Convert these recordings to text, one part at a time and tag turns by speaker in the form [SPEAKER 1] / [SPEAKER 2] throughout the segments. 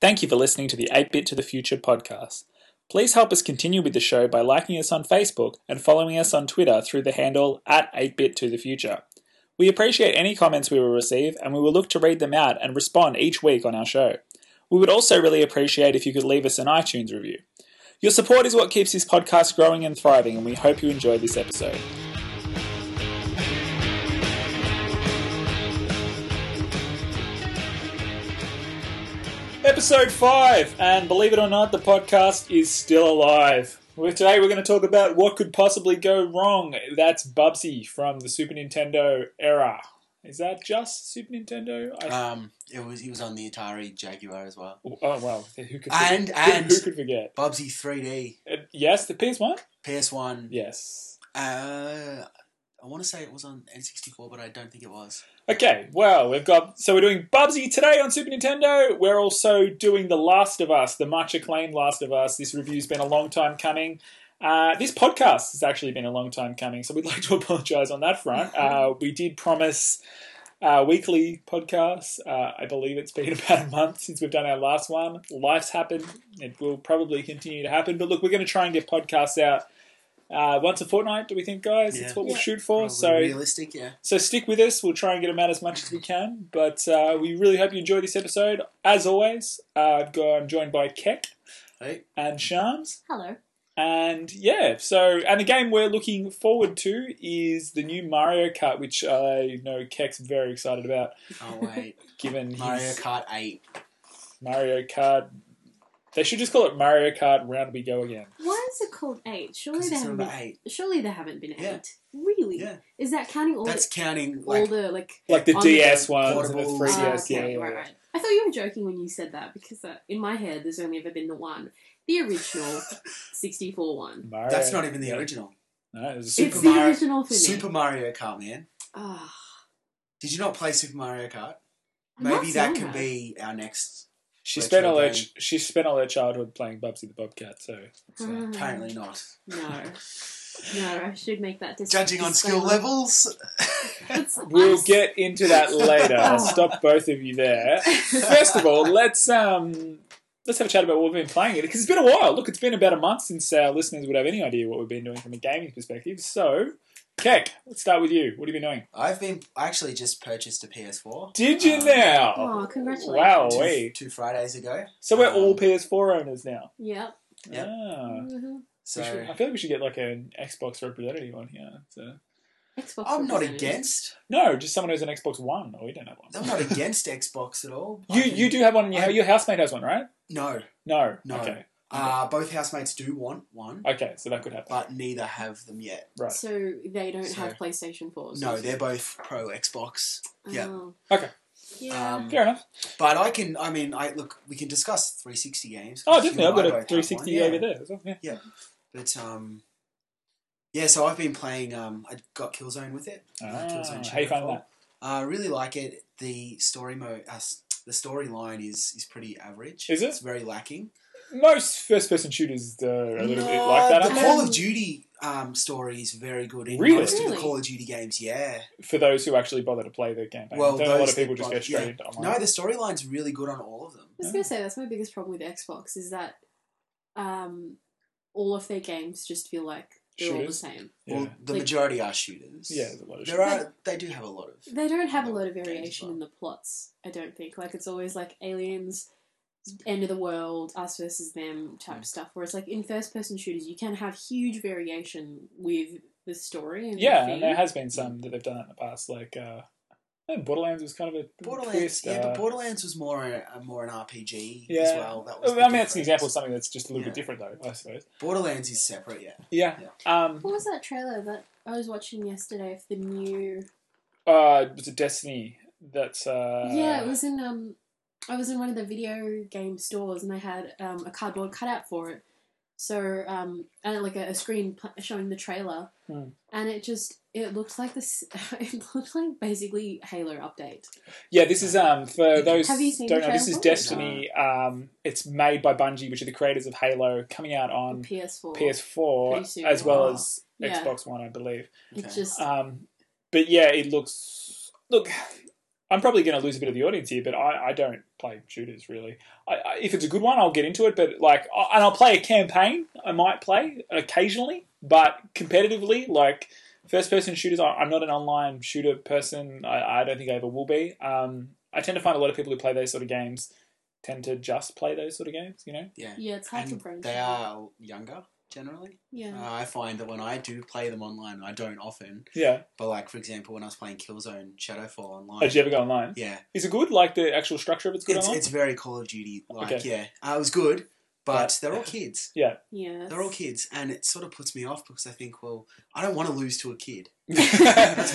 [SPEAKER 1] Thank you for listening to the 8 Bit to the Future podcast. Please help us continue with the show by liking us on Facebook and following us on Twitter through the handle at 8 Bit to the Future. We appreciate any comments we will receive and we will look to read them out and respond each week on our show. We would also really appreciate if you could leave us an iTunes review. Your support is what keeps this podcast growing and thriving, and we hope you enjoy this episode. Episode 5, and believe it or not, the podcast is still alive. Well, Today we're going to talk about what could possibly go wrong. That's Bubsy from the Super Nintendo era. Is that just Super Nintendo? I,
[SPEAKER 2] Um, it was he was on the Atari Jaguar as well.
[SPEAKER 1] oh, well, who could forget?
[SPEAKER 2] And
[SPEAKER 1] Who-
[SPEAKER 2] and
[SPEAKER 1] who could forget?
[SPEAKER 2] Bubsy 3D,
[SPEAKER 1] Uh, yes, the PS1?
[SPEAKER 2] PS1.
[SPEAKER 1] Yes.
[SPEAKER 2] Uh, I want to say it was on N64, but I don't think it was.
[SPEAKER 1] Okay, well, we've got. So we're doing Bubsy today on Super Nintendo. We're also doing The Last of Us, the much acclaimed Last of Us. This review's been a long time coming. Uh, this podcast has actually been a long time coming, so we'd like to apologise on that front. Uh, we did promise uh, weekly podcasts. Uh, I believe it's been about a month since we've done our last one. Life's happened. It will probably continue to happen. But look, we're going to try and get podcasts out uh, once a fortnight, do we think, guys? It's
[SPEAKER 2] Yeah.
[SPEAKER 1] what we'll
[SPEAKER 3] Yeah.
[SPEAKER 1] shoot for.
[SPEAKER 2] Probably
[SPEAKER 1] so
[SPEAKER 2] realistic, yeah.
[SPEAKER 1] so stick with us. We'll try and get them out as much as we can. But uh, we really hope you enjoyed this episode. As always, uh, I've got- I'm joined by Keck
[SPEAKER 2] Right?
[SPEAKER 1] and Shams.
[SPEAKER 3] Hello.
[SPEAKER 1] And yeah, so and the game we're looking forward to is the new Mario Kart, which I know Keck's very excited about,
[SPEAKER 2] Oh wait,
[SPEAKER 1] given
[SPEAKER 2] Mario
[SPEAKER 1] his
[SPEAKER 2] Kart 8.
[SPEAKER 1] Mario Kart. They should just call it Mario Kart Round We Go Again.
[SPEAKER 3] Why is it called eight? Surely
[SPEAKER 2] 'Cause
[SPEAKER 3] there
[SPEAKER 2] it's
[SPEAKER 3] haven't
[SPEAKER 2] number
[SPEAKER 3] been,
[SPEAKER 2] eight.
[SPEAKER 3] surely there haven't been eight.
[SPEAKER 2] Yeah.
[SPEAKER 3] Really?
[SPEAKER 2] Yeah,
[SPEAKER 3] Is that counting all
[SPEAKER 2] that's
[SPEAKER 3] the
[SPEAKER 2] counting
[SPEAKER 3] all
[SPEAKER 2] like
[SPEAKER 3] the like
[SPEAKER 1] Like the
[SPEAKER 3] On the
[SPEAKER 1] DS ones
[SPEAKER 2] portables.
[SPEAKER 1] and the 3DS.
[SPEAKER 3] Ah,
[SPEAKER 1] yeah,
[SPEAKER 3] okay,
[SPEAKER 1] yeah,
[SPEAKER 3] right,
[SPEAKER 1] yeah.
[SPEAKER 3] right. I thought you were joking when you said that because uh, in my head there's only ever been the one. The original sixty four one.
[SPEAKER 1] Mario-
[SPEAKER 2] that's not even the
[SPEAKER 1] yeah.
[SPEAKER 2] original.
[SPEAKER 1] No, it was a
[SPEAKER 3] It's
[SPEAKER 1] Super
[SPEAKER 3] the
[SPEAKER 2] Mario-
[SPEAKER 3] original for me.
[SPEAKER 2] Super Mario Kart, man.
[SPEAKER 3] Ah,
[SPEAKER 2] Did you not play Super Mario Kart?
[SPEAKER 3] I'm not
[SPEAKER 2] Maybe that
[SPEAKER 3] saying
[SPEAKER 2] could be our next.
[SPEAKER 1] She
[SPEAKER 2] Retro
[SPEAKER 1] spent all her
[SPEAKER 2] game.
[SPEAKER 1] she spent all her childhood playing Bubsy the Bobcat. So, so.
[SPEAKER 3] Mm.
[SPEAKER 2] Apparently not.
[SPEAKER 3] No. No, I should make that dis-
[SPEAKER 2] Judging on skill
[SPEAKER 3] disclaimer.
[SPEAKER 2] levels.
[SPEAKER 3] It's-
[SPEAKER 1] we'll
[SPEAKER 3] I'm-
[SPEAKER 1] get into that later. I'll
[SPEAKER 3] Oh.
[SPEAKER 1] stop both of you there. First of all, let's um let's have a chat about what we've been playing it because it's been a while. Look, it's been about a month since our listeners would have any idea what we've been doing from a gaming perspective. So, Keck, let's start with you. What have you been doing?
[SPEAKER 2] I've been I actually just purchased a PS4.
[SPEAKER 1] Did you
[SPEAKER 2] Um,
[SPEAKER 1] now?
[SPEAKER 3] Aw, congratulations.
[SPEAKER 1] Wow,
[SPEAKER 2] two,
[SPEAKER 1] oh, wait.
[SPEAKER 2] two Fridays ago.
[SPEAKER 1] So we're all
[SPEAKER 2] Um,
[SPEAKER 1] PS4 owners now.
[SPEAKER 3] Yep.
[SPEAKER 2] Yep.
[SPEAKER 1] Ah.
[SPEAKER 3] Mhm.
[SPEAKER 1] We should-
[SPEAKER 2] So
[SPEAKER 1] I feel like we should get like an Xbox representative on here. So.
[SPEAKER 3] Xbox.
[SPEAKER 2] I'm not
[SPEAKER 3] representative.
[SPEAKER 2] against.
[SPEAKER 1] No, just someone who's an Xbox One. Oh, we don't have one.
[SPEAKER 2] I'm not against Xbox at all.
[SPEAKER 1] You
[SPEAKER 2] I can-
[SPEAKER 1] you do have one in your
[SPEAKER 2] I-
[SPEAKER 1] your housemate has one, right?
[SPEAKER 2] No.
[SPEAKER 1] No.
[SPEAKER 2] No.
[SPEAKER 1] Okay.
[SPEAKER 2] Uh, both housemates do want one,
[SPEAKER 1] Okay, so that could happen.
[SPEAKER 2] but neither have them yet.
[SPEAKER 1] Right.
[SPEAKER 3] So they don't
[SPEAKER 2] So-
[SPEAKER 3] have PlayStation 4s.
[SPEAKER 2] No, they're both pro Xbox. yeah.
[SPEAKER 3] Oh.
[SPEAKER 1] Okay.
[SPEAKER 3] Yeah.
[SPEAKER 2] Um,
[SPEAKER 1] Fair enough.
[SPEAKER 2] But I can. I mean, I look. We can discuss 360 games.
[SPEAKER 1] Oh,
[SPEAKER 2] You
[SPEAKER 1] definitely. I've
[SPEAKER 2] and
[SPEAKER 1] got
[SPEAKER 2] I
[SPEAKER 1] a
[SPEAKER 2] both have
[SPEAKER 1] 360
[SPEAKER 2] one, yeah.
[SPEAKER 1] over there as well. Yeah.
[SPEAKER 2] But um, yeah. So I've been playing. Um, I got Killzone with it. Uh,
[SPEAKER 1] Ah,
[SPEAKER 2] Killzone
[SPEAKER 1] how you finding
[SPEAKER 2] Shadowfall.
[SPEAKER 1] that?
[SPEAKER 2] I really like it. The story mode, uh, s- the storyline is is pretty average.
[SPEAKER 1] Is it?
[SPEAKER 2] It's very lacking.
[SPEAKER 1] Most first-person shooters uh, are a little bit
[SPEAKER 2] No,
[SPEAKER 1] like that.
[SPEAKER 2] The
[SPEAKER 1] aren't they?
[SPEAKER 2] Call of Duty um, story is very good in
[SPEAKER 1] Really?
[SPEAKER 2] most of the
[SPEAKER 3] Really?
[SPEAKER 2] Call of Duty games. Yeah,
[SPEAKER 1] For those who actually bother to play the campaign,
[SPEAKER 2] Well,
[SPEAKER 1] Don't a lot
[SPEAKER 2] those
[SPEAKER 1] of people just
[SPEAKER 2] that
[SPEAKER 1] get straight
[SPEAKER 2] bother-
[SPEAKER 1] into
[SPEAKER 2] no,
[SPEAKER 1] online.
[SPEAKER 2] the storyline's really good on all of them.
[SPEAKER 3] I was gonna say that's my biggest problem with Xbox is that um, all of their games just feel like they're
[SPEAKER 1] Shooters.
[SPEAKER 3] all the same.
[SPEAKER 1] Yeah.
[SPEAKER 2] Well, the
[SPEAKER 3] Like-
[SPEAKER 2] majority are shooters.
[SPEAKER 1] yeah, there's a lot of
[SPEAKER 2] there
[SPEAKER 1] shooters.
[SPEAKER 2] are. They do have a lot of.
[SPEAKER 3] They don't have a
[SPEAKER 2] Yeah,
[SPEAKER 3] lot of
[SPEAKER 2] games as
[SPEAKER 3] variation
[SPEAKER 2] well.
[SPEAKER 3] in the plots. I don't think. Like it's always like aliens, end of the world, us versus them type
[SPEAKER 1] Hmm.
[SPEAKER 2] Mm.
[SPEAKER 3] stuff. Whereas like in first-person shooters, you can have huge variation with the story and the
[SPEAKER 1] Yeah,
[SPEAKER 3] theme.
[SPEAKER 1] and there has been some that they've done that in the past. Like uh, I think Borderlands was kind of a
[SPEAKER 2] Borderlands,
[SPEAKER 1] twist,
[SPEAKER 2] yeah,
[SPEAKER 1] uh,
[SPEAKER 2] but Borderlands was more a, a- more an RPG
[SPEAKER 1] Yeah.
[SPEAKER 2] as well. That was
[SPEAKER 1] I
[SPEAKER 2] the
[SPEAKER 1] mean, that's an
[SPEAKER 2] difference.
[SPEAKER 1] example of something that's just a little bit
[SPEAKER 2] Yeah.
[SPEAKER 1] different, though. I suppose.
[SPEAKER 2] Borderlands is separate. Yeah,
[SPEAKER 1] Yeah. Um.
[SPEAKER 3] What was that trailer that I was watching yesterday of the new?
[SPEAKER 1] Uh. Was it Destiny? That's. Uh,
[SPEAKER 3] yeah, it was in um, I was in one of the video game stores and they had um, a cardboard cutout for it. So um, and like a, a screen pl- showing the trailer,
[SPEAKER 1] Hmm.
[SPEAKER 3] and it just it looked like this. It looked like basically Halo update.
[SPEAKER 1] Yeah, this is um for those
[SPEAKER 3] Have you seen
[SPEAKER 1] don't
[SPEAKER 3] the
[SPEAKER 1] know. This is
[SPEAKER 3] trailer?
[SPEAKER 1] Destiny. Um, it's made by Bungie, which are the creators of Halo, coming out
[SPEAKER 2] Um,
[SPEAKER 1] on
[SPEAKER 3] PS4. Pretty
[SPEAKER 1] PS4
[SPEAKER 3] soon.
[SPEAKER 1] as well
[SPEAKER 2] Wow.
[SPEAKER 1] as
[SPEAKER 3] Yeah.
[SPEAKER 2] Uh,
[SPEAKER 1] Xbox One, I believe.
[SPEAKER 3] It
[SPEAKER 2] Okay.
[SPEAKER 3] just
[SPEAKER 1] Um, but yeah, it looks look. I'm probably going to lose a bit of the audience here, but I, I don't play shooters really. I, I, if it's a good one, I'll get into it. But like, I, and I'll play a campaign. I might play occasionally, but competitively, like first person shooters, I, I'm not an online shooter person. I, I don't think I ever will be. Um, I tend to find a lot of people who play those sort of games tend to just play those sort of games. You know,
[SPEAKER 2] Yeah.
[SPEAKER 3] Yeah, it's hard
[SPEAKER 2] And
[SPEAKER 3] to branch.
[SPEAKER 2] they
[SPEAKER 3] out.
[SPEAKER 2] are younger generally.
[SPEAKER 3] Yeah.
[SPEAKER 2] Uh, I find that when I do play them online, I don't often.
[SPEAKER 1] yeah.
[SPEAKER 2] But like for example, when I was playing Killzone Shadowfall online,
[SPEAKER 1] Oh, did you ever go online?
[SPEAKER 2] yeah,
[SPEAKER 1] Is it good? Like the actual structure of it's good
[SPEAKER 2] it's,
[SPEAKER 1] online.
[SPEAKER 2] it's very Call of Duty like.
[SPEAKER 1] Okay.
[SPEAKER 2] Yeah, uh, it was good, but
[SPEAKER 1] But-
[SPEAKER 2] they're all kids.
[SPEAKER 3] yeah.
[SPEAKER 2] They're all kids, and it sort of puts me off because I think, well, I don't want to lose to a kid. That's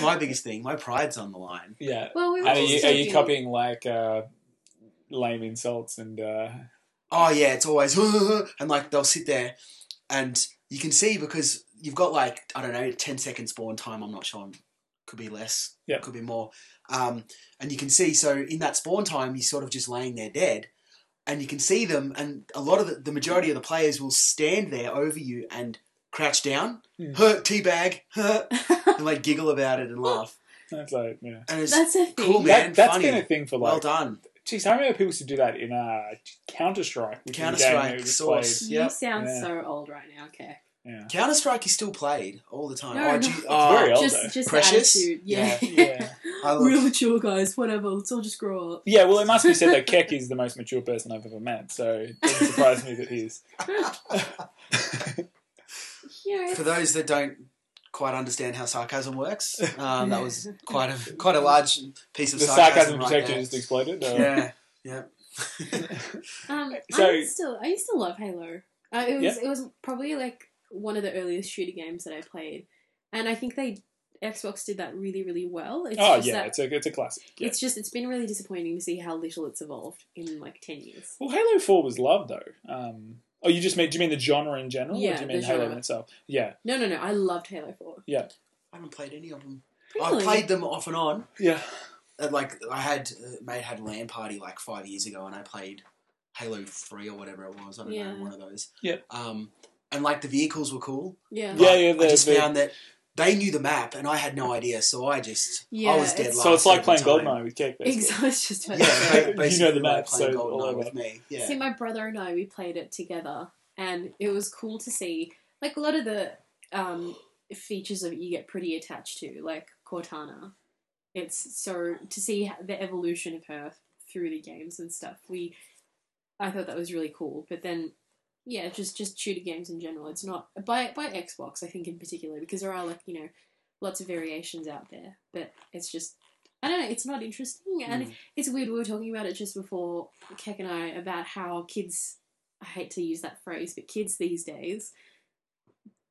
[SPEAKER 1] yeah.
[SPEAKER 2] my biggest thing. My pride's on the line.
[SPEAKER 3] Well, we were
[SPEAKER 1] And are
[SPEAKER 3] just
[SPEAKER 1] you, are you
[SPEAKER 3] joking.
[SPEAKER 1] copying like uh, lame insults and uh,
[SPEAKER 2] oh yeah, it's always and like they'll sit there and you can see because you've got like I don't know 10 seconds spawn time. I'm not sure. Could be less.
[SPEAKER 1] Yeah.
[SPEAKER 2] Could be more. Um, and you can see so in that spawn time, you're sort of just laying there dead. And you can see them, and a lot of the, the majority of the players will stand there over you and crouch down,
[SPEAKER 1] Mm.
[SPEAKER 2] huh, teabag, huh, and like giggle about it and laugh.
[SPEAKER 1] that's like yeah.
[SPEAKER 2] And it's
[SPEAKER 3] That's a thing.
[SPEAKER 2] cool, man.
[SPEAKER 1] That, that's
[SPEAKER 2] funny.
[SPEAKER 1] been a thing for
[SPEAKER 2] well
[SPEAKER 1] like.
[SPEAKER 2] done.
[SPEAKER 1] Jeez, I remember people used to do that in uh, Counter Strike.
[SPEAKER 2] Counter Strike, Source.
[SPEAKER 3] You
[SPEAKER 2] Yep.
[SPEAKER 3] sound
[SPEAKER 1] Yeah.
[SPEAKER 3] so old right now. Okay.
[SPEAKER 1] Yeah.
[SPEAKER 2] Counter Strike is still played all the time.
[SPEAKER 3] No,
[SPEAKER 2] oh,
[SPEAKER 3] no.
[SPEAKER 2] do you-
[SPEAKER 3] It's
[SPEAKER 2] oh,
[SPEAKER 1] very old. though.
[SPEAKER 3] Just, just
[SPEAKER 2] Precious?
[SPEAKER 3] attitude. Yeah.
[SPEAKER 1] Yeah.
[SPEAKER 2] I love-
[SPEAKER 3] We're all mature guys. Whatever. Let's all just grow up.
[SPEAKER 1] Yeah, well, it must be said that Keck is the most mature person I've ever met, so it doesn't surprise me that he is.
[SPEAKER 3] Yeah.
[SPEAKER 2] For those that don't quite understand how sarcasm works, um, that was quite a quite a large piece of
[SPEAKER 1] The sarcasm
[SPEAKER 2] sarcasm. right
[SPEAKER 1] detector just exploded.
[SPEAKER 2] there.
[SPEAKER 1] uh,
[SPEAKER 2] yeah, yeah.
[SPEAKER 3] Um,
[SPEAKER 1] So-
[SPEAKER 3] I used to I used to love Halo. Uh, it was it was probably like one of the earliest shooter games that I played, and I think they Xbox did that really really well. It's
[SPEAKER 1] oh
[SPEAKER 3] just
[SPEAKER 1] yeah,
[SPEAKER 3] that,
[SPEAKER 1] it's a it's a classic. yeah.
[SPEAKER 3] it's just it's been really disappointing to see how little it's evolved in like ten years.
[SPEAKER 1] Well, Halo Four was loved though. Um, oh, you just mean do you mean the genre in general, or
[SPEAKER 3] Yeah,
[SPEAKER 1] do you
[SPEAKER 3] the
[SPEAKER 1] mean Halo in
[SPEAKER 3] genre.
[SPEAKER 1] itself? Yeah,
[SPEAKER 3] No no no, I loved Halo Four.
[SPEAKER 2] I haven't played any of them.
[SPEAKER 3] Really?
[SPEAKER 2] I played them off and on.
[SPEAKER 1] yeah.
[SPEAKER 2] Uh, Like I had uh, mate had a LAN party like five years ago, and I played Halo Three or whatever it was. I don't
[SPEAKER 3] Yeah.
[SPEAKER 2] know one of those.
[SPEAKER 1] Yep.
[SPEAKER 2] Um, and like the vehicles were cool.
[SPEAKER 3] yeah.
[SPEAKER 1] Yeah.
[SPEAKER 2] I
[SPEAKER 1] the-
[SPEAKER 2] just
[SPEAKER 1] the-
[SPEAKER 2] found that they knew the map, and I had no idea, so I just
[SPEAKER 3] Yeah,
[SPEAKER 2] I was dead.
[SPEAKER 3] it's-
[SPEAKER 2] last
[SPEAKER 1] So it's like
[SPEAKER 2] every
[SPEAKER 1] playing
[SPEAKER 2] time.
[SPEAKER 1] Goldmine with Keck. basically.
[SPEAKER 3] Exactly. I was just about to
[SPEAKER 1] Yeah.
[SPEAKER 3] say.
[SPEAKER 1] You know
[SPEAKER 2] Yeah,
[SPEAKER 1] the
[SPEAKER 2] basically
[SPEAKER 1] map,
[SPEAKER 2] I played
[SPEAKER 1] so
[SPEAKER 2] Goldeneye
[SPEAKER 1] all over.
[SPEAKER 2] with me. Yeah.
[SPEAKER 3] See, my brother and I, we played it together, and it was cool to see. Like a lot of the um, features of it, you get pretty attached to, like Cortana. It's so to see h- the evolution of her through the games and stuff. We, I thought that was really cool. But then, yeah, just just shooter games in general. It's not by by Xbox, I think in particular, because there are like you know lots of variations out there. But it's just. I don't know, it's not interesting, and
[SPEAKER 2] Mm.
[SPEAKER 3] it's weird. We were talking about it just before Keck and I about how kids. I hate to use that phrase, but kids these days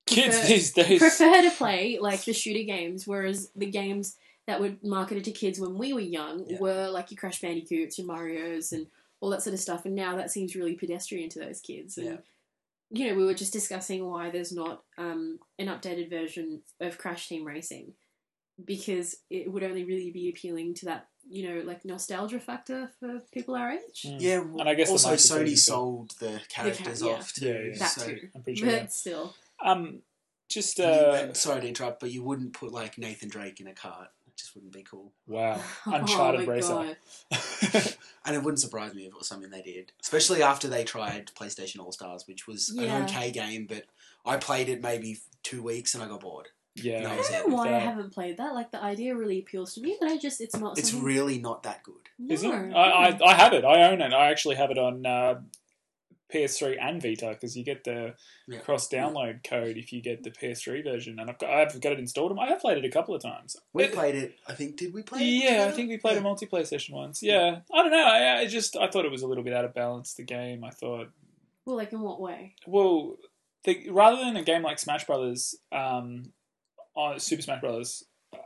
[SPEAKER 1] Kids
[SPEAKER 3] Prefer-
[SPEAKER 1] these days.
[SPEAKER 3] prefer to play like the shooter games, whereas the games that were marketed to kids when we were young
[SPEAKER 2] Yeah.
[SPEAKER 3] were like your Crash Bandicoots, your Mario's, and all that sort of stuff. And now that seems really pedestrian to those kids. And
[SPEAKER 2] Yeah.
[SPEAKER 3] you know, we were just discussing why there's not um, an updated version of Crash Team Racing because it would only really be appealing to that you know like nostalgia factor for people our age.
[SPEAKER 1] Mm.
[SPEAKER 2] Yeah, well,
[SPEAKER 1] And I guess the
[SPEAKER 2] also
[SPEAKER 1] market's already
[SPEAKER 2] Sony
[SPEAKER 1] good.
[SPEAKER 2] sold the characters
[SPEAKER 3] yeah.
[SPEAKER 2] off too.
[SPEAKER 1] Yeah, yeah, yeah.
[SPEAKER 3] That
[SPEAKER 2] so-
[SPEAKER 3] too,
[SPEAKER 1] I'm pretty sure.
[SPEAKER 3] but
[SPEAKER 1] yeah.
[SPEAKER 3] still,
[SPEAKER 1] Um, just
[SPEAKER 2] You-
[SPEAKER 1] uh,
[SPEAKER 2] uh, sorry to interrupt, but you wouldn't put like Nathan Drake in a cart. It just wouldn't be cool,
[SPEAKER 1] wow, Uh,
[SPEAKER 3] Oh
[SPEAKER 1] Uncharted Racer.
[SPEAKER 2] and it wouldn't surprise me if it was something they did, especially after they tried PlayStation All Stars, which was
[SPEAKER 3] Yeah.
[SPEAKER 2] an okay game, but I played it maybe two weeks and I got bored.
[SPEAKER 1] yeah,
[SPEAKER 2] No,
[SPEAKER 3] I
[SPEAKER 2] it's-
[SPEAKER 3] don't know why I
[SPEAKER 1] Yeah.
[SPEAKER 3] haven't played that. Like the idea really appeals to me, but I just it's not.
[SPEAKER 2] It's
[SPEAKER 3] something-
[SPEAKER 2] really not that good.
[SPEAKER 3] No.
[SPEAKER 1] Is it? I, I I have it. I own it. I actually have it on uh, PS3 and Vita because you get the
[SPEAKER 2] Yeah.
[SPEAKER 1] cross download code if you get the PS3 version, and I've got I've got it installed. I have played it a couple of times.
[SPEAKER 2] We
[SPEAKER 1] It-
[SPEAKER 2] played it. I think did we play? it
[SPEAKER 1] Yeah, I
[SPEAKER 2] together?
[SPEAKER 1] think we played
[SPEAKER 2] Yeah.
[SPEAKER 1] a multiplayer session once. Yeah, I don't know. I, I just I thought it was a little bit out of balance. The game. I thought
[SPEAKER 3] Well, like in what way?
[SPEAKER 1] well, the, rather than a game like Smash Brothers, um, on Super Smash Brothers, uh,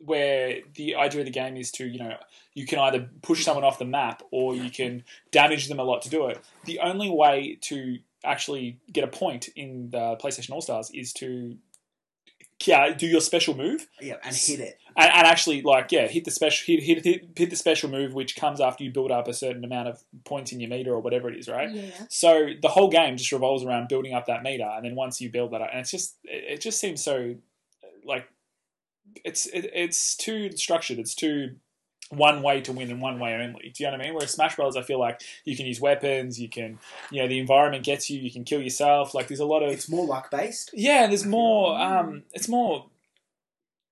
[SPEAKER 1] where the idea of the game is to you know you can either push someone off the map or you can damage them a lot to do it. The only way to actually get a point in the PlayStation All Stars is to yeah, do your special move
[SPEAKER 2] Yeah, and hit it.
[SPEAKER 1] and, and actually like yeah hit the special hit, hit, hit, hit the special move which comes after you build up a certain amount of points in your meter or whatever it is right
[SPEAKER 3] Yeah.
[SPEAKER 1] so the whole game just revolves around building up that meter and then once you build that up and it's just it, it just seems so like it's it, it's too structured it's too one way to win and one way only. Do you know what I mean? Whereas Smash Brothers, I feel like you can use weapons, you can, you know, the environment gets you, you can kill yourself. Like there's a lot of
[SPEAKER 2] It's more luck based.
[SPEAKER 1] yeah, there's more. Um, it's more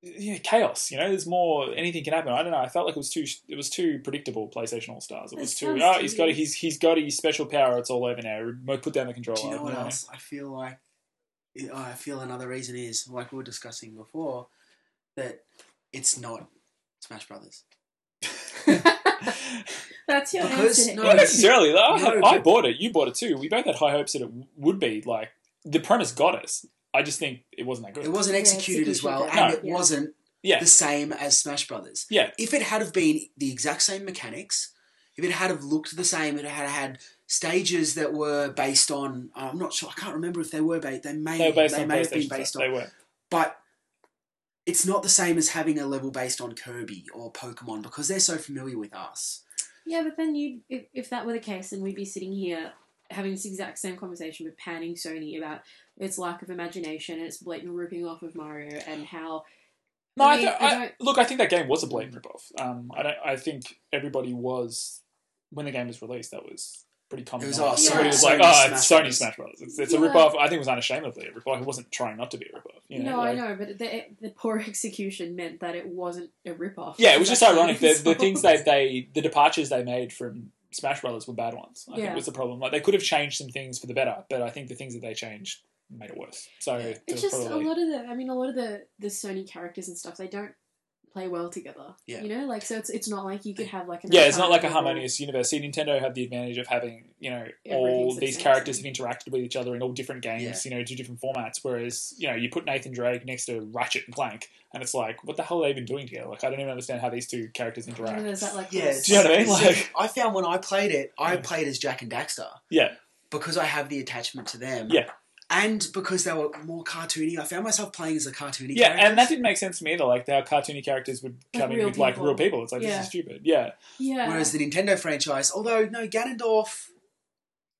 [SPEAKER 1] yeah, chaos. You know, there's more. Anything can happen. I don't know. I felt like it was too. It was too predictable. PlayStation All Stars. It
[SPEAKER 3] It
[SPEAKER 1] was too.
[SPEAKER 3] sounds
[SPEAKER 1] Oh, he's
[SPEAKER 3] tedious.
[SPEAKER 1] got. He's he's got his special power. It's all over now. Remote- Put down the controller.
[SPEAKER 2] Do you know what else? I feel like I feel another reason is like we were discussing before that it's not Smash Brothers.
[SPEAKER 3] That's your
[SPEAKER 2] Because-
[SPEAKER 3] answer.
[SPEAKER 2] no,
[SPEAKER 1] Not necessarily. though. I,
[SPEAKER 2] No,
[SPEAKER 1] had- I
[SPEAKER 2] but-
[SPEAKER 1] bought it. You bought it too. We both had high hopes that it w- would be like the premise got us. I just think it wasn't that good.
[SPEAKER 2] It wasn't
[SPEAKER 3] Yeah,
[SPEAKER 2] executed as well,
[SPEAKER 3] executed
[SPEAKER 2] and
[SPEAKER 3] that,
[SPEAKER 2] it
[SPEAKER 3] yeah.
[SPEAKER 2] wasn't
[SPEAKER 1] Yeah.
[SPEAKER 2] the same as Smash Brothers.
[SPEAKER 1] Yeah.
[SPEAKER 2] If it had have been the exact same mechanics, if it had have looked the same, it had had stages that were based on. I'm not sure. I can't remember if they were based. They may.
[SPEAKER 1] they were based
[SPEAKER 2] they
[SPEAKER 1] on
[SPEAKER 2] may have
[SPEAKER 1] PlayStation.
[SPEAKER 2] been based
[SPEAKER 1] stuff.
[SPEAKER 2] on.
[SPEAKER 1] They were.
[SPEAKER 2] but it's not the same as having a level based on Kirby or Pokemon because they're so familiar with us.
[SPEAKER 3] Yeah, but then you, if, if that were the case, then we'd be sitting here having this exact same conversation, but panning Sony about its lack of imagination and its blatant ripping off of Mario and how.
[SPEAKER 1] No, I,
[SPEAKER 3] mean,
[SPEAKER 1] don't-
[SPEAKER 3] I
[SPEAKER 1] I- look. I think that game was a blatant ripoff. Um, I don't. I think everybody was when the game was released. That was pretty common.
[SPEAKER 2] It was,
[SPEAKER 1] knowledge.
[SPEAKER 3] oh,
[SPEAKER 1] Somebody
[SPEAKER 3] Sony-
[SPEAKER 1] was like,
[SPEAKER 2] Sony
[SPEAKER 1] "Oh,
[SPEAKER 2] Smash
[SPEAKER 1] it's Sony
[SPEAKER 2] Brothers."
[SPEAKER 1] Smash Brothers. It's, it's a
[SPEAKER 3] Yeah.
[SPEAKER 1] ripoff." I think it was unashamedly a ripoff. It wasn't trying not to be a ripoff. You know,
[SPEAKER 3] no,
[SPEAKER 1] like-
[SPEAKER 3] I know, but the, the poor execution meant that it wasn't a ripoff.
[SPEAKER 1] Yeah, it was just
[SPEAKER 3] That's
[SPEAKER 1] ironic. The, the
[SPEAKER 3] so-
[SPEAKER 1] things that they, the departures they made from Smash Brothers were bad ones. I think
[SPEAKER 3] Yeah.
[SPEAKER 1] was the problem. Like they could have changed some things for the better, but I think the things that they changed made it worse. So there
[SPEAKER 3] It's
[SPEAKER 1] was
[SPEAKER 3] just a
[SPEAKER 1] probably-
[SPEAKER 3] lot of the. I mean, a lot of the the Sony characters and stuff. They don't play well together.
[SPEAKER 2] Yeah.
[SPEAKER 3] You know, like so. It's it's not like you could have like. an
[SPEAKER 1] Yeah, it's not like a
[SPEAKER 3] archive level-
[SPEAKER 1] harmonious universe. See, Nintendo have the advantage of having you know all
[SPEAKER 3] Everything's the
[SPEAKER 1] these
[SPEAKER 3] same
[SPEAKER 1] characters have
[SPEAKER 3] thing.
[SPEAKER 1] interacted with each other in all different games, you know, two different formats. Whereas you know you put Nathan Drake next to Ratchet and Clank, and it's like, what the hell are they even doing together? Like, I don't even understand how these two characters
[SPEAKER 3] And then
[SPEAKER 1] interact.
[SPEAKER 3] there's that like.
[SPEAKER 2] Yeah,
[SPEAKER 3] little-
[SPEAKER 1] Do you know what I mean?
[SPEAKER 2] So
[SPEAKER 1] Like-
[SPEAKER 2] I found when I played it, I
[SPEAKER 1] Yeah.
[SPEAKER 2] played as Jack and Daxter.
[SPEAKER 1] Yeah.
[SPEAKER 2] Because I have the attachment to them.
[SPEAKER 1] Yeah.
[SPEAKER 2] And because they were more cartoony, I found myself playing as a cartoony
[SPEAKER 1] Yeah,
[SPEAKER 2] character.
[SPEAKER 1] and that didn't make sense to me either. Like how cartoony characters would
[SPEAKER 3] Like
[SPEAKER 1] come in
[SPEAKER 3] real
[SPEAKER 1] with like
[SPEAKER 3] people.
[SPEAKER 1] real people. It's like
[SPEAKER 3] Yeah.
[SPEAKER 1] this is stupid. Yeah,
[SPEAKER 3] Yeah.
[SPEAKER 2] Whereas the Nintendo franchise, although no Ganondorf,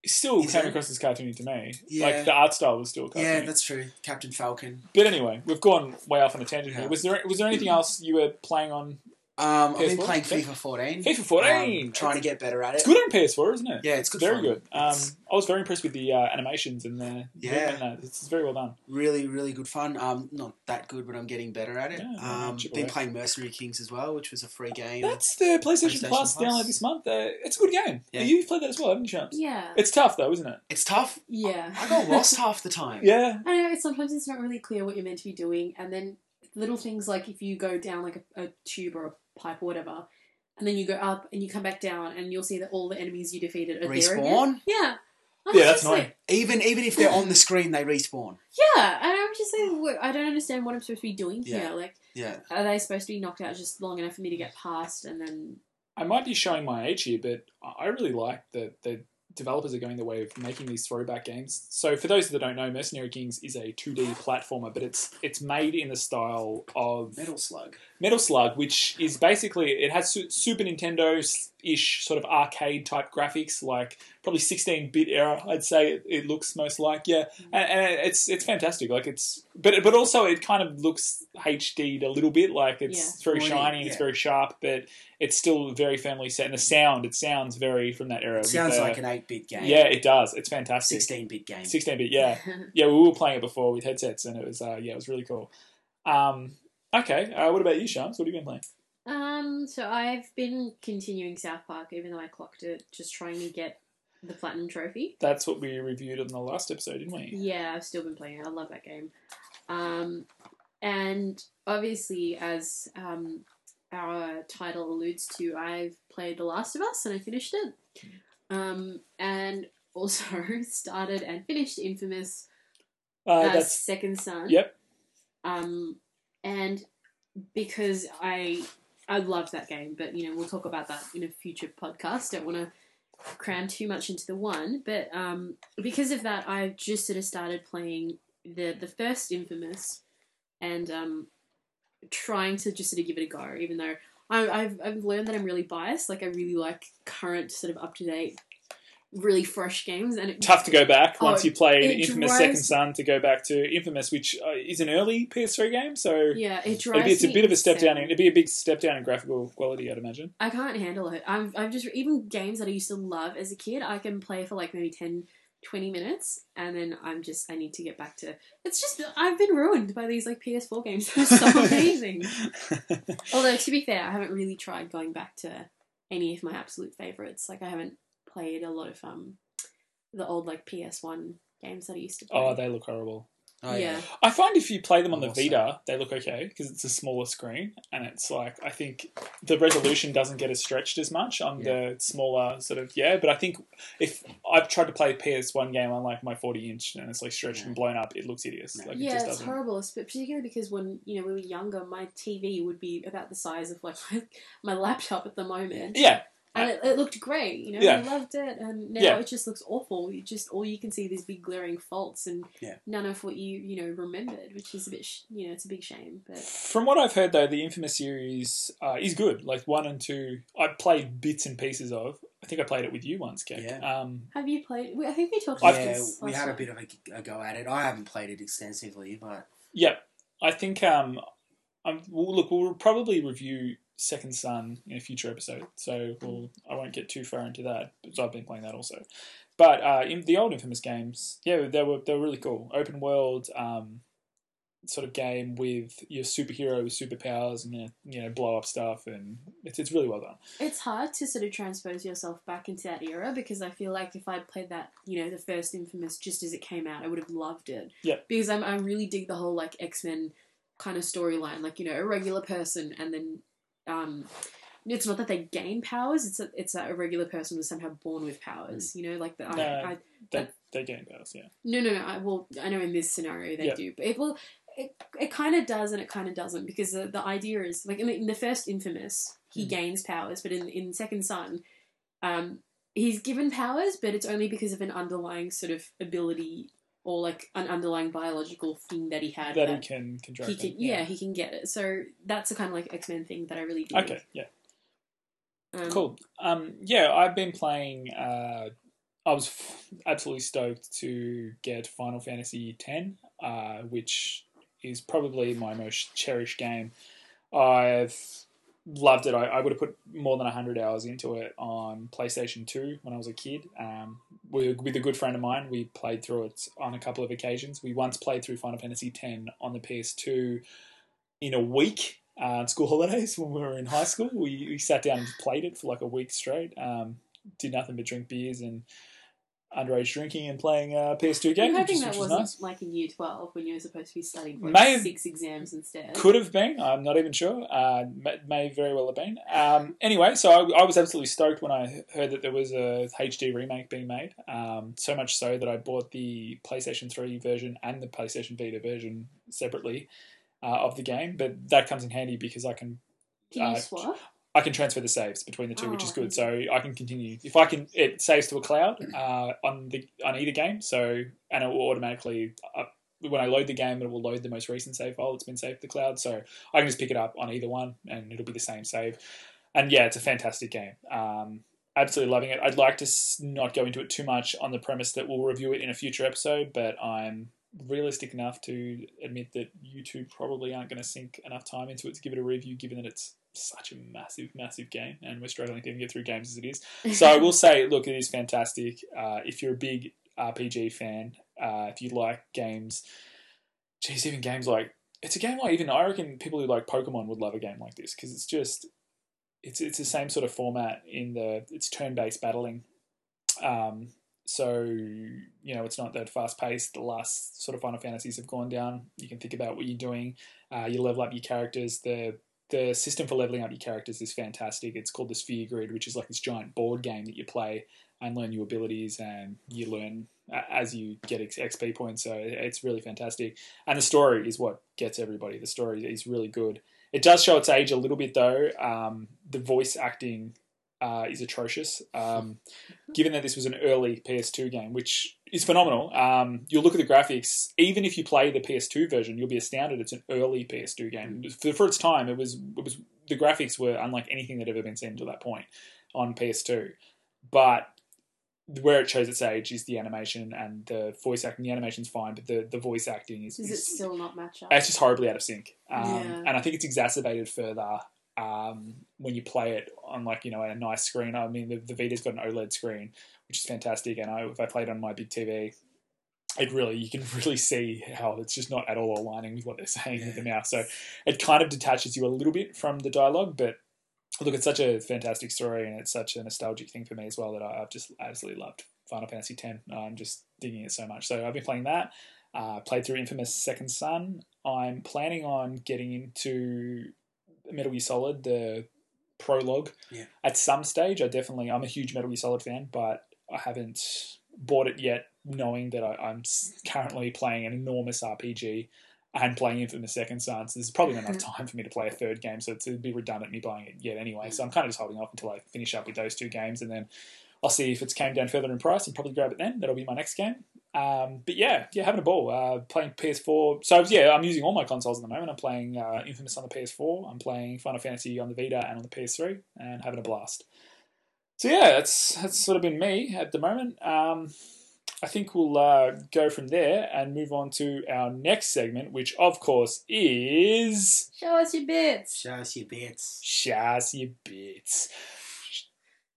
[SPEAKER 1] It still
[SPEAKER 2] Is
[SPEAKER 1] came
[SPEAKER 2] it?
[SPEAKER 1] across as cartoony to me.
[SPEAKER 2] Yeah.
[SPEAKER 1] Like the art style was still cartoony.
[SPEAKER 2] yeah, that's true. Captain Falcon.
[SPEAKER 1] but anyway, we've gone way off on a tangent
[SPEAKER 2] Yeah.
[SPEAKER 1] here. Was there was there anything else you were playing on
[SPEAKER 2] Um, I've been
[SPEAKER 1] PS4?
[SPEAKER 2] playing FIFA 14.
[SPEAKER 1] FIFA 14?
[SPEAKER 2] Mm-hmm. um, trying to get better at it.
[SPEAKER 1] It's good on PS4, isn't it?
[SPEAKER 2] Yeah, it's good.
[SPEAKER 1] very
[SPEAKER 2] fun.
[SPEAKER 1] good. Um,
[SPEAKER 2] It's
[SPEAKER 1] I was very impressed with the uh, animations and the
[SPEAKER 2] Yeah.
[SPEAKER 1] movement and that. It's very well done.
[SPEAKER 2] really, really good fun. Um, not that good, but I'm getting better at it.
[SPEAKER 1] Yeah, yeah,
[SPEAKER 2] um,
[SPEAKER 1] chip
[SPEAKER 2] been
[SPEAKER 1] away.
[SPEAKER 2] playing Mercenary Kings as well, which was a free game.
[SPEAKER 1] That's the PlayStation,
[SPEAKER 2] PlayStation
[SPEAKER 1] Plus,
[SPEAKER 2] Plus.
[SPEAKER 1] download this month. Uh, it's a good game.
[SPEAKER 2] Yeah.
[SPEAKER 1] You've played that as well, haven't you, Shams?
[SPEAKER 3] Yeah.
[SPEAKER 1] It's tough though, isn't it?
[SPEAKER 2] It's tough.
[SPEAKER 3] Yeah.
[SPEAKER 2] I got lost half the time.
[SPEAKER 1] Yeah.
[SPEAKER 3] I know it's sometimes it's not really clear what you're meant to be doing, and then little things like if you go down like a, a tube or a pipe or whatever, and then you go up and you come back down, and you'll see that all the enemies you defeated are there again.
[SPEAKER 2] Respawn.
[SPEAKER 3] Yeah. I was
[SPEAKER 1] Yeah, that's
[SPEAKER 3] just like-
[SPEAKER 2] Even even if they're on the screen, they respawn.
[SPEAKER 3] yeah, and I'm just like, "Wha- I don't understand what I'm supposed to be doing
[SPEAKER 2] Yeah.
[SPEAKER 3] here. Like,
[SPEAKER 2] Yeah.
[SPEAKER 3] are they supposed to be knocked out just long enough for me to get past, and then
[SPEAKER 1] I might be showing my age here, but I I really like that the developers are going the way of making these throwback games. So for those that don't know, Mercenary Kings is a 2D platformer, but it's it's made in the style of
[SPEAKER 2] Metal Slug.
[SPEAKER 1] Metal Slug, which is basically it has su- Super Nintendo ish sort of arcade type graphics, like probably 16 bit era. I'd say it, it looks most like yeah, and, and it's it's fantastic. Like it's but but also it kind of looks HD'd a little bit. Like it's very
[SPEAKER 2] Well,
[SPEAKER 1] shiny, and it's
[SPEAKER 2] yeah.
[SPEAKER 1] very sharp, but it's still very family set. And the sound, it sounds very from that era.
[SPEAKER 2] It
[SPEAKER 1] with
[SPEAKER 2] sounds
[SPEAKER 1] the-
[SPEAKER 2] like an eight-bit game.
[SPEAKER 1] yeah, it does. It's fantastic.
[SPEAKER 2] sixteen-bit game.
[SPEAKER 1] 16 bit, yeah. Yeah, we were playing it before with headsets, and it was uh, yeah, it was really cool. Um, okay, uh, what about you, Shams? What have you been playing?
[SPEAKER 3] Um, so I've been continuing South Park, even though I clocked it, just trying to get the platinum trophy.
[SPEAKER 1] That's what we reviewed in the last episode, didn't we?
[SPEAKER 3] Yeah, I've still been playing it. I love that game. Um, and obviously, as um, our title alludes to, I've played The Last of Us and I finished it. Um, and also started and finished Infamous
[SPEAKER 1] Uh,
[SPEAKER 3] as
[SPEAKER 1] that's
[SPEAKER 3] Second Son.
[SPEAKER 1] yep.
[SPEAKER 3] Um, and because I I love that game, but you know we'll talk about that in a future podcast. Don't want to cram too much into the one, but um, because of that, I've just sort of started playing the the first Infamous, and um, trying to just sort of give it a go, even though. I- I've, I've learned that I'm really biased. Like I really like current, sort of up to date really fresh games, and it,
[SPEAKER 1] Tough to go back
[SPEAKER 3] Oh,
[SPEAKER 1] once you play
[SPEAKER 3] it
[SPEAKER 1] Infamous
[SPEAKER 3] drives-
[SPEAKER 1] Second Son to go back to Infamous, which uh, is an early PS3 game, so
[SPEAKER 3] yeah, it drives
[SPEAKER 1] it'd be, it's a
[SPEAKER 3] me
[SPEAKER 1] bit of a step down. In,
[SPEAKER 3] insane.
[SPEAKER 1] it'd be a big step down in graphical quality, I'd imagine.
[SPEAKER 3] I can't handle it. I'm, I'm just even games that I used to love as a kid, I can play for like maybe 10, 20 minutes, and then I'm just I need to get back to. It's just I've been ruined by these like PS4 games. They're so amazing. Although to be fair, I haven't really tried going back to any of my absolute favorites. Like I haven't played a lot of um the old like PS1 games that I used to play.
[SPEAKER 1] oh, they look horrible.
[SPEAKER 2] Oh,
[SPEAKER 3] yeah.
[SPEAKER 1] I find if you play them on the
[SPEAKER 2] Awesome.
[SPEAKER 1] Vita, they look okay because it's a smaller screen and it's like I think the resolution doesn't get as stretched as much on the smaller sort of yeah. But I think if I've tried to play a PS1 game on like my 40 inch and it's like stretched
[SPEAKER 2] Yeah.
[SPEAKER 1] and blown up, it looks hideous.
[SPEAKER 2] Yeah.
[SPEAKER 1] Like it
[SPEAKER 3] yeah,
[SPEAKER 1] just
[SPEAKER 3] it's
[SPEAKER 1] doesn't.
[SPEAKER 3] horrible, it's- but particularly because when you know we were younger, my TV would be about the size of like my, my laptop at the moment.
[SPEAKER 1] Yeah,
[SPEAKER 3] and it, it looked great. You know,
[SPEAKER 1] Yeah.
[SPEAKER 3] I loved it, and now
[SPEAKER 1] Yeah.
[SPEAKER 3] it just looks awful. You just all you can see these big glaring faults, and
[SPEAKER 2] Yeah.
[SPEAKER 3] none of what you you know remembered, which is a bit sh- you know it's a big shame. But
[SPEAKER 1] From what I've heard, though, the Infamous series uh, is good. Like one and two, I played bits and pieces of. I think I played it with you once, Kev.
[SPEAKER 2] Yeah.
[SPEAKER 1] Um,
[SPEAKER 3] have you played? we- I think we talked about
[SPEAKER 2] Yeah,
[SPEAKER 3] this.
[SPEAKER 2] we
[SPEAKER 3] last
[SPEAKER 2] had a
[SPEAKER 3] time.
[SPEAKER 2] bit of a, a go at it. I haven't played it extensively, but
[SPEAKER 1] yeah. I think. Um, i we'll, look, we'll probably review Second Son in a future episode, so we'll, I won't get too far into that. Because I've been playing that also. But uh, in the old Infamous games, yeah, they were they were really cool. Open world. Um, sort of game with your superhero with superpowers and you know, you know blow up stuff and it's, it's really well done
[SPEAKER 3] It's hard to sort of transpose yourself back into that era because I feel like if I'd played that, you know, the first Infamous just as it came out, I would have loved it.
[SPEAKER 1] Yeah.
[SPEAKER 3] Because I'm, I really dig the whole like X Men kind of storyline, like you know, a regular person and then, um, it's not that they gain powers; it's that it's that a regular person was somehow born with powers. You know, like the
[SPEAKER 1] Mm. No.
[SPEAKER 3] I, I,
[SPEAKER 1] they,
[SPEAKER 3] But-
[SPEAKER 1] they gain powers yeah
[SPEAKER 3] no, no, no. I, well, I know in this scenario they
[SPEAKER 1] Yeah.
[SPEAKER 3] do, but it will. It, it kind of does and it kind of doesn't because the, the idea is like in the, in the first Infamous he
[SPEAKER 1] Hmm.
[SPEAKER 2] Mhm.
[SPEAKER 3] gains powers, but in in Second Son, um, he's given powers, but it's only because of an underlying sort of ability or like an underlying biological thing that he had
[SPEAKER 1] that
[SPEAKER 3] that,
[SPEAKER 1] he can contract
[SPEAKER 3] he
[SPEAKER 1] them.
[SPEAKER 3] can yeah. he can get it. So that's the kind of like X Men thing that I really do.
[SPEAKER 1] Okay. Yeah.
[SPEAKER 3] um,
[SPEAKER 1] Cool. Um, yeah, I've been playing. Uh, I was f- absolutely stoked to get Final Fantasy X, uh, which is probably my most cherished game. I've loved it. I, I would have put more than 100 hours into it on PlayStation 2 when I was a kid. Um, with, with a good friend of mine, we played through it on a couple of occasions. We once played through Final Fantasy X on the PS2 in a week uh, on school holidays when we were in high school. We, we sat down and played it for like a week straight. Um, did nothing but drink beers and underage drinking and playing uh, PS2
[SPEAKER 3] I'm
[SPEAKER 1] games, which,
[SPEAKER 3] hoping
[SPEAKER 1] is-
[SPEAKER 3] that
[SPEAKER 1] which was
[SPEAKER 3] wasn't
[SPEAKER 1] nice.
[SPEAKER 3] like in year twelve when you were supposed to be studying for
[SPEAKER 1] May
[SPEAKER 3] like,
[SPEAKER 1] have-
[SPEAKER 3] six exams instead.
[SPEAKER 1] Could have been. I'm not even sure. Uh, may, may very well have been. Um, anyway, so I, I was absolutely stoked when I heard that there was a HD remake being made. Um, so much so that I bought the PlayStation 3 version and the PlayStation Vita version separately uh, of the game. But that comes in handy because I can
[SPEAKER 3] Can you
[SPEAKER 1] uh,
[SPEAKER 3] swap?
[SPEAKER 1] I can transfer the saves between the two, which is
[SPEAKER 3] Oh,
[SPEAKER 1] good. So I can continue if I can. It saves to a cloud uh, on the on either game. So and it will automatically up, when I load the game, it will load the most recent save file that's been saved to the cloud. So I can just pick it up on either one, and it'll be the same save. And yeah, it's a fantastic game. Um, absolutely loving it. I'd like to s- not go into it too much on the premise that we'll review it in a future episode, but I'm realistic enough to admit that you two probably aren't going to sink enough time into it to give it a review, given that it's such a massive, massive game, and we're struggling to even get through games as it is. So I will say, look, it is fantastic. Uh, if you're a big RPG fan, uh, if you like games, geez, even games like it's a game like even I reckon people who like Pokemon would love a game like this because it's just it's it's the same sort of format in the it's turn based battling. Um, so you know it's not that fast paced. The last sort of Final Fantasies have gone down. You can think about what you're doing. Uh, you level up your characters. The the system for leveling up your characters is fantastic. It's called the Sphere Grid, which is like this giant board game that you play and learn your abilities, and you learn uh, as you get X- XP points. So it's really fantastic. And the story is what gets everybody. The story is really good. It does show its age a little bit though. Um, the voice acting uh, is atrocious. Um, given that this was an early PS2 game, which is phenomenal. Um, you'll look at the graphics. Even if you play the PS2 version, you'll be astounded. It's an early PS2 game for, for its time. It was it was the graphics were unlike anything that had ever been seen to that point on PS2. But where it shows its age is the animation and the voice acting. The animation's fine, but the, the voice acting is,
[SPEAKER 4] Does it
[SPEAKER 1] is-
[SPEAKER 4] still not match up?
[SPEAKER 1] it's just horribly out of sync. Um,
[SPEAKER 4] Yeah.
[SPEAKER 1] And I think it's exacerbated further um, when you play it on like you know a nice screen. I mean, the, the Vita's got an OLED screen, which is fantastic. And I, if I played on my big TV, it really you can really see how it's just not at all aligning with what they're saying with the mouse. So it kind of detaches you a little bit from the dialogue, but. Look, it's such a fantastic story, and it's such a nostalgic thing for me as well that I- I've just absolutely loved Final Fantasy X. I'm just digging it so much. So I've been playing that. Uh, played through Infamous Second Son. I'm planning on getting into Metal Gear Solid, the prologue,
[SPEAKER 2] Yeah.
[SPEAKER 1] at some stage. I definitely, I'm a huge Metal Gear Solid fan, but I haven't bought it yet, knowing that I, I'm s- currently playing an enormous RPG and playing Infamous Second Son. So there's probably not enough time for me to play a third game, so it'd be redundant me buying it yet anyway. So I'm kind of just holding off until I finish up with those two games and then. I'll see if it's came down further in price and probably grab it then. That'll be my next game. Um, but yeah, yeah, having a ball. Uh, playing PS4. So yeah, I'm using all my consoles at the moment. I'm playing uh, Infamous on the PS4. I'm playing Final Fantasy on the Vita and on the PS3, and having a blast. So yeah, that's that's sort of been me at the moment. Um, I think we'll uh, go from there and move on to our next segment, which of course is
[SPEAKER 4] Show us your bits.
[SPEAKER 2] Show us your bits.
[SPEAKER 1] Shazzy Bits.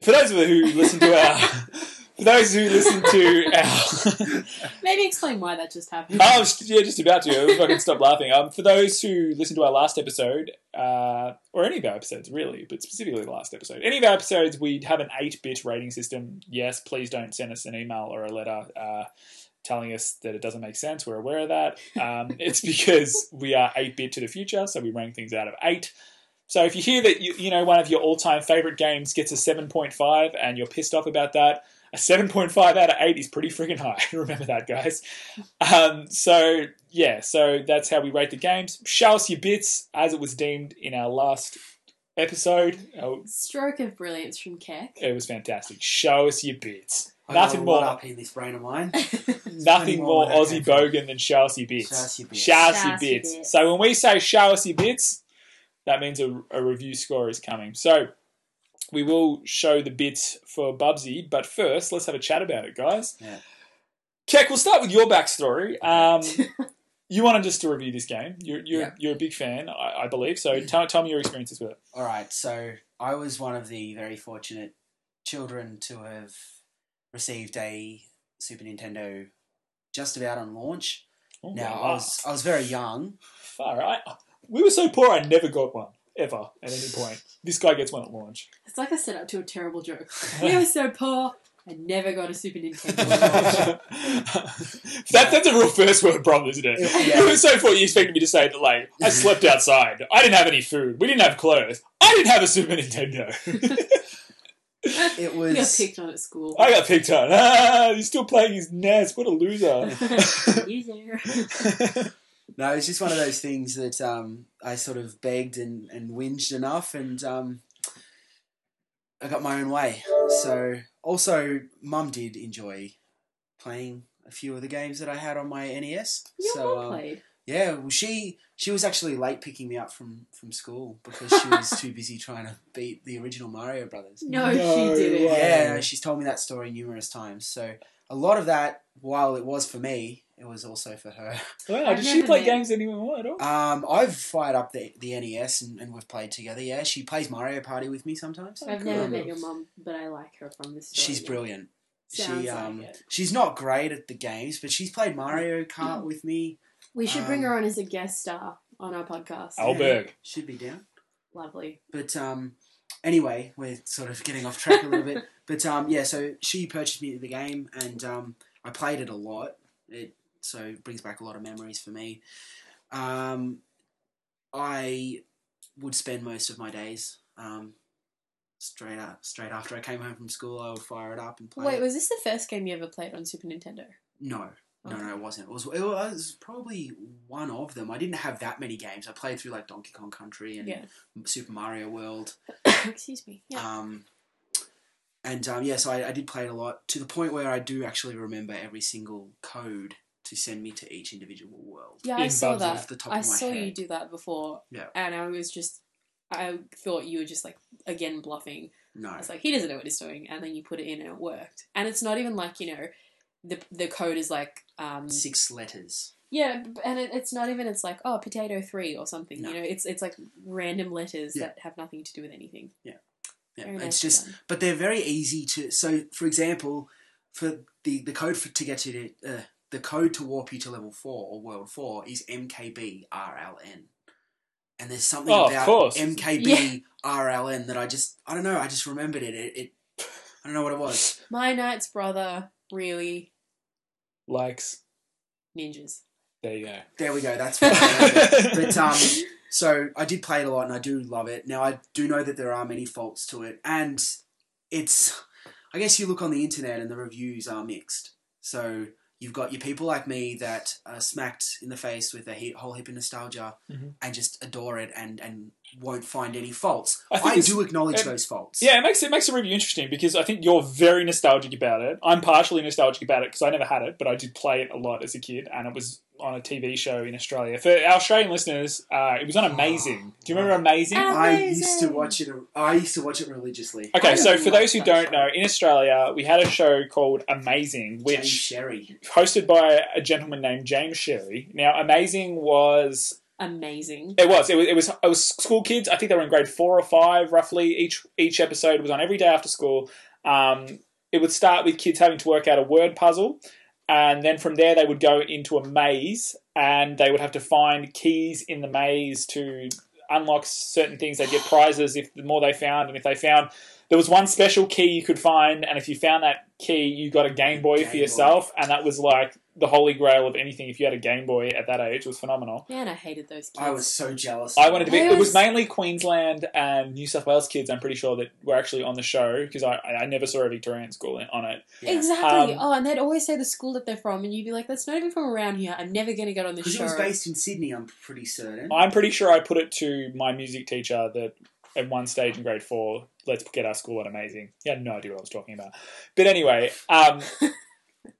[SPEAKER 1] For those of you who listen to our, for those who listen to our.
[SPEAKER 4] Maybe explain why that just happened.
[SPEAKER 1] I was Oh, yeah, just about to. If I can stop laughing. Um, for those who listened to our last episode, uh, or any of our episodes really, but specifically the last episode, any of our episodes, we have an eight-bit rating system. Yes, please don't send us an email or a letter uh, telling us that it doesn't make sense. We're aware of that. Um, it's because we are eight-bit to the future, so we rank things out of eight. So if you hear that you, you know one of your all-time favorite games gets a seven point five and you're pissed off about that, a seven point five out of eight is pretty freaking high. Remember that, guys. Um, so yeah, so that's how we rate the games. Show us your bits, as it was deemed in our last episode. Oh,
[SPEAKER 4] Stroke of brilliance from Keck.
[SPEAKER 1] it was fantastic. Show us your bits.
[SPEAKER 2] I got
[SPEAKER 1] nothing
[SPEAKER 2] a lot
[SPEAKER 1] more,
[SPEAKER 2] up in this brain of mine.
[SPEAKER 1] nothing
[SPEAKER 2] plenty
[SPEAKER 1] more
[SPEAKER 2] more where that
[SPEAKER 1] Aussie
[SPEAKER 2] came from.
[SPEAKER 1] bogan than show us your bits.
[SPEAKER 2] Show us your bits.
[SPEAKER 1] Show us
[SPEAKER 4] Show
[SPEAKER 1] your
[SPEAKER 4] us your
[SPEAKER 1] bits.
[SPEAKER 4] bits.
[SPEAKER 1] So when we say show us your bits, that means a, a review score is coming. So we will show the bits for Bubsy, but first let's have a chat about it, guys.
[SPEAKER 2] Yeah.
[SPEAKER 1] Keck, we'll start with your backstory. Um, you wanted just to review this game. You're you're,
[SPEAKER 2] Yeah.
[SPEAKER 1] you're a big fan, I, I believe. So tell, tell me your experiences with it.
[SPEAKER 2] All right, so I was one of the very fortunate children to have received a Super Nintendo just about on launch.
[SPEAKER 1] Oh,
[SPEAKER 2] now
[SPEAKER 1] wow.
[SPEAKER 2] I was I was very young.
[SPEAKER 1] far. I, we were so poor. I never got one ever at any point. This guy gets one at launch.
[SPEAKER 4] It's like I set up to a terrible joke. We were so poor, I never got a Super Nintendo.
[SPEAKER 1] that, that's a real first world problem, isn't it?
[SPEAKER 2] Yeah.
[SPEAKER 1] It was so funny. You expected me to say that, like, I slept outside. I didn't have any food. We didn't have clothes. I didn't have a Super Nintendo.
[SPEAKER 2] It
[SPEAKER 4] we got
[SPEAKER 2] was
[SPEAKER 4] picked on at school.
[SPEAKER 1] I got picked on. Ah, he's still playing his NES. What a loser.
[SPEAKER 4] User.
[SPEAKER 2] no, it was just one of those things that um, I sort of begged and, and whinged enough, and um, I got my own way. So also, Mum did enjoy playing a few of the games that I had on my NES.
[SPEAKER 4] You
[SPEAKER 2] so
[SPEAKER 4] all
[SPEAKER 2] um,
[SPEAKER 4] played.
[SPEAKER 2] Yeah, well, she she was actually late picking me up from from school because she was too busy trying to beat the original Mario Brothers.
[SPEAKER 4] No,
[SPEAKER 1] No
[SPEAKER 4] she didn't.
[SPEAKER 1] way.
[SPEAKER 2] Yeah, no, she's told me that story numerous times. So a lot of that, while it was for me, it was also for her.
[SPEAKER 1] Wow,
[SPEAKER 4] I've
[SPEAKER 1] does she
[SPEAKER 4] never
[SPEAKER 1] play
[SPEAKER 4] met-
[SPEAKER 1] games anymore at all?
[SPEAKER 2] Um, I've fired up the the NES and, and we've played together. Yeah, she plays Mario Party with me sometimes.
[SPEAKER 4] I've never
[SPEAKER 2] Um,
[SPEAKER 4] met your mum, but I like her from this story.
[SPEAKER 2] She's brilliant.
[SPEAKER 4] Sounds
[SPEAKER 2] she um
[SPEAKER 4] like it.
[SPEAKER 2] she's not great at the games, but she's played Mario Kart with me.
[SPEAKER 4] We should bring
[SPEAKER 2] um,
[SPEAKER 4] her on as a guest star on our podcast.
[SPEAKER 1] Oh. Alberg.
[SPEAKER 2] should be down.
[SPEAKER 4] Lovely.
[SPEAKER 2] But um, anyway, we're sort of getting off track a little bit. But um, yeah, so she purchased me the game, and um, I played it a lot. It so it brings back a lot of memories for me. Um, I would spend most of my days um, straight up straight after I came home from school. I would fire it up and play.
[SPEAKER 4] Wait,
[SPEAKER 2] it.
[SPEAKER 4] was this the first game you ever played on Super Nintendo?
[SPEAKER 2] no. No,
[SPEAKER 4] Okay.
[SPEAKER 2] no, it wasn't. It was, it was probably one of them. I didn't have that many games. I played through like Donkey Kong Country and
[SPEAKER 4] Yeah.
[SPEAKER 2] Super Mario World.
[SPEAKER 4] Excuse me. Yeah.
[SPEAKER 2] Um, and um, yeah, so I, I did play it a lot to the point where I do actually remember every single code to send me to each individual world.
[SPEAKER 4] yeah, I
[SPEAKER 1] in
[SPEAKER 4] saw
[SPEAKER 1] Bubs
[SPEAKER 4] that.
[SPEAKER 2] off the top
[SPEAKER 4] I
[SPEAKER 2] of my
[SPEAKER 4] saw you
[SPEAKER 2] head.
[SPEAKER 4] do that before.
[SPEAKER 2] Yeah.
[SPEAKER 4] And I was just, I thought you were just like, again, bluffing.
[SPEAKER 2] No.
[SPEAKER 3] I was like, he doesn't know what he's doing, and then you put it in and it worked. And it's not even like you know, the the code is like um
[SPEAKER 2] Six letters.
[SPEAKER 3] yeah, b- and it, it's not even it's like oh potato three or something.
[SPEAKER 2] No.
[SPEAKER 3] You know, it's it's like random letters
[SPEAKER 2] Yeah.
[SPEAKER 3] that have nothing to do with anything.
[SPEAKER 2] Yeah,
[SPEAKER 3] Very
[SPEAKER 2] it's
[SPEAKER 3] nicely
[SPEAKER 2] just,
[SPEAKER 3] done.
[SPEAKER 2] but they're very easy to. So, for example, for the the code for, to get to the, uh, the code to warp you to level four or world four is MKBRLN, and there's something
[SPEAKER 1] Oh, of
[SPEAKER 2] about
[SPEAKER 1] course.
[SPEAKER 2] MKBRLN that I just I don't know I just remembered it. It, it I don't know what it was.
[SPEAKER 3] My knight's brother really
[SPEAKER 1] Likes.
[SPEAKER 3] ninjas.
[SPEAKER 1] There you go.
[SPEAKER 2] There we go. That's what I but um, so I did play it a lot, and I do love it. Now I do know that there are many faults to it, and it's. I guess you look on the internet, and the reviews are mixed. So you've got your people like me that are smacked in the face with a he- whole heap of nostalgia,
[SPEAKER 1] Mhm.
[SPEAKER 2] and just adore it, and and won't find any faults.
[SPEAKER 1] I think
[SPEAKER 2] I,
[SPEAKER 1] it's-
[SPEAKER 2] do acknowledge
[SPEAKER 1] um,
[SPEAKER 2] those faults.
[SPEAKER 1] Yeah, it makes it makes a review interesting because I think you're very nostalgic about it. I'm partially nostalgic about it because I never had it, but I did play it a lot as a kid, and it was on a TV show in Australia. For our Australian listeners, uh, it was on Amazing. Do you remember um, Amazing?
[SPEAKER 2] Ah. I used to
[SPEAKER 3] Amazing.
[SPEAKER 2] watch it. I used to watch it religiously.
[SPEAKER 3] I
[SPEAKER 1] Okay, so
[SPEAKER 3] really
[SPEAKER 1] for those who
[SPEAKER 3] like that
[SPEAKER 1] don't know, in Australia we had a show called Amazing,
[SPEAKER 2] James
[SPEAKER 1] which
[SPEAKER 2] Sherry.
[SPEAKER 1] hosted by a gentleman named James Sherry. Now, Amazing was
[SPEAKER 3] Amazing.
[SPEAKER 1] It was. It was. It was. It was school kids. I think they were in grade four or five, roughly. Each each episode was on every day after school. Um, it would start with kids having to work out a word puzzle, and then from there they would go into a maze, and they would have to find keys in the maze to unlock certain things. They'd get prizes if the more they found, and if they found. There was one special key you could find, and if you found that key, you got a Game Boy
[SPEAKER 2] Game
[SPEAKER 1] for
[SPEAKER 2] Boy.
[SPEAKER 1] yourself, and that was like the holy grail of anything. If you had a Game Boy at that age, it was phenomenal.
[SPEAKER 3] Man, I hated those kids.
[SPEAKER 2] I was so jealous.
[SPEAKER 1] I wanted to be.
[SPEAKER 3] I
[SPEAKER 1] It was
[SPEAKER 3] was-
[SPEAKER 1] mainly Queensland and New South Wales kids. I'm pretty sure that were actually on the show because I, I I never saw a Victorian school in- on it.
[SPEAKER 2] Yeah.
[SPEAKER 3] Exactly.
[SPEAKER 1] Um,
[SPEAKER 3] oh, and they'd always say the school that they're from, and you'd be like, "That's not even from around here. I'm never going to get on this
[SPEAKER 2] Because it
[SPEAKER 3] show."
[SPEAKER 2] was based in Sydney, I'm pretty certain.
[SPEAKER 1] I'm pretty sure I put it to my music teacher that at one stage in grade four, let's get our school on amazing. He had no idea what I was talking about. But anyway, um,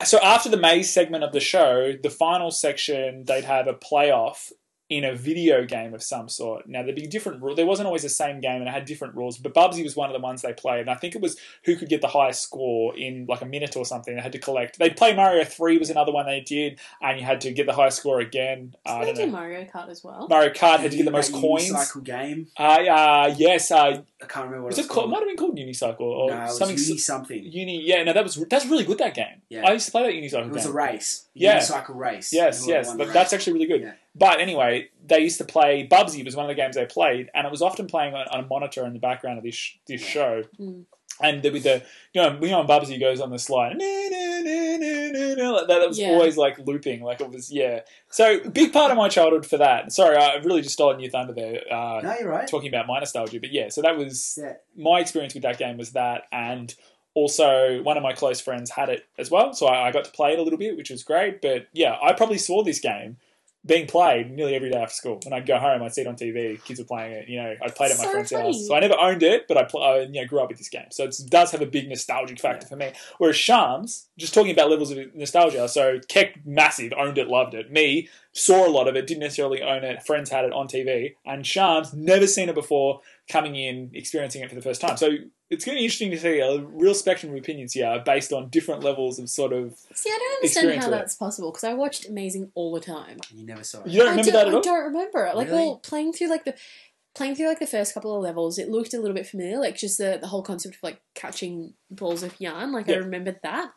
[SPEAKER 1] so after the maze segment of the show, the final section they'd have a playoff in a video game of some sort. Now there'd be different rules. There wasn't always the same game, and it had different rules. But Bubsy was one of the ones they played, and I think it was who could get the highest score in like a minute or something. They had to collect. They'd play Mario Three was another one they did, and you had to get the highest score again. Uh, I
[SPEAKER 3] Didn't
[SPEAKER 1] don't
[SPEAKER 3] they do
[SPEAKER 1] know.
[SPEAKER 3] Mario Kart as well?
[SPEAKER 1] Mario Kart had to get the
[SPEAKER 2] That
[SPEAKER 1] most coins.
[SPEAKER 2] unicycle game.
[SPEAKER 1] Uh, uh, yes, uh,
[SPEAKER 2] I can't remember what
[SPEAKER 1] was
[SPEAKER 2] it was
[SPEAKER 1] it called? Might have been called Unicycle or
[SPEAKER 2] no, it was
[SPEAKER 1] something.
[SPEAKER 2] uni something.
[SPEAKER 1] Uni, yeah, no, that was that's really good. That game,
[SPEAKER 2] Yeah.
[SPEAKER 1] I used to play that Unicycle
[SPEAKER 2] It was a
[SPEAKER 1] game.
[SPEAKER 2] race.
[SPEAKER 1] Yeah.
[SPEAKER 2] Unicycle race.
[SPEAKER 1] yes,
[SPEAKER 2] Whoever
[SPEAKER 1] yes,
[SPEAKER 2] won the
[SPEAKER 1] that, that's
[SPEAKER 2] race.
[SPEAKER 1] actually really good.
[SPEAKER 2] Yeah.
[SPEAKER 1] But anyway, they used to play Bubsy was one of the games they played, and it was often playing on, on a monitor in the background of this sh- this
[SPEAKER 2] Yeah.
[SPEAKER 1] show.
[SPEAKER 3] Mm.
[SPEAKER 1] And the, with the you know you know when Bubsy goes on the slide, "Na, na, na, na, na, na," like that, that was
[SPEAKER 3] Yeah.
[SPEAKER 1] always like looping, like it was yeah. So big part of my childhood for that. Sorry, I really just stolen your thunder there. Uh,
[SPEAKER 2] No, you're right.
[SPEAKER 1] talking about my nostalgia, but yeah, so that was
[SPEAKER 2] Yeah.
[SPEAKER 1] my experience with that game was that, and also one of my close friends had it as well, so I, I got to play it a little bit, which was great. But yeah, I probably saw this game being played nearly every day after school. When I'd go home, I'd see it on TV. Kids were playing it. You know, I played it at my
[SPEAKER 3] So
[SPEAKER 1] friend's
[SPEAKER 3] funny.
[SPEAKER 1] house, so I never owned it, but I, pl- I you know, grew up with this game, so it does have a big nostalgic factor for me. Whereas Shams, just talking about levels of nostalgia, so Keck massive owned it, loved it. Me, saw a lot of it, didn't necessarily own it. Friends had it on TV, and Shams never seen it before, coming in, experiencing it for the first time. So it's going to be interesting to see a real spectrum of opinions here based on different levels of sort of.
[SPEAKER 3] See, I don't understand
[SPEAKER 1] Experience
[SPEAKER 3] how
[SPEAKER 1] with it.
[SPEAKER 3] that's possible because I watched Amazing all the time.
[SPEAKER 2] And you never saw it.
[SPEAKER 1] You don't
[SPEAKER 3] I
[SPEAKER 1] remember
[SPEAKER 3] don't,
[SPEAKER 1] that at
[SPEAKER 3] I
[SPEAKER 1] all?
[SPEAKER 3] don't remember. Like,
[SPEAKER 2] Really?
[SPEAKER 3] well, playing through like the playing through like the first couple of levels, it looked a little bit familiar. Like just the the whole concept of like catching balls of yarn. Like
[SPEAKER 1] Yeah.
[SPEAKER 3] I remembered that,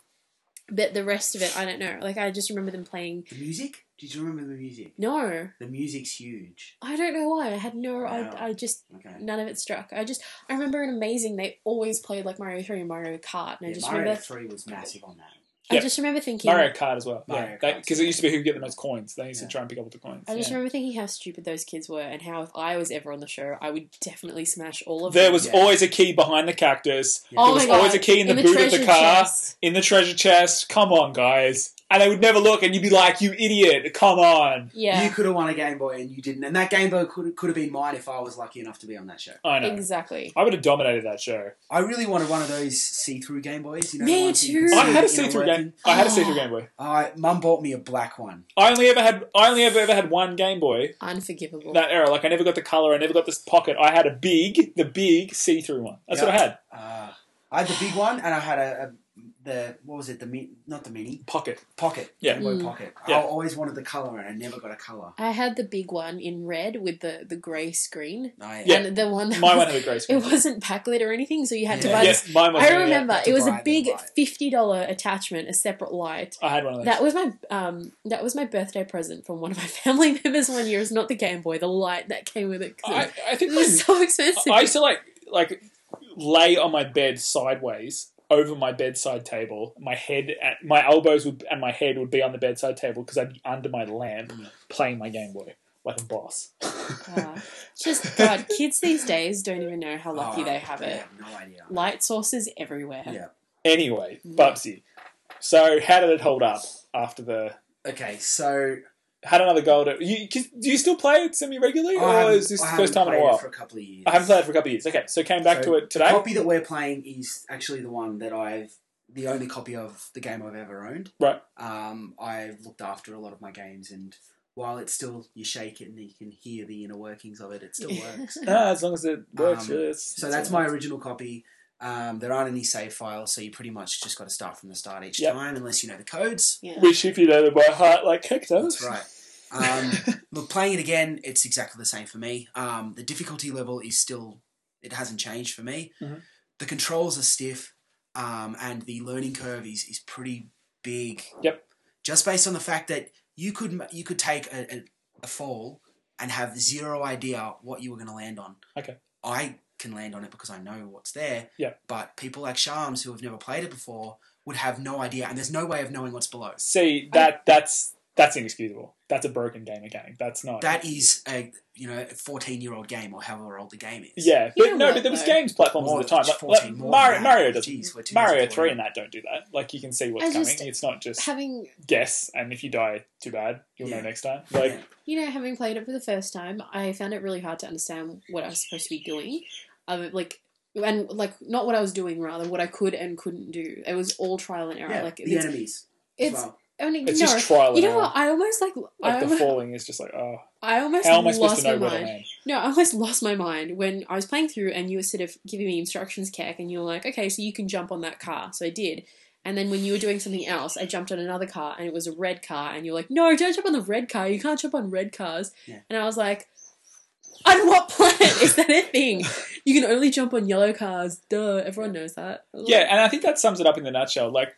[SPEAKER 3] but the rest of it, I don't know. Like I just remember them playing.
[SPEAKER 2] The music? Did you remember the music?
[SPEAKER 3] No,
[SPEAKER 2] The music's huge.
[SPEAKER 3] I don't know why. I had no.
[SPEAKER 2] Wow.
[SPEAKER 3] I I just
[SPEAKER 2] Okay.
[SPEAKER 3] none of it struck. I just I remember in Amazing they always played like Mario Three and Mario Kart, and I
[SPEAKER 2] Yeah,
[SPEAKER 3] just
[SPEAKER 2] Mario
[SPEAKER 3] remember
[SPEAKER 2] 3 was massive on that.
[SPEAKER 1] Yeah.
[SPEAKER 3] I just remember thinking
[SPEAKER 1] Mario Kart as well,
[SPEAKER 2] Mario
[SPEAKER 1] yeah,
[SPEAKER 2] Kart's
[SPEAKER 1] because it used to be who could get the most coins. They used
[SPEAKER 2] Yeah.
[SPEAKER 1] to try and pick up all the coins.
[SPEAKER 3] I just
[SPEAKER 1] yeah.
[SPEAKER 3] remember thinking how stupid those kids were, and how if I was ever on the show, I would definitely smash all of
[SPEAKER 1] There
[SPEAKER 3] them.
[SPEAKER 1] was
[SPEAKER 2] Yeah.
[SPEAKER 1] always a key behind the cactus,
[SPEAKER 2] Yeah.
[SPEAKER 3] oh
[SPEAKER 1] there was
[SPEAKER 3] my God.
[SPEAKER 1] always a key in the boot of the
[SPEAKER 3] treasure
[SPEAKER 1] car.
[SPEAKER 3] chest.
[SPEAKER 1] in the treasure chest. Come on, guys. and they would never look, and you'd be like, "You idiot! Come on!"
[SPEAKER 3] Yeah.
[SPEAKER 2] You could have won a Game Boy and you didn't, and that Game Boy could could have been mine if I was lucky enough to be on that show.
[SPEAKER 1] I know.
[SPEAKER 3] Exactly.
[SPEAKER 1] I would have dominated that show.
[SPEAKER 2] I really wanted one of those see-through Game Boys. You know,
[SPEAKER 4] Me
[SPEAKER 2] the ones that you
[SPEAKER 4] too.
[SPEAKER 2] can
[SPEAKER 1] I
[SPEAKER 4] See,
[SPEAKER 1] had a
[SPEAKER 2] you know,
[SPEAKER 1] see-through
[SPEAKER 2] working.
[SPEAKER 1] game. I had a
[SPEAKER 3] Oh.
[SPEAKER 1] see-through Game Boy.
[SPEAKER 2] I, Mum bought me a black one.
[SPEAKER 1] I only ever had. I only ever ever had one Game Boy
[SPEAKER 3] Unforgivable.
[SPEAKER 1] that era. Like I never got the color. I never got this pocket. I had a big, the big see-through one. That's what I had.
[SPEAKER 2] Uh, I had the big one, and I had a, a the what was it? The mi- not the mini
[SPEAKER 1] Pocket.
[SPEAKER 2] pocket.
[SPEAKER 1] Yeah.
[SPEAKER 2] Game Boy
[SPEAKER 3] Mm.
[SPEAKER 2] Pocket.
[SPEAKER 1] Yeah.
[SPEAKER 2] I always wanted the color, and I never got a color.
[SPEAKER 3] I had the big one in red with the, the grey screen.
[SPEAKER 2] I,
[SPEAKER 1] Yeah.
[SPEAKER 3] And the one that
[SPEAKER 1] My
[SPEAKER 3] was-
[SPEAKER 1] one had a grey
[SPEAKER 3] it
[SPEAKER 1] screen.
[SPEAKER 3] wasn't backlit or anything, so you had to
[SPEAKER 2] Yeah.
[SPEAKER 3] buy
[SPEAKER 1] Yeah,
[SPEAKER 3] this.
[SPEAKER 1] mine was.
[SPEAKER 3] I remember
[SPEAKER 2] to
[SPEAKER 3] it was
[SPEAKER 2] buy
[SPEAKER 3] a
[SPEAKER 2] the
[SPEAKER 3] big
[SPEAKER 2] light.
[SPEAKER 3] fifty dollar attachment, a separate light.
[SPEAKER 1] I had one of those.
[SPEAKER 3] That was my um that was my birthday present from one of my family members one year. It's not the Game Boy, the light that came with it. 'cause
[SPEAKER 1] I, I
[SPEAKER 3] it
[SPEAKER 1] think my
[SPEAKER 3] was so expensive.
[SPEAKER 1] I used to like like lay on my bed sideways over my bedside table. My head, at, my elbows would, and my head would be on the bedside table because I'd be under my lamp playing my Game Boy like a boss.
[SPEAKER 3] Uh, just God, kids these days don't even know how
[SPEAKER 1] Ah,
[SPEAKER 3] lucky
[SPEAKER 2] Oh,
[SPEAKER 3] they have
[SPEAKER 2] I
[SPEAKER 3] it.
[SPEAKER 2] have no idea.
[SPEAKER 3] Light sources everywhere.
[SPEAKER 2] Yeah.
[SPEAKER 1] anyway, Bubsy. So how did it hold up after the?
[SPEAKER 2] Okay, so
[SPEAKER 1] Had another go at it. You, 'cause do you still play it semi regularly,
[SPEAKER 2] I
[SPEAKER 1] or
[SPEAKER 2] haven't-
[SPEAKER 1] is this
[SPEAKER 2] I
[SPEAKER 1] the
[SPEAKER 2] haven't
[SPEAKER 1] first time in a
[SPEAKER 2] played it
[SPEAKER 1] while?
[SPEAKER 2] For a couple of years,
[SPEAKER 1] I haven't played it for a couple of years. Okay, so came back
[SPEAKER 2] So
[SPEAKER 1] to it
[SPEAKER 2] The
[SPEAKER 1] today.
[SPEAKER 2] copy that we're playing is actually the one that I've the only copy of the game I've ever owned.
[SPEAKER 1] Right.
[SPEAKER 2] Um, I've looked after a lot of my games, and while it's still you shake it and you can hear the inner workings of it, it still works.
[SPEAKER 1] Ah, as long as it works,
[SPEAKER 2] Um,
[SPEAKER 1] yeah, it's-
[SPEAKER 2] so
[SPEAKER 1] it's
[SPEAKER 2] that's
[SPEAKER 1] all
[SPEAKER 2] my
[SPEAKER 1] right.
[SPEAKER 2] original copy. Um, there aren't any save files, so you pretty much just got to start from the start each
[SPEAKER 1] Yep.
[SPEAKER 2] time, unless you know the codes.
[SPEAKER 3] Yeah.
[SPEAKER 1] Wish if you know them by heart, like Hector.
[SPEAKER 2] That's right. Um, look, playing it again, it's exactly the same for me. Um, the difficulty level is still, it hasn't changed for me.
[SPEAKER 1] Mhm.
[SPEAKER 2] The controls are stiff, um, and the learning curve is, is pretty big.
[SPEAKER 1] Yep.
[SPEAKER 2] Just based on the fact that you could m- you could take a, a, a fall and have zero idea what you were going to land on.
[SPEAKER 1] Okay.
[SPEAKER 2] I can land on it because I know what's there.
[SPEAKER 1] Yep.
[SPEAKER 2] But people like Shams who have never played it before would have no idea, and there's no way of knowing what's below.
[SPEAKER 1] See that that's that's inexcusable. That's a broken game mechanic. That's not.
[SPEAKER 2] that is a you know a 14 year old game or however old the game is
[SPEAKER 1] yeah,
[SPEAKER 3] You
[SPEAKER 1] but
[SPEAKER 3] know
[SPEAKER 1] no,
[SPEAKER 3] what,
[SPEAKER 1] but there was
[SPEAKER 3] though?
[SPEAKER 1] games platforms
[SPEAKER 2] More
[SPEAKER 1] all the time.
[SPEAKER 2] than
[SPEAKER 1] Like,
[SPEAKER 2] 14,
[SPEAKER 1] like
[SPEAKER 2] more
[SPEAKER 1] Mario,
[SPEAKER 2] than that.
[SPEAKER 1] Mario doesn't.
[SPEAKER 2] Jeez, we're too
[SPEAKER 1] Mario
[SPEAKER 2] much for
[SPEAKER 1] three
[SPEAKER 2] it.
[SPEAKER 1] and that don't do that. Like you can see what's
[SPEAKER 3] I
[SPEAKER 1] coming.
[SPEAKER 3] just-
[SPEAKER 1] It's not just
[SPEAKER 3] Having
[SPEAKER 1] guess, and if you die, too bad. You'll
[SPEAKER 2] Yeah.
[SPEAKER 1] know next time. Like
[SPEAKER 2] Yeah.
[SPEAKER 3] you know, having played it for the first time, I found it really hard to understand what I was supposed to be doing. Um, like, and like, not what I was doing, rather, what I could and couldn't do. It was all trial and error.
[SPEAKER 2] yeah,
[SPEAKER 3] like,
[SPEAKER 2] the
[SPEAKER 3] it's,
[SPEAKER 2] enemies as
[SPEAKER 3] it's
[SPEAKER 2] well.
[SPEAKER 3] only
[SPEAKER 1] it's
[SPEAKER 3] no.
[SPEAKER 1] just trial.
[SPEAKER 3] you
[SPEAKER 1] and
[SPEAKER 3] know
[SPEAKER 1] error.
[SPEAKER 3] what? I almost like, I,
[SPEAKER 1] Like the
[SPEAKER 3] almost,
[SPEAKER 1] falling is just like oh,
[SPEAKER 3] I almost
[SPEAKER 1] how am I supposed
[SPEAKER 3] Um, lost
[SPEAKER 1] to know
[SPEAKER 3] my
[SPEAKER 1] where to
[SPEAKER 3] mind.
[SPEAKER 1] land?
[SPEAKER 3] No, I almost lost my mind when I was playing through and you were sort of giving me instructions, Kek, and you were like, okay, so you can jump on that car. So I did. And then when you were doing something else, I jumped on another car and it was a red car. And you were like, no, don't jump on the red car. You can't jump on red cars.
[SPEAKER 2] Yeah.
[SPEAKER 3] And I was like, on what planet is that a thing? You can only jump on yellow cars. Duh. Everyone knows that.
[SPEAKER 1] Yeah, and I think that sums it up in the nutshell. Like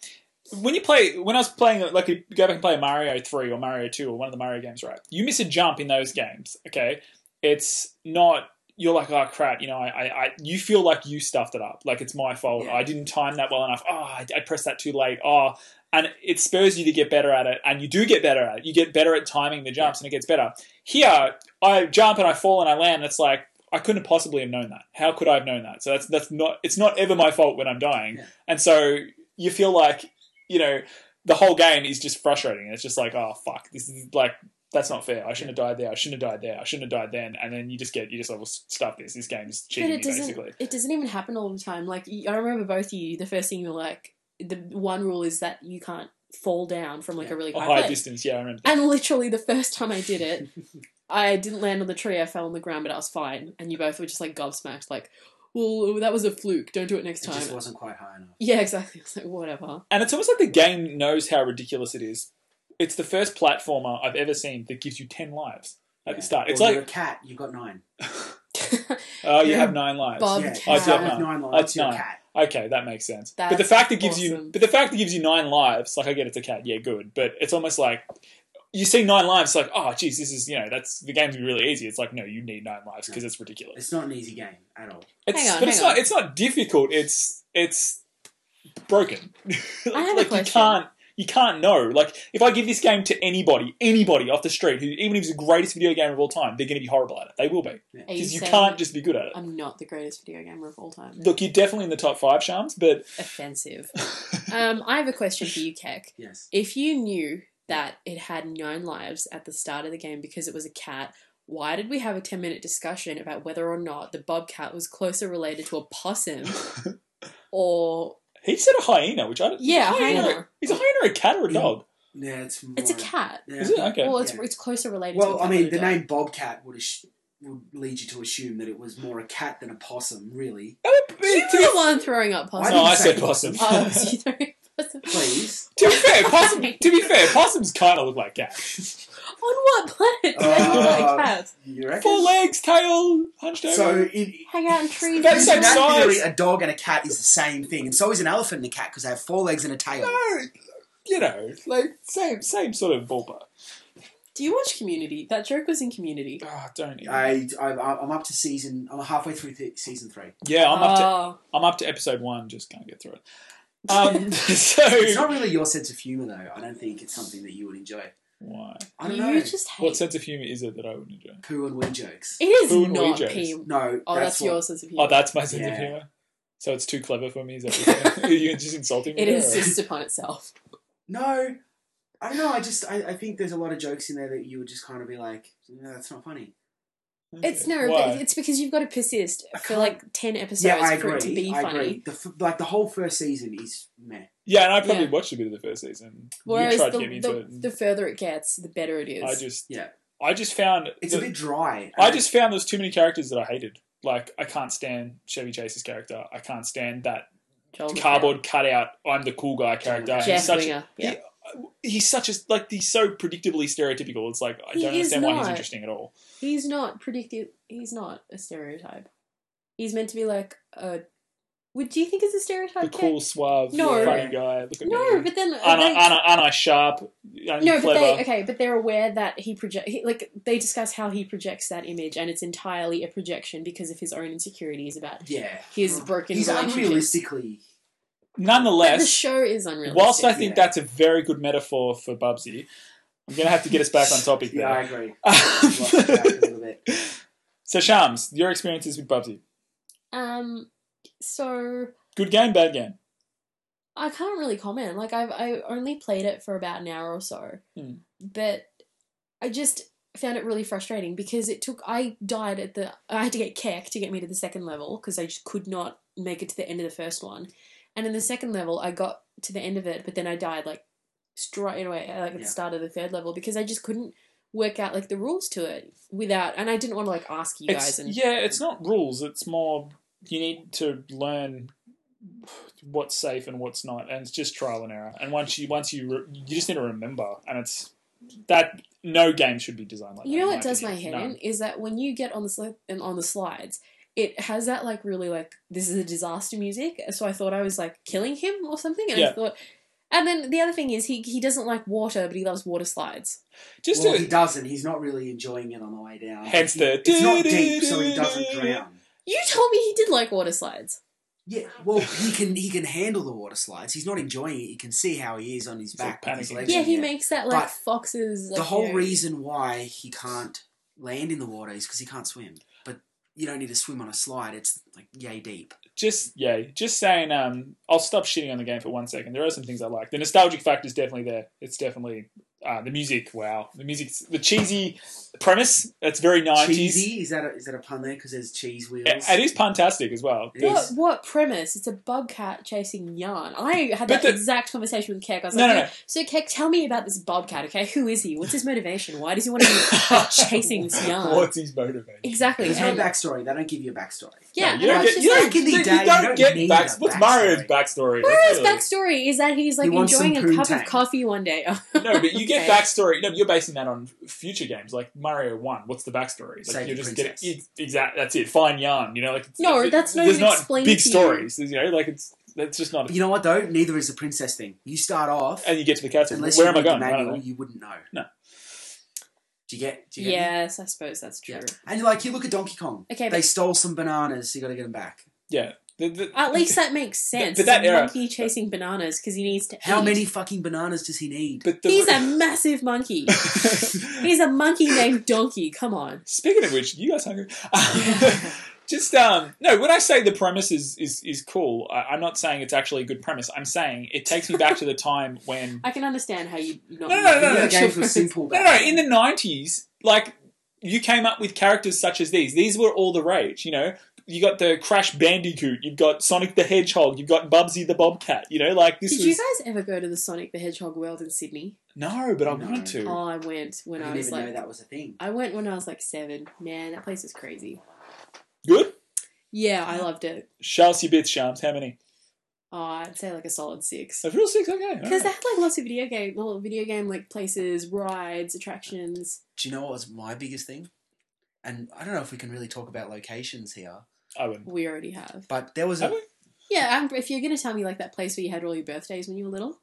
[SPEAKER 1] when you play, when I was playing, like you go back and play Mario three or Mario two or one of the Mario games, right? You miss a jump in those games. Okay, it's not. You're like, oh crap, you know, I, I, I you feel like you stuffed it up. Like it's my fault.
[SPEAKER 2] Yeah.
[SPEAKER 1] I didn't time that well enough. Oh, I, I pressed that too late. Oh, and it spurs you to get better at it, and you do get better at it. You get better at timing the jumps, and it gets better. Here, I jump and I fall and I land. It's like I couldn't possibly have known that. How could I have known that? So that's that's not. It's not ever my fault when I'm dying.
[SPEAKER 2] Yeah.
[SPEAKER 1] And so you feel like you know the whole game is just frustrating. It's just like oh fuck, this is like that's not fair. I shouldn't have died there. I shouldn't have died there. I shouldn't have died then. And then you just get you just like well stuff this. This game is
[SPEAKER 3] But
[SPEAKER 1] cheating
[SPEAKER 3] it
[SPEAKER 1] me
[SPEAKER 3] doesn't.
[SPEAKER 1] basically.
[SPEAKER 3] It doesn't even happen all the time. Like y- I remember both of you. The first thing you were like, the one rule is that you can't fall down from like a really
[SPEAKER 1] A
[SPEAKER 3] high,
[SPEAKER 1] high
[SPEAKER 3] place.
[SPEAKER 1] distance. Yeah, I remember.
[SPEAKER 3] And literally, the first time I did it, I didn't land on the tree. I fell on the ground, but I was fine. And you both were just like gobsmacked, like, "Well, that was a fluke. Don't do it next
[SPEAKER 2] it
[SPEAKER 3] time."
[SPEAKER 2] just wasn't quite high enough
[SPEAKER 3] yeah, exactly. I was like, "Whatever."
[SPEAKER 1] And it's almost like the game knows how ridiculous it is. It's the first platformer I've ever seen that gives you ten lives at the
[SPEAKER 2] Yeah.
[SPEAKER 1] start. It's
[SPEAKER 2] Or
[SPEAKER 1] like
[SPEAKER 2] you're a cat you've got nine
[SPEAKER 1] oh, you
[SPEAKER 2] Yeah.
[SPEAKER 1] have nine lives.
[SPEAKER 3] Bob
[SPEAKER 1] I
[SPEAKER 2] yeah you
[SPEAKER 1] do
[SPEAKER 2] start
[SPEAKER 1] have
[SPEAKER 2] with
[SPEAKER 1] nine.
[SPEAKER 2] nine
[SPEAKER 1] I
[SPEAKER 2] lives
[SPEAKER 1] have
[SPEAKER 2] you're a
[SPEAKER 1] nine.
[SPEAKER 2] cat
[SPEAKER 1] Okay, that makes sense. but the
[SPEAKER 3] That's
[SPEAKER 1] fact that gives you,
[SPEAKER 3] awesome.
[SPEAKER 1] but the fact that gives you nine lives, like I get it's a cat, yeah, good. But it's almost like you see nine lives, like oh, geez, this is you know that's the game's really easy. It's like no, you need nine lives because it's ridiculous.
[SPEAKER 2] it's not an easy game at all
[SPEAKER 1] It's,
[SPEAKER 3] Hang on,
[SPEAKER 1] but it's
[SPEAKER 3] hang
[SPEAKER 1] not
[SPEAKER 3] on.
[SPEAKER 1] it's not difficult. It's it's broken.
[SPEAKER 3] I have a
[SPEAKER 1] like you
[SPEAKER 3] question.
[SPEAKER 1] can't you can't know. Like, if I give this game to anybody, anybody off the street, who even if it's the greatest video game of all time, they're going to be horrible at it. They will be
[SPEAKER 4] Are
[SPEAKER 1] because you
[SPEAKER 4] saying
[SPEAKER 1] can't just be good at it.
[SPEAKER 3] I'm not the greatest video gamer of all time.
[SPEAKER 1] Look, you're definitely in the top five, Shams, but
[SPEAKER 3] Offensive. um, I have a question for you, Keck.
[SPEAKER 2] Yes.
[SPEAKER 3] If you knew that it had nine lives at the start of the game because it was a cat, why did we have a 10 minute discussion about whether or not the bobcat was closer related to a possum or.
[SPEAKER 1] he said a hyena, which I don't.
[SPEAKER 3] Yeah, a hyena.
[SPEAKER 1] Is a hyena a cat or a
[SPEAKER 2] Yeah.
[SPEAKER 1] dog?
[SPEAKER 2] Yeah, it's more,
[SPEAKER 3] It's a cat.
[SPEAKER 2] Yeah.
[SPEAKER 1] Is it okay?
[SPEAKER 3] Well, it's,
[SPEAKER 2] Yeah.
[SPEAKER 3] it's closer related to a
[SPEAKER 2] Well,
[SPEAKER 3] cat
[SPEAKER 2] I
[SPEAKER 3] than
[SPEAKER 2] mean,
[SPEAKER 3] a
[SPEAKER 2] the
[SPEAKER 3] dog.
[SPEAKER 2] name Bobcat would ass- would lead you to assume that it was more a cat than a possum, really.
[SPEAKER 1] That would be-
[SPEAKER 3] You
[SPEAKER 1] to,
[SPEAKER 3] were
[SPEAKER 1] be,
[SPEAKER 3] the one throwing up possum.
[SPEAKER 1] no,
[SPEAKER 2] didn't
[SPEAKER 1] I
[SPEAKER 2] say
[SPEAKER 1] said possum.
[SPEAKER 3] Oh, so you threw possum.
[SPEAKER 2] Please.
[SPEAKER 1] to be fair, possum. To be fair, possums kind of look like cats.
[SPEAKER 3] On what planet do they look
[SPEAKER 2] Uh,
[SPEAKER 3] like cats?
[SPEAKER 2] You reckon?
[SPEAKER 1] Four legs, tail, hunched over.
[SPEAKER 2] So, in,
[SPEAKER 3] Hang out in trees.
[SPEAKER 1] That's
[SPEAKER 2] in
[SPEAKER 1] same
[SPEAKER 2] that
[SPEAKER 1] size.
[SPEAKER 2] theory, a dog and a cat is the same thing, and so is an elephant and a cat because they have four legs and a tail.
[SPEAKER 1] no, you know, like same same sort of ballpark.
[SPEAKER 3] Do you watch Community? That joke was in Community.
[SPEAKER 1] Oh, don't even.
[SPEAKER 2] I, I I'm up to season. I'm halfway through th- season three.
[SPEAKER 1] yeah, I'm up to
[SPEAKER 3] Oh.
[SPEAKER 1] I'm up to episode one. Just can't get through it. Um, so
[SPEAKER 2] It's not really your sense of humor, though. I don't think it's something that you would enjoy.
[SPEAKER 1] why?
[SPEAKER 2] I don't
[SPEAKER 3] you
[SPEAKER 2] know.
[SPEAKER 3] just hate.
[SPEAKER 1] What sense of humor is it that I would enjoy?
[SPEAKER 2] Poo and wee jokes.
[SPEAKER 3] it is
[SPEAKER 1] Who and
[SPEAKER 3] not
[SPEAKER 1] Ouija?
[SPEAKER 3] P.
[SPEAKER 2] No,
[SPEAKER 3] Oh, that's,
[SPEAKER 2] what-
[SPEAKER 3] your sense of humor.
[SPEAKER 1] Oh, that's my sense of
[SPEAKER 2] Yeah.
[SPEAKER 1] humor. So it's too clever for me. Is that what you're saying? you're just insulting me?
[SPEAKER 3] it
[SPEAKER 1] or-
[SPEAKER 3] insists upon itself.
[SPEAKER 2] No, I don't know. I just I, I think there's a lot of jokes in there that you would just kind of be like, no, that's not funny.
[SPEAKER 3] It's no,
[SPEAKER 1] Why?
[SPEAKER 3] but it's because you've got to persist
[SPEAKER 2] I
[SPEAKER 3] for
[SPEAKER 2] can't-
[SPEAKER 3] like ten episodes
[SPEAKER 2] yeah, I
[SPEAKER 3] for
[SPEAKER 2] agree.
[SPEAKER 3] it to be
[SPEAKER 2] I
[SPEAKER 3] funny.
[SPEAKER 2] agree. The, f- like the whole first season is meh.
[SPEAKER 1] yeah, and I probably
[SPEAKER 3] Yeah.
[SPEAKER 1] watched a bit of the first season.
[SPEAKER 3] Whereas
[SPEAKER 1] you tried
[SPEAKER 3] the,
[SPEAKER 1] to get me into
[SPEAKER 3] the,
[SPEAKER 1] it. and
[SPEAKER 3] the further it gets, the better it is.
[SPEAKER 1] I just
[SPEAKER 2] Yeah.
[SPEAKER 1] I just found
[SPEAKER 2] It's
[SPEAKER 1] the-
[SPEAKER 2] a bit dry.
[SPEAKER 1] I just found there's too many characters that I hated. Like I can't stand Chevy Chase's character. I can't stand that
[SPEAKER 3] Joel
[SPEAKER 1] cardboard cutout. I'm the cool guy character.
[SPEAKER 2] Jeff
[SPEAKER 3] McHale.
[SPEAKER 1] He's
[SPEAKER 3] Oh Jeff
[SPEAKER 1] such,
[SPEAKER 3] Winger. Yeah.
[SPEAKER 1] he's such a like he's so predictably stereotypical. It's like I
[SPEAKER 3] He
[SPEAKER 1] don't
[SPEAKER 3] is
[SPEAKER 1] understand why he's
[SPEAKER 3] not.
[SPEAKER 1] interesting at all.
[SPEAKER 3] He's not predictive. He's not a stereotype. He's meant to be like a. Would do you think it's a stereotype?
[SPEAKER 1] The
[SPEAKER 3] Kat?
[SPEAKER 1] cool, suave,
[SPEAKER 3] No.
[SPEAKER 1] funny guy. Look at
[SPEAKER 3] No,
[SPEAKER 1] me.
[SPEAKER 3] but then
[SPEAKER 1] Aren't I,
[SPEAKER 3] they-
[SPEAKER 1] aren't I- aren't I sharp? Aren't you
[SPEAKER 3] no, but
[SPEAKER 1] clever?
[SPEAKER 3] they okay, but they're aware that he project he, like they discuss how he projects that image, and it's entirely a projection because of his own insecurities about
[SPEAKER 2] yeah.
[SPEAKER 3] his broken
[SPEAKER 2] He's
[SPEAKER 3] relationships.
[SPEAKER 2] unrealistically.
[SPEAKER 3] But the
[SPEAKER 1] Nonetheless,
[SPEAKER 3] show is unrealistic.
[SPEAKER 1] whilst I think
[SPEAKER 2] yeah.
[SPEAKER 1] that's a very good metaphor for Bubsy, I'm going to have to get us back on topic
[SPEAKER 2] Yeah, I
[SPEAKER 1] there.
[SPEAKER 2] agree. Lost track a little bit.
[SPEAKER 1] so, Shams, your experiences with Bubsy.
[SPEAKER 3] um, so
[SPEAKER 1] Good game, bad game?
[SPEAKER 3] I can't really comment. Like I've I only played it for about an hour or so,
[SPEAKER 1] Hmm.
[SPEAKER 3] but I just found it really frustrating because it took. I died at the. I had to get Keck to get me to the second level because I just could not make it to the end of the first one, and in the second level I got to the end of it, but then I died like straight away, like at
[SPEAKER 2] Yeah.
[SPEAKER 3] the start of the third level because I just couldn't work out like the rules to it without, and I didn't want to like ask you
[SPEAKER 1] It's-
[SPEAKER 3] guys and
[SPEAKER 1] yeah, it's not rules. It's more you need to learn what's safe and what's not, and it's just trial and error. And once you once you re- you just need to remember, and it's that no game should be designed like that.
[SPEAKER 3] You know
[SPEAKER 1] in
[SPEAKER 3] what does my head
[SPEAKER 1] opinion. None.
[SPEAKER 3] in is that when you get on the sli- and on the slides, it has that like really like this is a disaster music. So I thought I was like killing him or something, and
[SPEAKER 1] Yeah.
[SPEAKER 3] I thought. And then the other thing is he he doesn't like water, but he loves water slides.
[SPEAKER 1] Just
[SPEAKER 2] well,
[SPEAKER 1] to-
[SPEAKER 2] he doesn't. He's not really enjoying it on the way down.
[SPEAKER 1] Hence the-
[SPEAKER 2] It's not deep, so he doesn't drown.
[SPEAKER 3] You told me he did like water slides.
[SPEAKER 2] Yeah, well, he can he can handle the water slides. He's not enjoying it. You can see how he is on his
[SPEAKER 1] He's,
[SPEAKER 2] back.
[SPEAKER 1] like,
[SPEAKER 2] with his
[SPEAKER 1] panicking.
[SPEAKER 2] legs
[SPEAKER 3] Yeah,
[SPEAKER 2] in
[SPEAKER 3] he
[SPEAKER 2] the air.
[SPEAKER 3] makes that like
[SPEAKER 2] But
[SPEAKER 3] foxes. Like,
[SPEAKER 2] the whole
[SPEAKER 3] you know-
[SPEAKER 2] reason why he can't land in the water is because he can't swim. But you don't need to swim on a slide. It's like yay deep.
[SPEAKER 1] just yeah, just saying. Um, I'll stop shitting on the game for one second. There are some things I like. The nostalgic factor is definitely there. It's definitely uh, the music. Wow, the music, the cheesy premise. That's very nineties.
[SPEAKER 2] Cheesy is that a, is that a pun there? Because there's cheese wheels.
[SPEAKER 1] It it is fantastic as well.
[SPEAKER 2] It
[SPEAKER 3] What
[SPEAKER 2] is.
[SPEAKER 3] what premise? It's a bobcat chasing yarn. I had
[SPEAKER 1] But
[SPEAKER 3] that
[SPEAKER 1] the-
[SPEAKER 3] exact conversation with Keck. I was
[SPEAKER 1] No,
[SPEAKER 3] like,
[SPEAKER 1] no,
[SPEAKER 3] "Yeah, so Keck, tell me about this bobcat. Okay, who is he? What's his motivation? Why does he want to be chasing this yarn?
[SPEAKER 1] What's his motivation?
[SPEAKER 3] Exactly.
[SPEAKER 2] There's no
[SPEAKER 3] and-
[SPEAKER 2] backstory. They don't give you a backstory.
[SPEAKER 3] yeah,
[SPEAKER 1] you
[SPEAKER 3] and I
[SPEAKER 1] don't
[SPEAKER 3] was
[SPEAKER 1] get,
[SPEAKER 3] just
[SPEAKER 1] you don't,
[SPEAKER 3] like,
[SPEAKER 2] in the
[SPEAKER 1] you
[SPEAKER 2] day, you
[SPEAKER 1] don't
[SPEAKER 2] don't
[SPEAKER 1] get
[SPEAKER 2] need
[SPEAKER 1] backs-
[SPEAKER 2] a
[SPEAKER 1] What's Mario's backstory?
[SPEAKER 3] Mario's
[SPEAKER 1] Really?
[SPEAKER 3] backstory is that he's like
[SPEAKER 2] He wants some
[SPEAKER 3] enjoying a cup
[SPEAKER 2] poontang.
[SPEAKER 3] of coffee one day. Oh,
[SPEAKER 1] No, but you get
[SPEAKER 3] Okay.
[SPEAKER 1] backstory. No, but you're basing that on future games like Mario One. What's the backstory? Like
[SPEAKER 2] Save
[SPEAKER 1] you're
[SPEAKER 2] the
[SPEAKER 1] just
[SPEAKER 2] princess.
[SPEAKER 1] getting exact. That's it. Fine yarn. You know, like it's,
[SPEAKER 3] No,
[SPEAKER 1] it-
[SPEAKER 3] that's not
[SPEAKER 1] there's
[SPEAKER 3] even
[SPEAKER 1] not
[SPEAKER 3] explained
[SPEAKER 1] big
[SPEAKER 3] to you.
[SPEAKER 1] stories. You know, like it's that's just not.
[SPEAKER 2] But you know what though? Neither is the princess thing. You start off
[SPEAKER 1] and you get to the castle.
[SPEAKER 2] unless
[SPEAKER 1] Where
[SPEAKER 2] you
[SPEAKER 1] am I
[SPEAKER 2] read
[SPEAKER 1] going?
[SPEAKER 2] the
[SPEAKER 1] I don't
[SPEAKER 2] manual,
[SPEAKER 1] know.
[SPEAKER 2] you wouldn't know.
[SPEAKER 1] No.
[SPEAKER 2] Do you get? Do you get me?
[SPEAKER 3] yes, I suppose that's true.
[SPEAKER 2] Yeah. And like you look at Donkey Kong.
[SPEAKER 3] Okay,
[SPEAKER 2] They
[SPEAKER 3] but
[SPEAKER 2] stole some bananas. so You got to get them back.
[SPEAKER 1] Yeah, The, the,
[SPEAKER 3] At least that makes sense.
[SPEAKER 1] but that
[SPEAKER 3] It's a
[SPEAKER 1] era-
[SPEAKER 3] monkey chasing bananas because he needs to.
[SPEAKER 2] How
[SPEAKER 3] eat.
[SPEAKER 2] many fucking bananas does he need?
[SPEAKER 1] But
[SPEAKER 3] He's a massive monkey. He's a monkey named Donkey. Come on.
[SPEAKER 1] Speaking of which, you guys hungry? Just um, no. When I say the premise is is is cool, I, I'm not saying it's actually a good premise. I'm saying it takes me back to the time when
[SPEAKER 3] I can understand how you not.
[SPEAKER 1] No, no, no,
[SPEAKER 2] Video
[SPEAKER 1] no,
[SPEAKER 2] games were simple.
[SPEAKER 1] no,
[SPEAKER 2] back
[SPEAKER 1] no.
[SPEAKER 2] then.
[SPEAKER 1] In the '90s, like you came up with characters such as these. These were all the rage. You know, you got the Crash Bandicoot, you've got Sonic the Hedgehog, you've got Bubsy the Bobcat. You know, like this
[SPEAKER 3] Did
[SPEAKER 1] was
[SPEAKER 3] you guys ever go to the Sonic the Hedgehog World in Sydney?
[SPEAKER 1] no, but I
[SPEAKER 2] No.
[SPEAKER 1] want to.
[SPEAKER 3] Oh, I went
[SPEAKER 2] I
[SPEAKER 3] when I,
[SPEAKER 2] didn't
[SPEAKER 3] was
[SPEAKER 2] even know
[SPEAKER 3] like,
[SPEAKER 2] that was a thing.
[SPEAKER 3] I went when I was like seven. Man, that place is crazy.
[SPEAKER 1] Good.
[SPEAKER 3] Yeah,
[SPEAKER 2] Uh-huh.
[SPEAKER 3] I loved it.
[SPEAKER 1] Shouts your bits, Shams. How many?
[SPEAKER 3] Oh, I'd say like a solid six.
[SPEAKER 1] A real six. Okay. all
[SPEAKER 3] Because
[SPEAKER 1] right.
[SPEAKER 3] they had like lots of video game, little video game like places, rides, attractions.
[SPEAKER 2] Do you know what was my biggest thing? And I don't know if we can really talk about locations here,
[SPEAKER 1] I would.
[SPEAKER 3] We already have.
[SPEAKER 2] but there was
[SPEAKER 1] Have
[SPEAKER 2] a
[SPEAKER 1] we?
[SPEAKER 3] Yeah, um, if you're gonna tell me like that place where you had all your birthdays when you were little,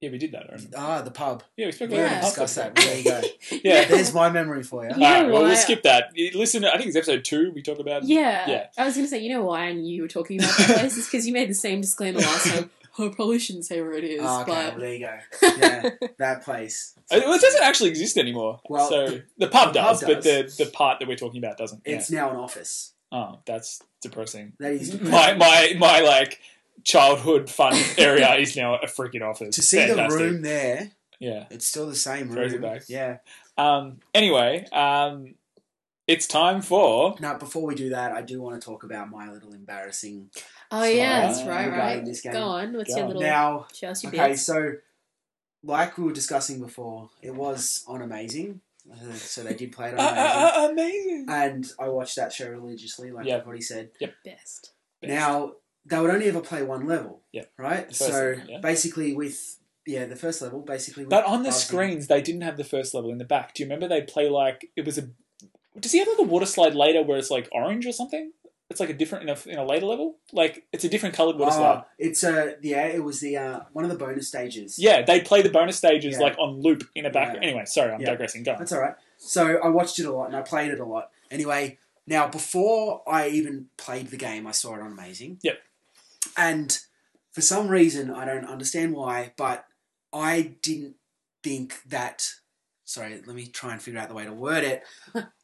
[SPEAKER 1] Yeah, we did that. I remember.
[SPEAKER 2] ah the pub.
[SPEAKER 1] Yeah, we spoke
[SPEAKER 2] We
[SPEAKER 1] about
[SPEAKER 3] Yeah.
[SPEAKER 1] that. in
[SPEAKER 2] already
[SPEAKER 1] the
[SPEAKER 2] discussed
[SPEAKER 1] podcast.
[SPEAKER 2] that. There you go.
[SPEAKER 1] Yeah.
[SPEAKER 2] There's my memory for you.
[SPEAKER 3] You
[SPEAKER 1] All right,
[SPEAKER 3] know
[SPEAKER 1] well, we'll
[SPEAKER 3] why-
[SPEAKER 1] skip that. Listen, I think it's episode two. We talk about.
[SPEAKER 3] Yeah.
[SPEAKER 1] Yeah.
[SPEAKER 3] I was going to say, you know why I knew you were talking about that place? It's because you made the same disclaimer last time. Oh, I probably shouldn't say where it is,
[SPEAKER 2] Ah, okay, well,
[SPEAKER 3] but.
[SPEAKER 2] there you go. Yeah, that place.
[SPEAKER 1] Uh, It, it doesn't actually exist anymore.
[SPEAKER 2] Well,
[SPEAKER 1] so the,
[SPEAKER 2] the-
[SPEAKER 1] pub
[SPEAKER 2] the pub
[SPEAKER 1] does, but the, the part that we're talking about doesn't. Yeah.
[SPEAKER 2] It's now an office.
[SPEAKER 1] Oh, that's depressing.
[SPEAKER 2] That is
[SPEAKER 1] My my my like childhood fun area is now a freaking office.
[SPEAKER 2] to see
[SPEAKER 1] Fantastic.
[SPEAKER 2] the room there.
[SPEAKER 1] Yeah.
[SPEAKER 2] It's still the same
[SPEAKER 1] Throws it
[SPEAKER 2] room.
[SPEAKER 1] back.
[SPEAKER 2] Yeah.
[SPEAKER 1] Um. Anyway, um, it's time for.
[SPEAKER 2] Now, before we do that, I do want to talk about my little embarrassing.
[SPEAKER 3] Oh, yeah,
[SPEAKER 1] Sorry.
[SPEAKER 3] that's right,
[SPEAKER 1] Regarding
[SPEAKER 3] right.
[SPEAKER 2] this game.
[SPEAKER 3] Go on, what's
[SPEAKER 1] Go
[SPEAKER 3] your
[SPEAKER 1] on.
[SPEAKER 3] little.
[SPEAKER 2] Now,
[SPEAKER 3] Show us your
[SPEAKER 2] okay,
[SPEAKER 3] bits.
[SPEAKER 2] so like we were discussing before, it was on Amazing, uh, so they did play it
[SPEAKER 1] Uh,
[SPEAKER 2] on Amazing,
[SPEAKER 1] uh, uh, amazing.
[SPEAKER 2] and I watched that show religiously, like
[SPEAKER 1] Yeah.
[SPEAKER 2] I've already said.
[SPEAKER 3] Best.
[SPEAKER 2] Now they would only ever play one level.
[SPEAKER 1] Yeah.
[SPEAKER 2] Right.
[SPEAKER 1] The first
[SPEAKER 2] so
[SPEAKER 1] level, yeah.
[SPEAKER 2] basically, with yeah, the first level, basically. With
[SPEAKER 1] But on the
[SPEAKER 2] Bubsy-
[SPEAKER 1] screens, they didn't have the first level in the back. Do you remember they play like it was a? Does he have like a water slide later where it's like orange or something? It's like a different in a, in a later level. Like it's a different colored water slide.
[SPEAKER 2] Oh, it's a yeah. It was the uh, one of the bonus stages.
[SPEAKER 1] Yeah, they play the bonus stages
[SPEAKER 2] Yeah.
[SPEAKER 1] like on loop in a back.
[SPEAKER 2] Yeah.
[SPEAKER 1] Anyway, sorry, I'm
[SPEAKER 2] Yeah.
[SPEAKER 1] digressing. Go. On.
[SPEAKER 2] That's all right. So I watched it a lot and I played it a lot. Anyway, now before I even played the game, I saw it on Amazing.
[SPEAKER 1] Yep.
[SPEAKER 2] And for some reason, I don't understand why, but I didn't think that. Sorry, let me try and figure out the way to word it.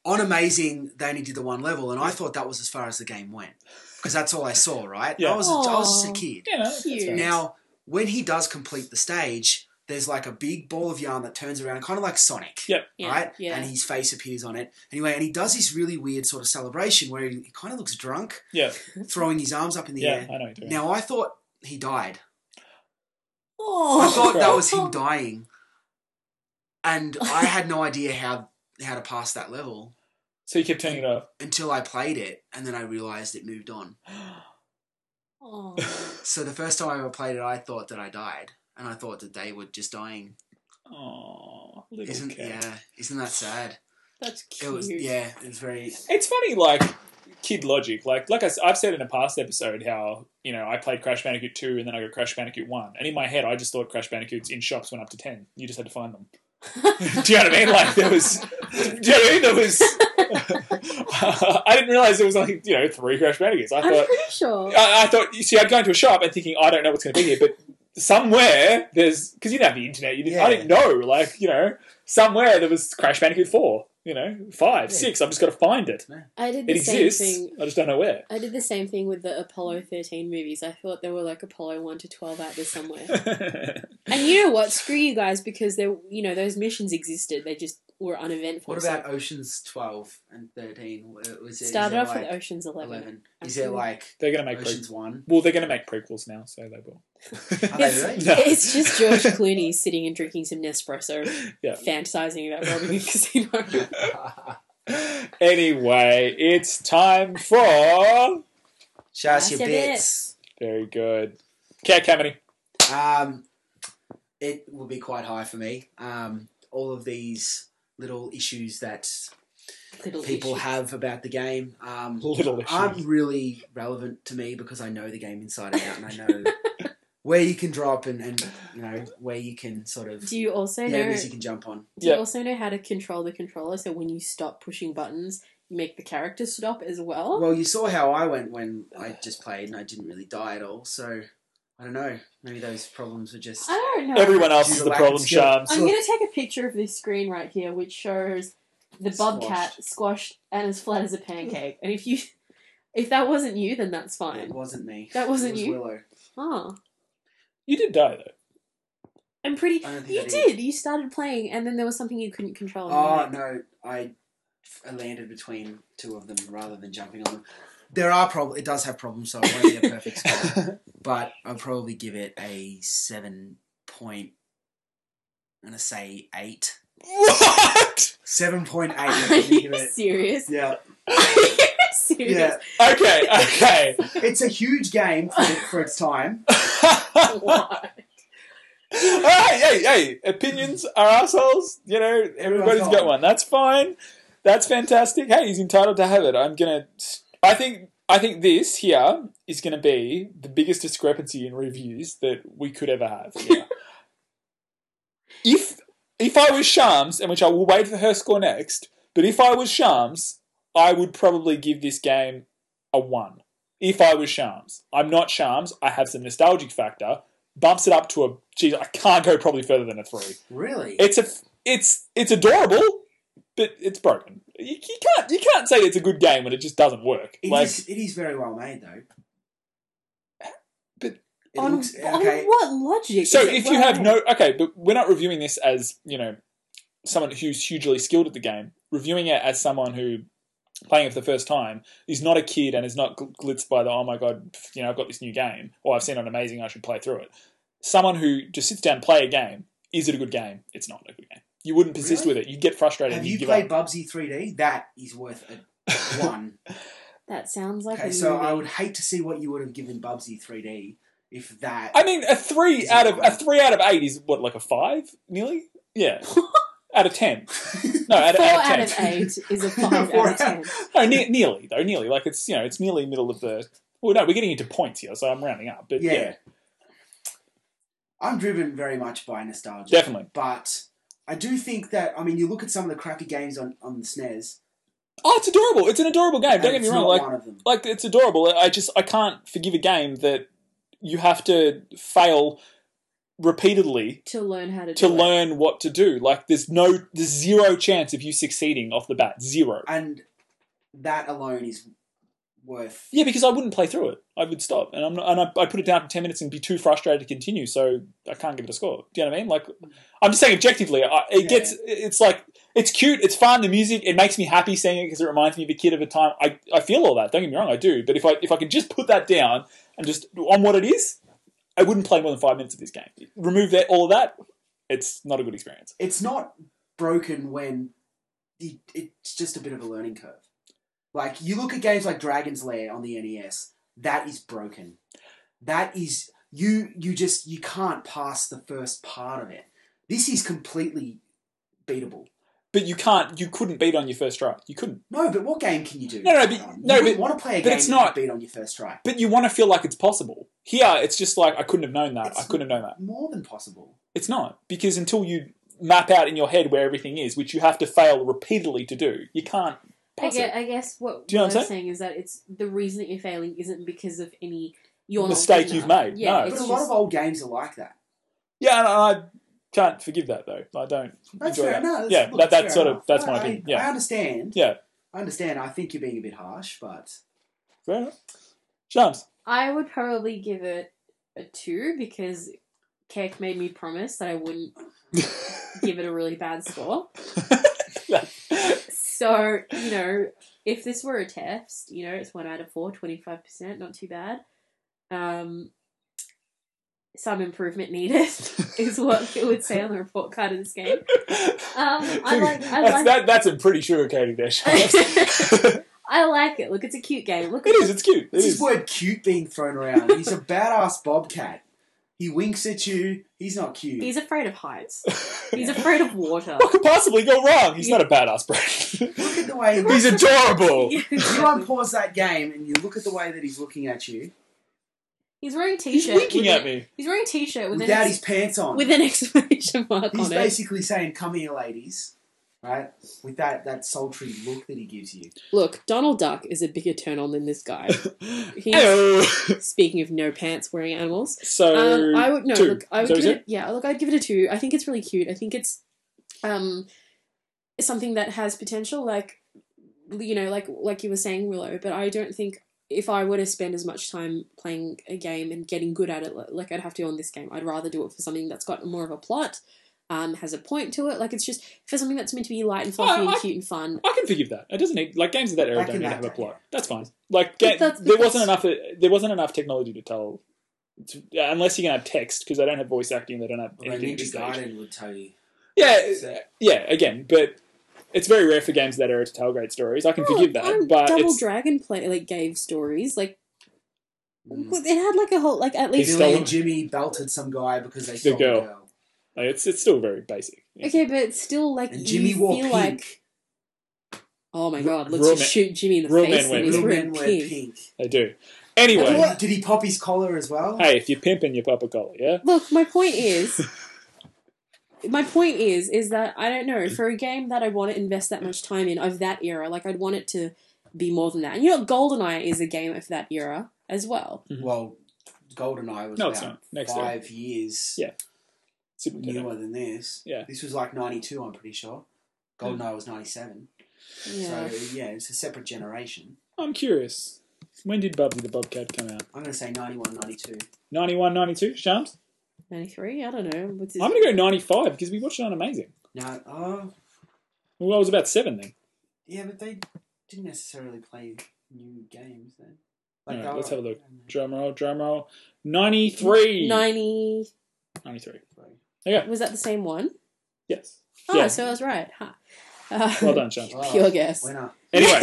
[SPEAKER 2] on Amazing, they only did the one level, and I thought that was as far as the game went because that's all I saw. Right?
[SPEAKER 1] Yeah.
[SPEAKER 2] I was a, I was just
[SPEAKER 3] Aw.
[SPEAKER 2] a kid.
[SPEAKER 1] Yeah, no, that's
[SPEAKER 3] Cute.
[SPEAKER 1] fair.
[SPEAKER 2] Now, when he does complete the stage, there's like a big ball of yarn that turns around, kind of like Sonic.
[SPEAKER 1] Yep.
[SPEAKER 3] Yeah,
[SPEAKER 2] Right?
[SPEAKER 3] yeah.
[SPEAKER 2] And his face appears on it. Anyway, and he does this really weird sort of celebration where he, he kind of looks drunk,
[SPEAKER 1] yeah,
[SPEAKER 2] throwing his arms up in the
[SPEAKER 1] yeah,
[SPEAKER 2] air.
[SPEAKER 1] I know. What you're doing.
[SPEAKER 2] Now, I thought he died.
[SPEAKER 3] Oh,
[SPEAKER 2] I thought that was
[SPEAKER 3] him.
[SPEAKER 2] him dying. And I had no idea how, how to pass that level
[SPEAKER 1] so you kept turning it off.
[SPEAKER 2] until I played it, and then I realized it moved on.
[SPEAKER 3] Oh.
[SPEAKER 2] So the first time I ever played it, I thought that I died. And I thought that they were just dying.
[SPEAKER 1] Oh, little
[SPEAKER 2] Isn't
[SPEAKER 1] cat.
[SPEAKER 2] yeah? Isn't that sad?
[SPEAKER 3] That's cute.
[SPEAKER 2] It was yeah, it was very
[SPEAKER 1] It's funny, like kid logic. Like, like I, have said in a past episode, how you know I played Crash Bandicoot two, and then I got Crash Bandicoot one, and in my head, I just thought Crash Bandicoots in shops went up to ten. You just had to find them. do you know what I mean? Like there was, do you know what I mean? There was. I didn't realize there was only you know three Crash Bandicoots. I
[SPEAKER 3] I'm
[SPEAKER 1] thought,
[SPEAKER 3] pretty sure.
[SPEAKER 1] I, I thought. You see, I'd go into a shop and thinking, I don't know what's going to be here, but somewhere there's because you didn't have the internet. You didn't. I
[SPEAKER 2] Yeah.
[SPEAKER 1] didn't know. Like you know, somewhere there was Crash Bandicoot four. You know, five,
[SPEAKER 2] Yeah.
[SPEAKER 1] six. I've just got to find it.
[SPEAKER 3] I did the
[SPEAKER 1] It
[SPEAKER 3] same
[SPEAKER 1] exists.
[SPEAKER 3] thing.
[SPEAKER 1] I just don't know where.
[SPEAKER 3] I did the same thing with the Apollo 13 movies. I thought there were like Apollo 1 to 12 out there somewhere. And you know what? Screw you guys because they, you know, those missions existed. They just were uneventful.
[SPEAKER 2] What about Oceans twelve and thirteen? Was it,
[SPEAKER 3] So
[SPEAKER 2] is
[SPEAKER 3] started
[SPEAKER 2] it
[SPEAKER 3] off
[SPEAKER 2] like
[SPEAKER 3] with Ocean's Eleven?
[SPEAKER 2] eleven?
[SPEAKER 3] I
[SPEAKER 2] Is it
[SPEAKER 3] feel-
[SPEAKER 2] like
[SPEAKER 1] they're going to make prequels.
[SPEAKER 2] Oceans one?
[SPEAKER 1] Well, they're going to make prequels now, so they will.
[SPEAKER 2] Are
[SPEAKER 3] It's,
[SPEAKER 2] they really?
[SPEAKER 1] No.
[SPEAKER 3] it's just George Clooney sitting and drinking some Nespresso,
[SPEAKER 1] Yeah.
[SPEAKER 3] fantasizing about robbing a casino.
[SPEAKER 1] Anyway, it's time for
[SPEAKER 2] Show us
[SPEAKER 3] That's
[SPEAKER 2] your
[SPEAKER 3] your
[SPEAKER 2] bits.
[SPEAKER 1] very good. Cat Comedy.
[SPEAKER 2] Um, it will be quite high for me. Um, all of these little issues that
[SPEAKER 3] Little
[SPEAKER 2] people
[SPEAKER 3] issue.
[SPEAKER 2] have about the game. Um,
[SPEAKER 1] Little issues.
[SPEAKER 2] aren't really relevant to me because I know the game inside and out, and I know where you can drop and, and you know where you can sort of
[SPEAKER 3] Do you also
[SPEAKER 2] the
[SPEAKER 3] know?
[SPEAKER 2] areas you can jump on.
[SPEAKER 3] Do you
[SPEAKER 1] Yeah.
[SPEAKER 3] also know how to control the controller? So when you stop pushing buttons, make the character stop as well.
[SPEAKER 2] Well, you saw how I went when I just played and I didn't really die at all. So I don't know. Maybe those problems were just.
[SPEAKER 3] I don't know.
[SPEAKER 1] Everyone else
[SPEAKER 2] Due
[SPEAKER 1] is
[SPEAKER 2] to
[SPEAKER 1] the
[SPEAKER 2] lack of
[SPEAKER 1] problem,
[SPEAKER 2] skill.
[SPEAKER 1] Shams.
[SPEAKER 3] I'm going to take a picture of this screen right here, which shows the bobcat squashed, and as flat as a pancake. And if you, if that wasn't you, then that's
[SPEAKER 2] It
[SPEAKER 3] fine.
[SPEAKER 2] wasn't me.
[SPEAKER 3] That wasn't
[SPEAKER 2] It was
[SPEAKER 3] you?
[SPEAKER 2] Willow.
[SPEAKER 3] Oh,
[SPEAKER 1] You did die though.
[SPEAKER 3] I'm pretty.
[SPEAKER 2] I don't think
[SPEAKER 3] You
[SPEAKER 2] I
[SPEAKER 3] did. You started playing, and then there was something you couldn't control.
[SPEAKER 2] Oh no, I, I landed between two of them rather than jumping on them. There are problems. It does have problems, so it won't be a perfect score. But I'll probably give it a seven point. I'm gonna say eight.
[SPEAKER 1] what?
[SPEAKER 2] Seven point eight. I'm
[SPEAKER 3] Are
[SPEAKER 2] gonna give
[SPEAKER 3] you
[SPEAKER 2] it-
[SPEAKER 3] serious?
[SPEAKER 2] Yeah,
[SPEAKER 3] Are you serious?
[SPEAKER 2] yeah.
[SPEAKER 1] Okay, okay.
[SPEAKER 2] It's a huge game for, for its time.
[SPEAKER 3] Why?
[SPEAKER 1] hey, hey, hey! Opinions are assholes. You know, everybody's
[SPEAKER 2] got
[SPEAKER 1] got
[SPEAKER 2] one.
[SPEAKER 1] one. That's fine. That's fantastic. Hey, he's entitled to have it. I'm gonna. I think. I think this here is going to be the biggest discrepancy in reviews that we could ever have. Here. if if I was Shams, and which I will wait for her score next, but if I was Shams, I would probably give this game a one. If I was Shams, I'm not Shams. I have some nostalgic factor. Bumps it up to a geez. I can't go probably further than a three.
[SPEAKER 2] Really?
[SPEAKER 1] It's a it's it's adorable, but it's broken. You, you can't you can't say it's a good game when it just doesn't work.
[SPEAKER 2] It
[SPEAKER 1] like
[SPEAKER 2] is- it is very well made though.
[SPEAKER 1] But-
[SPEAKER 2] it
[SPEAKER 3] on,
[SPEAKER 2] looks
[SPEAKER 3] on
[SPEAKER 2] okay.
[SPEAKER 3] what logic?
[SPEAKER 1] so
[SPEAKER 3] is it
[SPEAKER 1] if you
[SPEAKER 3] well
[SPEAKER 1] have
[SPEAKER 3] made?
[SPEAKER 1] no okay, but we're not reviewing this as you know someone who's hugely skilled at the game. Reviewing it as someone who playing it for the first time is not a kid and is not gl- glitzed by the oh my god you know I've got this new game or I've seen it amazing I should play through it. Someone who just sits down and play a game is it a good game? It's not a good game. You wouldn't persist
[SPEAKER 2] Really?
[SPEAKER 1] with it. You get frustrated.
[SPEAKER 2] Have
[SPEAKER 1] and you,
[SPEAKER 2] you
[SPEAKER 1] give
[SPEAKER 2] played
[SPEAKER 1] up.
[SPEAKER 2] Bubsy 3D? That is worth a one.
[SPEAKER 3] That sounds like
[SPEAKER 2] Okay,
[SPEAKER 3] a
[SPEAKER 2] so
[SPEAKER 3] movie.
[SPEAKER 2] I would hate to see what you would have given Bubsy 3D if that.
[SPEAKER 1] I mean, a three
[SPEAKER 2] Is it
[SPEAKER 1] out of a
[SPEAKER 2] fine?
[SPEAKER 1] three out of eight is what like a five, nearly. Yeah, out of ten. No, out,
[SPEAKER 3] Four
[SPEAKER 1] out of
[SPEAKER 3] out
[SPEAKER 1] ten.
[SPEAKER 3] of eight is a five
[SPEAKER 2] Four
[SPEAKER 3] out of ten.
[SPEAKER 1] no, ne- nearly though. Nearly, like it's you know, it's nearly middle of the. Well, no, we're getting into points here, so I'm rounding up. But
[SPEAKER 2] yeah.
[SPEAKER 1] yeah,
[SPEAKER 2] I'm driven very much by nostalgia.
[SPEAKER 1] Definitely.
[SPEAKER 2] But I do think that, I mean, you look at some of the crappy games on, on the SNES.
[SPEAKER 1] oh, it's adorable. It's an adorable game.
[SPEAKER 2] and
[SPEAKER 1] Don't get me
[SPEAKER 2] it's
[SPEAKER 1] wrong.
[SPEAKER 2] not
[SPEAKER 1] Like,
[SPEAKER 2] one of them.
[SPEAKER 1] like it's adorable. I just I can't forgive a game that you have to fail repeatedly
[SPEAKER 3] To learn how to
[SPEAKER 1] to
[SPEAKER 3] do it.
[SPEAKER 1] learn what to do. Like, there's no, there's zero chance of you succeeding off the bat. Zero.
[SPEAKER 2] And that alone is worth.
[SPEAKER 1] Yeah, because I wouldn't play through it. I would stop, and I'm not, and I, I put it down for ten minutes and be too frustrated to continue. So I can't give it a score. Do you know what I mean? Like, I'm just saying objectively, I, it
[SPEAKER 2] Yeah.
[SPEAKER 1] gets. It's like it's cute, it's fun. The music it makes me happy seeing it because it reminds me of a kid of a time. I, I feel all that. Don't get me wrong, I do. But if I if I could just put that down and just on what it is, I wouldn't play more than five minutes of this game. Remove that all of that, it's not a good experience.
[SPEAKER 2] It's not broken when the, it's just a bit of a learning curve. Like, you look at games like Dragon's Lair on the NES, that is broken. That is. You, you just you can't pass the first part of it. This is completely beatable.
[SPEAKER 1] But you can't. You couldn't beat on your first try. You couldn't.
[SPEAKER 2] No, but what game can you do?
[SPEAKER 1] No, no, but-
[SPEAKER 2] Um,
[SPEAKER 1] no,
[SPEAKER 2] you wouldn't
[SPEAKER 1] but-
[SPEAKER 2] want to play a
[SPEAKER 1] but
[SPEAKER 2] game
[SPEAKER 1] it's
[SPEAKER 2] that
[SPEAKER 1] not-
[SPEAKER 2] you beat on your first try.
[SPEAKER 1] But you want to feel like it's possible. Here, it's just like I couldn't have known that. I
[SPEAKER 2] It's-
[SPEAKER 1] couldn't have known that.
[SPEAKER 2] More than possible.
[SPEAKER 1] It's not because until you map out in your head where everything is, which you have to fail repeatedly to do, you can't
[SPEAKER 3] I
[SPEAKER 1] pass
[SPEAKER 3] guess,
[SPEAKER 1] it.
[SPEAKER 3] I guess what,
[SPEAKER 1] Do you know
[SPEAKER 3] what
[SPEAKER 1] what I'm
[SPEAKER 3] I'm saying is that it's the reason that you're failing isn't because of any you're not
[SPEAKER 1] Mistake
[SPEAKER 3] good
[SPEAKER 1] you've
[SPEAKER 3] enough.
[SPEAKER 1] made,
[SPEAKER 3] Yeah,
[SPEAKER 1] no.
[SPEAKER 2] But
[SPEAKER 3] it's
[SPEAKER 2] a lot
[SPEAKER 3] just-
[SPEAKER 2] of old games are like that.
[SPEAKER 1] Yeah, and I can't forgive that though. I don't
[SPEAKER 2] That's
[SPEAKER 1] enjoy
[SPEAKER 2] fair
[SPEAKER 1] that.
[SPEAKER 2] enough.
[SPEAKER 1] yeah,
[SPEAKER 2] Look,
[SPEAKER 1] that, that's
[SPEAKER 2] fair
[SPEAKER 1] sort
[SPEAKER 2] enough.
[SPEAKER 1] of that's
[SPEAKER 2] No,
[SPEAKER 1] my
[SPEAKER 2] I-
[SPEAKER 1] opinion.
[SPEAKER 2] I
[SPEAKER 1] Yeah,
[SPEAKER 2] understand.
[SPEAKER 1] Yeah.
[SPEAKER 2] I understand. I think you're being a bit harsh, but
[SPEAKER 1] fair enough. Shams,
[SPEAKER 3] I would probably give it a two because Keck made me promise that I wouldn't give it a really bad score. So, you know, if this were a test, you know, it's one out of four, 25%, not too bad. Um, some improvement needed is what it would say on the report card of this game. Um, I like- I
[SPEAKER 1] that's,
[SPEAKER 3] like-
[SPEAKER 1] that, that's a pretty sugarcoating there, Shams. it
[SPEAKER 3] I like it. Look, it's a cute game. Look,
[SPEAKER 1] is. It's cute. It
[SPEAKER 2] this is
[SPEAKER 1] is.
[SPEAKER 2] word cute being thrown around. He's a badass bobcat. He winks at you. He's not cute.
[SPEAKER 3] he's afraid of heights. He's afraid of water.
[SPEAKER 1] What could possibly go wrong? He's not a badass, bro.
[SPEAKER 2] look at the way he
[SPEAKER 1] He's
[SPEAKER 2] looks.
[SPEAKER 1] adorable.
[SPEAKER 2] you unpause that game and you look at the way that he's looking at you
[SPEAKER 3] He's wearing a t-shirt.
[SPEAKER 1] He's winking
[SPEAKER 3] with
[SPEAKER 1] at
[SPEAKER 3] an-
[SPEAKER 1] me.
[SPEAKER 3] He's wearing a t-shirt with an
[SPEAKER 2] without
[SPEAKER 3] ex-
[SPEAKER 2] his pants on.
[SPEAKER 3] with an exclamation mark
[SPEAKER 2] he's
[SPEAKER 3] on it.
[SPEAKER 2] basically saying, "Come here, ladies." right? With that that sultry look that he gives you.
[SPEAKER 3] Look, Donald Duck is a bigger turn on than this guy. He's-
[SPEAKER 1] Ayo.
[SPEAKER 3] Speaking of no pants wearing animals,
[SPEAKER 1] so
[SPEAKER 3] Um, I would no
[SPEAKER 1] two.
[SPEAKER 3] look. I would
[SPEAKER 1] So
[SPEAKER 3] give
[SPEAKER 1] is
[SPEAKER 3] it, yeah. Look, I'd give it a two. I think it's really cute. I think it's um something that has potential. Like you know, like like you were saying, Willow. But I don't think if I were to spend as much time playing a game and getting good at it, li- like I'd have to on this game. I'd rather do it for something that's got more of a plot. Um, has a point to it. Like it's just for something that's meant to be light and
[SPEAKER 1] Oh,
[SPEAKER 3] fluffy and
[SPEAKER 1] I-
[SPEAKER 3] cute and fun.
[SPEAKER 1] I can forgive that. It doesn't need like games of that era
[SPEAKER 2] Back
[SPEAKER 1] don't
[SPEAKER 2] in
[SPEAKER 1] need to
[SPEAKER 2] that
[SPEAKER 1] have a
[SPEAKER 2] day.
[SPEAKER 1] plot. That's fine. Like ga-
[SPEAKER 3] that's
[SPEAKER 1] there
[SPEAKER 3] because-
[SPEAKER 1] wasn't enough. uh, There wasn't enough technology to tell. to- unless you're gonna have text because they don't have voice acting. They don't have
[SPEAKER 2] Well,
[SPEAKER 1] anything. at this
[SPEAKER 2] Ninja
[SPEAKER 1] stage.
[SPEAKER 2] Garden would tell you.
[SPEAKER 1] Yeah,
[SPEAKER 2] So-
[SPEAKER 1] yeah. Again, but it's very rare for games of that era to tell great stories. I can forgive that,
[SPEAKER 3] Oh,
[SPEAKER 1] but
[SPEAKER 3] Double
[SPEAKER 1] it's
[SPEAKER 3] Dragon play like gave stories like
[SPEAKER 2] Mm.
[SPEAKER 3] it had like a whole like at
[SPEAKER 1] He
[SPEAKER 3] least
[SPEAKER 1] stole
[SPEAKER 2] Billy and Jimmy belted some guy because they stole the
[SPEAKER 1] girl.
[SPEAKER 2] girl.
[SPEAKER 1] like, it's it's still very basic.
[SPEAKER 3] Okay, but still, like
[SPEAKER 2] And Jimmy
[SPEAKER 3] you
[SPEAKER 2] wore pink.
[SPEAKER 3] feel like, oh my god, let's
[SPEAKER 1] Real
[SPEAKER 3] just
[SPEAKER 1] men-
[SPEAKER 3] shoot Jimmy in the
[SPEAKER 1] real
[SPEAKER 3] face.
[SPEAKER 1] men
[SPEAKER 3] that
[SPEAKER 1] wear
[SPEAKER 3] he's
[SPEAKER 2] Little
[SPEAKER 3] wearing
[SPEAKER 2] men wear
[SPEAKER 3] pink.
[SPEAKER 2] pink.
[SPEAKER 1] They do.
[SPEAKER 2] Did
[SPEAKER 1] Anyway,
[SPEAKER 2] he, did he pop his collar as well?
[SPEAKER 1] hey, if you're pimping, you pop a collar, yeah.
[SPEAKER 3] Look, my point is, my point is, is that I don't know for a game that I want to invest that much time in of that era. Like I'd want it to be more than that. And you know, GoldenEye is a game of that era as well.
[SPEAKER 2] Well, GoldenEye was
[SPEAKER 1] Mm-hmm. No, it's
[SPEAKER 2] about
[SPEAKER 1] not. Next era.
[SPEAKER 2] five years
[SPEAKER 1] Yeah. Super Nintendo.
[SPEAKER 2] newer than this.
[SPEAKER 1] Yeah. Hmm.
[SPEAKER 2] This was like 92, I'm pretty sure. GoldenEye was 97.
[SPEAKER 3] Yeah.
[SPEAKER 2] So, yeah, it's a separate generation.
[SPEAKER 1] I'm curious. When did Bubsy the Bobcat come out?
[SPEAKER 2] I'm going to say 91, 92.
[SPEAKER 1] 91, 92? Shams?
[SPEAKER 3] Ninety three. I don't know. What's his-
[SPEAKER 1] I'm going to go 95 because we watched it on Amazing.
[SPEAKER 2] No, oh,
[SPEAKER 1] Well, I was about seven then.
[SPEAKER 2] yeah, but they didn't necessarily play new games then.
[SPEAKER 1] Alright,
[SPEAKER 2] they
[SPEAKER 1] let's
[SPEAKER 2] were-
[SPEAKER 1] have a look. Drum roll, drum roll. 93.
[SPEAKER 3] 90
[SPEAKER 1] 93.
[SPEAKER 3] was that the same one?
[SPEAKER 1] Yes.
[SPEAKER 3] Oh,
[SPEAKER 1] Yeah.
[SPEAKER 3] so I was right. Huh. Uh,
[SPEAKER 1] Well done, Shams.
[SPEAKER 2] Wow.
[SPEAKER 3] Pure guess.
[SPEAKER 2] oh, Winner.
[SPEAKER 1] Anyway,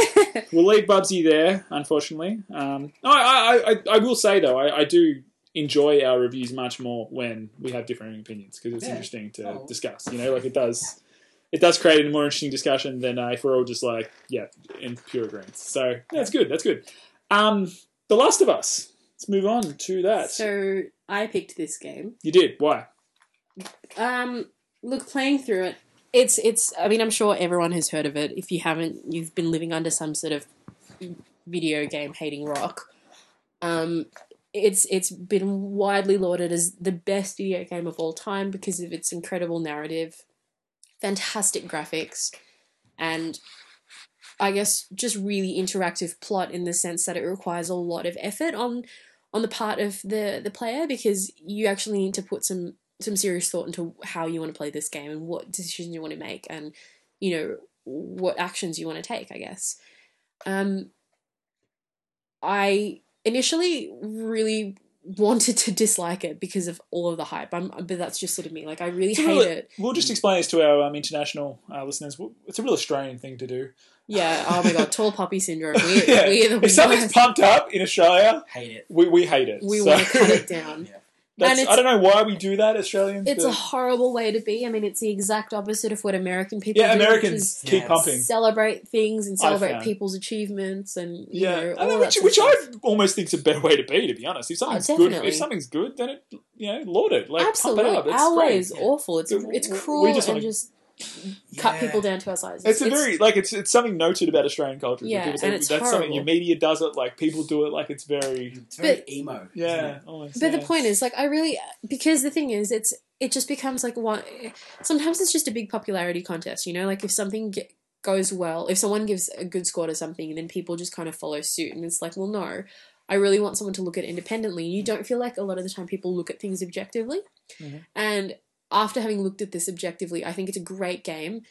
[SPEAKER 1] we'll leave Bubsy there, unfortunately. Um, no, I, I, I, I will say, though, I, I do enjoy our reviews much more when we have differing opinions because it's
[SPEAKER 2] Yeah.
[SPEAKER 1] interesting to
[SPEAKER 2] Oh.
[SPEAKER 1] discuss. You know, like it does. It does create a more interesting discussion than uh, if we're all just like, yeah, in pure agreement. So that's good. That's good. Um, the Last of Us. Let's move on to that.
[SPEAKER 3] So I picked this game.
[SPEAKER 1] you did. Why?
[SPEAKER 3] Um, look, playing through it, it's it's. I mean, I'm sure everyone has heard of it. If you haven't, you've been living under some sort of video game hating rock. Um, it's it's been widely lauded as the best video game of all time because of its incredible narrative, fantastic graphics, and I guess just really interactive plot in the sense that it requires a lot of effort on on the part of the the player because you actually need to put some some serious thought into how you want to play this game and what decisions you want to make and you know what actions you want to take i guess um i initially really wanted to dislike it because of all of the hype I'm, but that's just sort of me like i really
[SPEAKER 1] It's a
[SPEAKER 3] hate
[SPEAKER 1] really-
[SPEAKER 3] it
[SPEAKER 1] We'll just explain this to our um, international uh, listeners. It's a real Australian thing to do.
[SPEAKER 3] yeah oh my god tall puppy syndrome we're,
[SPEAKER 1] Yeah.
[SPEAKER 3] we're the
[SPEAKER 1] If something's
[SPEAKER 3] worst.
[SPEAKER 1] pumped up in Australia,
[SPEAKER 2] Hate it.
[SPEAKER 1] we, we hate it.
[SPEAKER 3] we
[SPEAKER 1] So-
[SPEAKER 3] want to cut it down
[SPEAKER 1] That's,
[SPEAKER 3] And
[SPEAKER 1] I don't know why we do that, Australians.
[SPEAKER 3] it's
[SPEAKER 1] but-
[SPEAKER 3] a horrible way to be i mean it's the exact opposite of what american people
[SPEAKER 1] yeah,
[SPEAKER 3] do, which is-
[SPEAKER 1] Americans
[SPEAKER 2] is-
[SPEAKER 1] keep
[SPEAKER 2] yeah.
[SPEAKER 1] pumping.
[SPEAKER 3] celebrate things and
[SPEAKER 1] I
[SPEAKER 3] celebrate
[SPEAKER 1] found.
[SPEAKER 3] people's achievements and you
[SPEAKER 1] Yeah,
[SPEAKER 3] know,
[SPEAKER 1] I
[SPEAKER 3] all
[SPEAKER 1] mean, which,
[SPEAKER 3] that sort of
[SPEAKER 1] which I
[SPEAKER 3] stuff. Oh,
[SPEAKER 1] almost think is a better way to be, to be honest. If something's good,
[SPEAKER 3] definitely.
[SPEAKER 1] if something's good, then it you know laud it, like
[SPEAKER 3] absolutely
[SPEAKER 1] pump it up. It's
[SPEAKER 3] our way
[SPEAKER 1] great.
[SPEAKER 3] is awful. It's
[SPEAKER 1] We-
[SPEAKER 3] it's
[SPEAKER 1] we- we
[SPEAKER 3] cruel
[SPEAKER 1] just
[SPEAKER 3] and
[SPEAKER 1] wanna-
[SPEAKER 3] just cut
[SPEAKER 2] Yeah.
[SPEAKER 3] people down to our sizes.
[SPEAKER 1] It's a very like it's it's something noted about Australian culture. that
[SPEAKER 3] Yeah,
[SPEAKER 1] people say
[SPEAKER 3] and it's
[SPEAKER 1] that's something your
[SPEAKER 3] horrible.
[SPEAKER 1] media does it. Like people do it. Like it's very
[SPEAKER 2] It's very
[SPEAKER 3] But-
[SPEAKER 2] emo. isn't
[SPEAKER 1] yeah.
[SPEAKER 2] it?
[SPEAKER 1] almost,
[SPEAKER 3] But
[SPEAKER 1] yeah.
[SPEAKER 3] the point is, like, I really because the thing is, it's it just becomes like one. Sometimes it's just a big popularity contest, you know. Like if something ge- goes well, if someone gives a good score to something, then people just kind of follow suit, and it's like, well, no, I really want someone to look at it independently. You don't feel like a lot of the time people look at things objectively,
[SPEAKER 1] Mhm.
[SPEAKER 3] and after having looked at this objectively, I think it's a great game.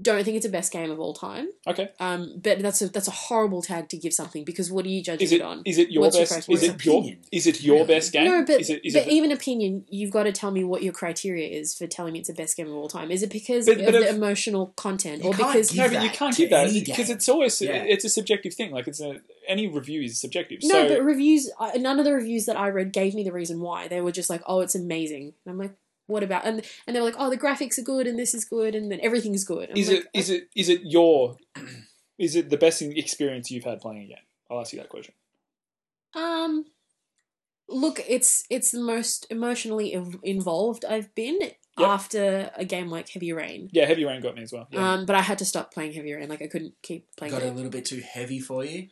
[SPEAKER 3] Don't think it's the best game of all time,
[SPEAKER 1] okay.
[SPEAKER 3] um, but that's a that's a horrible tag to give something because what are you judging
[SPEAKER 1] Is
[SPEAKER 3] it,
[SPEAKER 1] it
[SPEAKER 3] on?
[SPEAKER 1] is it your
[SPEAKER 3] What's your
[SPEAKER 1] best?
[SPEAKER 3] first
[SPEAKER 1] Is
[SPEAKER 3] word?
[SPEAKER 1] it your
[SPEAKER 2] Opinion.
[SPEAKER 1] is it your
[SPEAKER 2] Really?
[SPEAKER 1] best game?
[SPEAKER 3] No, but,
[SPEAKER 1] is it, is
[SPEAKER 3] but
[SPEAKER 1] it the-
[SPEAKER 3] even opinion, you've got to tell me what your criteria is for telling me it's the best game of all time. Is it because
[SPEAKER 1] But- but
[SPEAKER 3] of the
[SPEAKER 1] if-
[SPEAKER 3] emotional content,
[SPEAKER 2] You
[SPEAKER 3] or
[SPEAKER 2] can't
[SPEAKER 3] because
[SPEAKER 2] give
[SPEAKER 1] no, but
[SPEAKER 2] that
[SPEAKER 1] you can't
[SPEAKER 2] to
[SPEAKER 1] give that
[SPEAKER 2] any
[SPEAKER 1] because
[SPEAKER 2] game.
[SPEAKER 1] it's always
[SPEAKER 2] Yeah.
[SPEAKER 1] it's a subjective thing. Like it's a any review is subjective.
[SPEAKER 3] no?
[SPEAKER 1] so
[SPEAKER 3] but reviews, I- none of the reviews that I read gave me the reason why. They were just like, "Oh, it's amazing," and I'm like, "What about?" And and they were like, "Oh, the graphics are good, and this is good, and then everything's good." I'm
[SPEAKER 1] is
[SPEAKER 3] like,
[SPEAKER 1] it is it is it your is it the best in- experience you've had playing a game? I'll ask you that question.
[SPEAKER 3] Um, look, it's it's the most emotionally ev- involved I've been.
[SPEAKER 1] Yep.
[SPEAKER 3] after a game like Heavy Rain.
[SPEAKER 1] Yeah, Heavy Rain got me as well. Yeah.
[SPEAKER 3] Um, but I had to stop playing Heavy Rain. Like I couldn't keep playing
[SPEAKER 2] Got a
[SPEAKER 3] it.
[SPEAKER 2] little bit too heavy for you.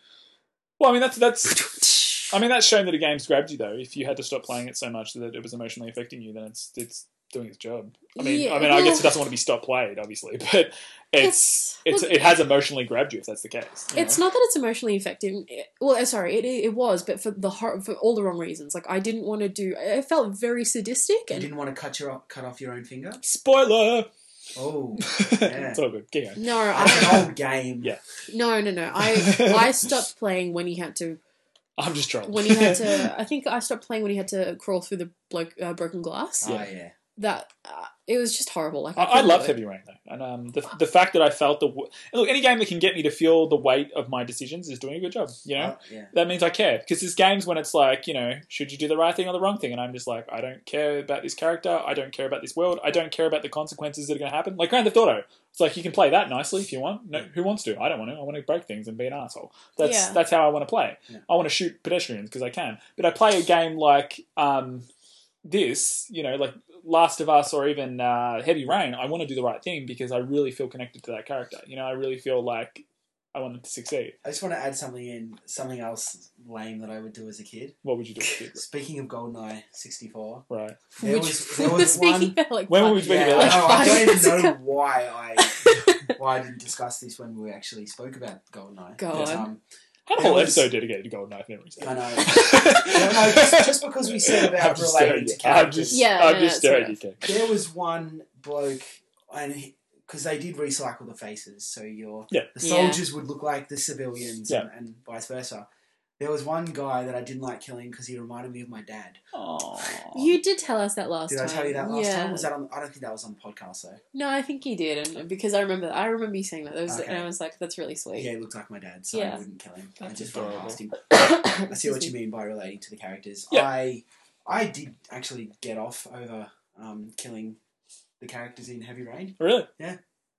[SPEAKER 1] well, I mean that's that's. I mean that's shown that a game's grabbed you though. If you had to stop playing it so much that it was emotionally affecting you, then it's it's doing its job. I mean,
[SPEAKER 3] Yeah,
[SPEAKER 1] I mean, I guess
[SPEAKER 3] well-
[SPEAKER 1] it doesn't want to be stop played, obviously, but it's
[SPEAKER 3] Yes.
[SPEAKER 1] it's
[SPEAKER 3] Look,
[SPEAKER 1] it has emotionally grabbed you if that's the case. you
[SPEAKER 3] It's
[SPEAKER 1] know?
[SPEAKER 3] not that it's emotionally effective. It- well, uh, sorry, it, it it was, but for the hor- for all the wrong reasons. Like I didn't want to do. I I felt very sadistic
[SPEAKER 2] You
[SPEAKER 3] and
[SPEAKER 2] didn't want to cut your cut off your own finger.
[SPEAKER 1] spoiler.
[SPEAKER 2] Oh,
[SPEAKER 1] it's all good. Keep going.
[SPEAKER 3] no,
[SPEAKER 2] that's
[SPEAKER 3] I
[SPEAKER 2] an old game.
[SPEAKER 1] Yeah.
[SPEAKER 3] no no no. I I stopped playing when he had to
[SPEAKER 1] I'm just trolling.
[SPEAKER 3] when he had to. I think I stopped playing when he had to crawl through the bloke, uh, broken glass.
[SPEAKER 2] Oh yeah.
[SPEAKER 3] That uh, it was just horrible. Like
[SPEAKER 1] I, I
[SPEAKER 3] couldn't
[SPEAKER 1] love
[SPEAKER 3] do it.
[SPEAKER 1] Heavy Rain though, and um, the the fact that I felt the w- and look any game that can get me to feel the weight of my decisions is doing a good job. You know,
[SPEAKER 2] Oh, yeah.
[SPEAKER 1] that means I care because there's games when it's like you know, should you do the right thing or the wrong thing, and I'm just like, I don't care about this character, I don't care about this world, I don't care about the consequences that are going to happen. Like Grand Theft Auto, it's like you can play that nicely if you want. No, who wants to? I don't want to. I want to break things and be an asshole. That's
[SPEAKER 3] Yeah.
[SPEAKER 1] that's how I want to play.
[SPEAKER 2] Yeah.
[SPEAKER 1] I want to shoot pedestrians because I can. But I play a game like um, this, you know, like Last of Us or even uh, Heavy Rain, I want to do the right thing because I really feel connected to that character. You know, I really feel like I want them to succeed.
[SPEAKER 2] I just want to add something in, something else lame that I would do as a kid.
[SPEAKER 1] What would you do with kids?
[SPEAKER 2] Speaking of GoldenEye 64,
[SPEAKER 1] Right.
[SPEAKER 2] there
[SPEAKER 3] Which-
[SPEAKER 2] was, there was
[SPEAKER 3] speaking
[SPEAKER 2] one.
[SPEAKER 3] about like
[SPEAKER 1] When were we
[SPEAKER 3] fuck,
[SPEAKER 1] speaking
[SPEAKER 2] Yeah,
[SPEAKER 1] about
[SPEAKER 2] I, know, I
[SPEAKER 3] Like five
[SPEAKER 2] don't
[SPEAKER 3] minutes
[SPEAKER 2] even know
[SPEAKER 3] ago.
[SPEAKER 2] why I why I didn't discuss this when we actually spoke about GoldenEye.
[SPEAKER 3] Go
[SPEAKER 2] But,
[SPEAKER 3] on.
[SPEAKER 2] um,
[SPEAKER 1] Had a
[SPEAKER 2] There
[SPEAKER 1] whole
[SPEAKER 2] was-
[SPEAKER 1] episode dedicated to Golden Knife memories.
[SPEAKER 2] I know. No, no, just, just because we said
[SPEAKER 1] I'm
[SPEAKER 2] about
[SPEAKER 1] just staring
[SPEAKER 2] relating to
[SPEAKER 1] at you. I'm
[SPEAKER 2] characters,
[SPEAKER 1] just,
[SPEAKER 3] Yeah,
[SPEAKER 1] I'm
[SPEAKER 3] no,
[SPEAKER 1] just
[SPEAKER 3] no,
[SPEAKER 1] staring at
[SPEAKER 3] it's
[SPEAKER 1] you. Ted.
[SPEAKER 2] there was one bloke, and because they did recycle the faces, so your
[SPEAKER 1] Yeah.
[SPEAKER 2] the
[SPEAKER 3] Yeah.
[SPEAKER 2] soldiers would look like the civilians,
[SPEAKER 1] Yeah.
[SPEAKER 2] and, and vice versa. There was one guy that I didn't like killing because he reminded me of my dad.
[SPEAKER 3] You did tell us that last
[SPEAKER 2] Did
[SPEAKER 3] time.
[SPEAKER 2] I tell you that last
[SPEAKER 3] yeah.
[SPEAKER 2] time? Was that on? I don't think that was on the podcast though.
[SPEAKER 3] No, I think you did, and because I remember, I remember you saying that, that was,
[SPEAKER 2] Okay.
[SPEAKER 3] and I was like, "That's really sweet."
[SPEAKER 2] Yeah, he looked like my dad, so I
[SPEAKER 3] Yeah.
[SPEAKER 2] wouldn't kill him. I
[SPEAKER 1] That's
[SPEAKER 2] just ran
[SPEAKER 1] adorable.
[SPEAKER 2] past him. I see
[SPEAKER 3] Excuse
[SPEAKER 2] what
[SPEAKER 3] me.
[SPEAKER 2] you mean by relating to the characters.
[SPEAKER 1] Yeah.
[SPEAKER 2] I I did actually get off over um, killing the characters in Heavy Rain.
[SPEAKER 1] Really?
[SPEAKER 2] Yeah.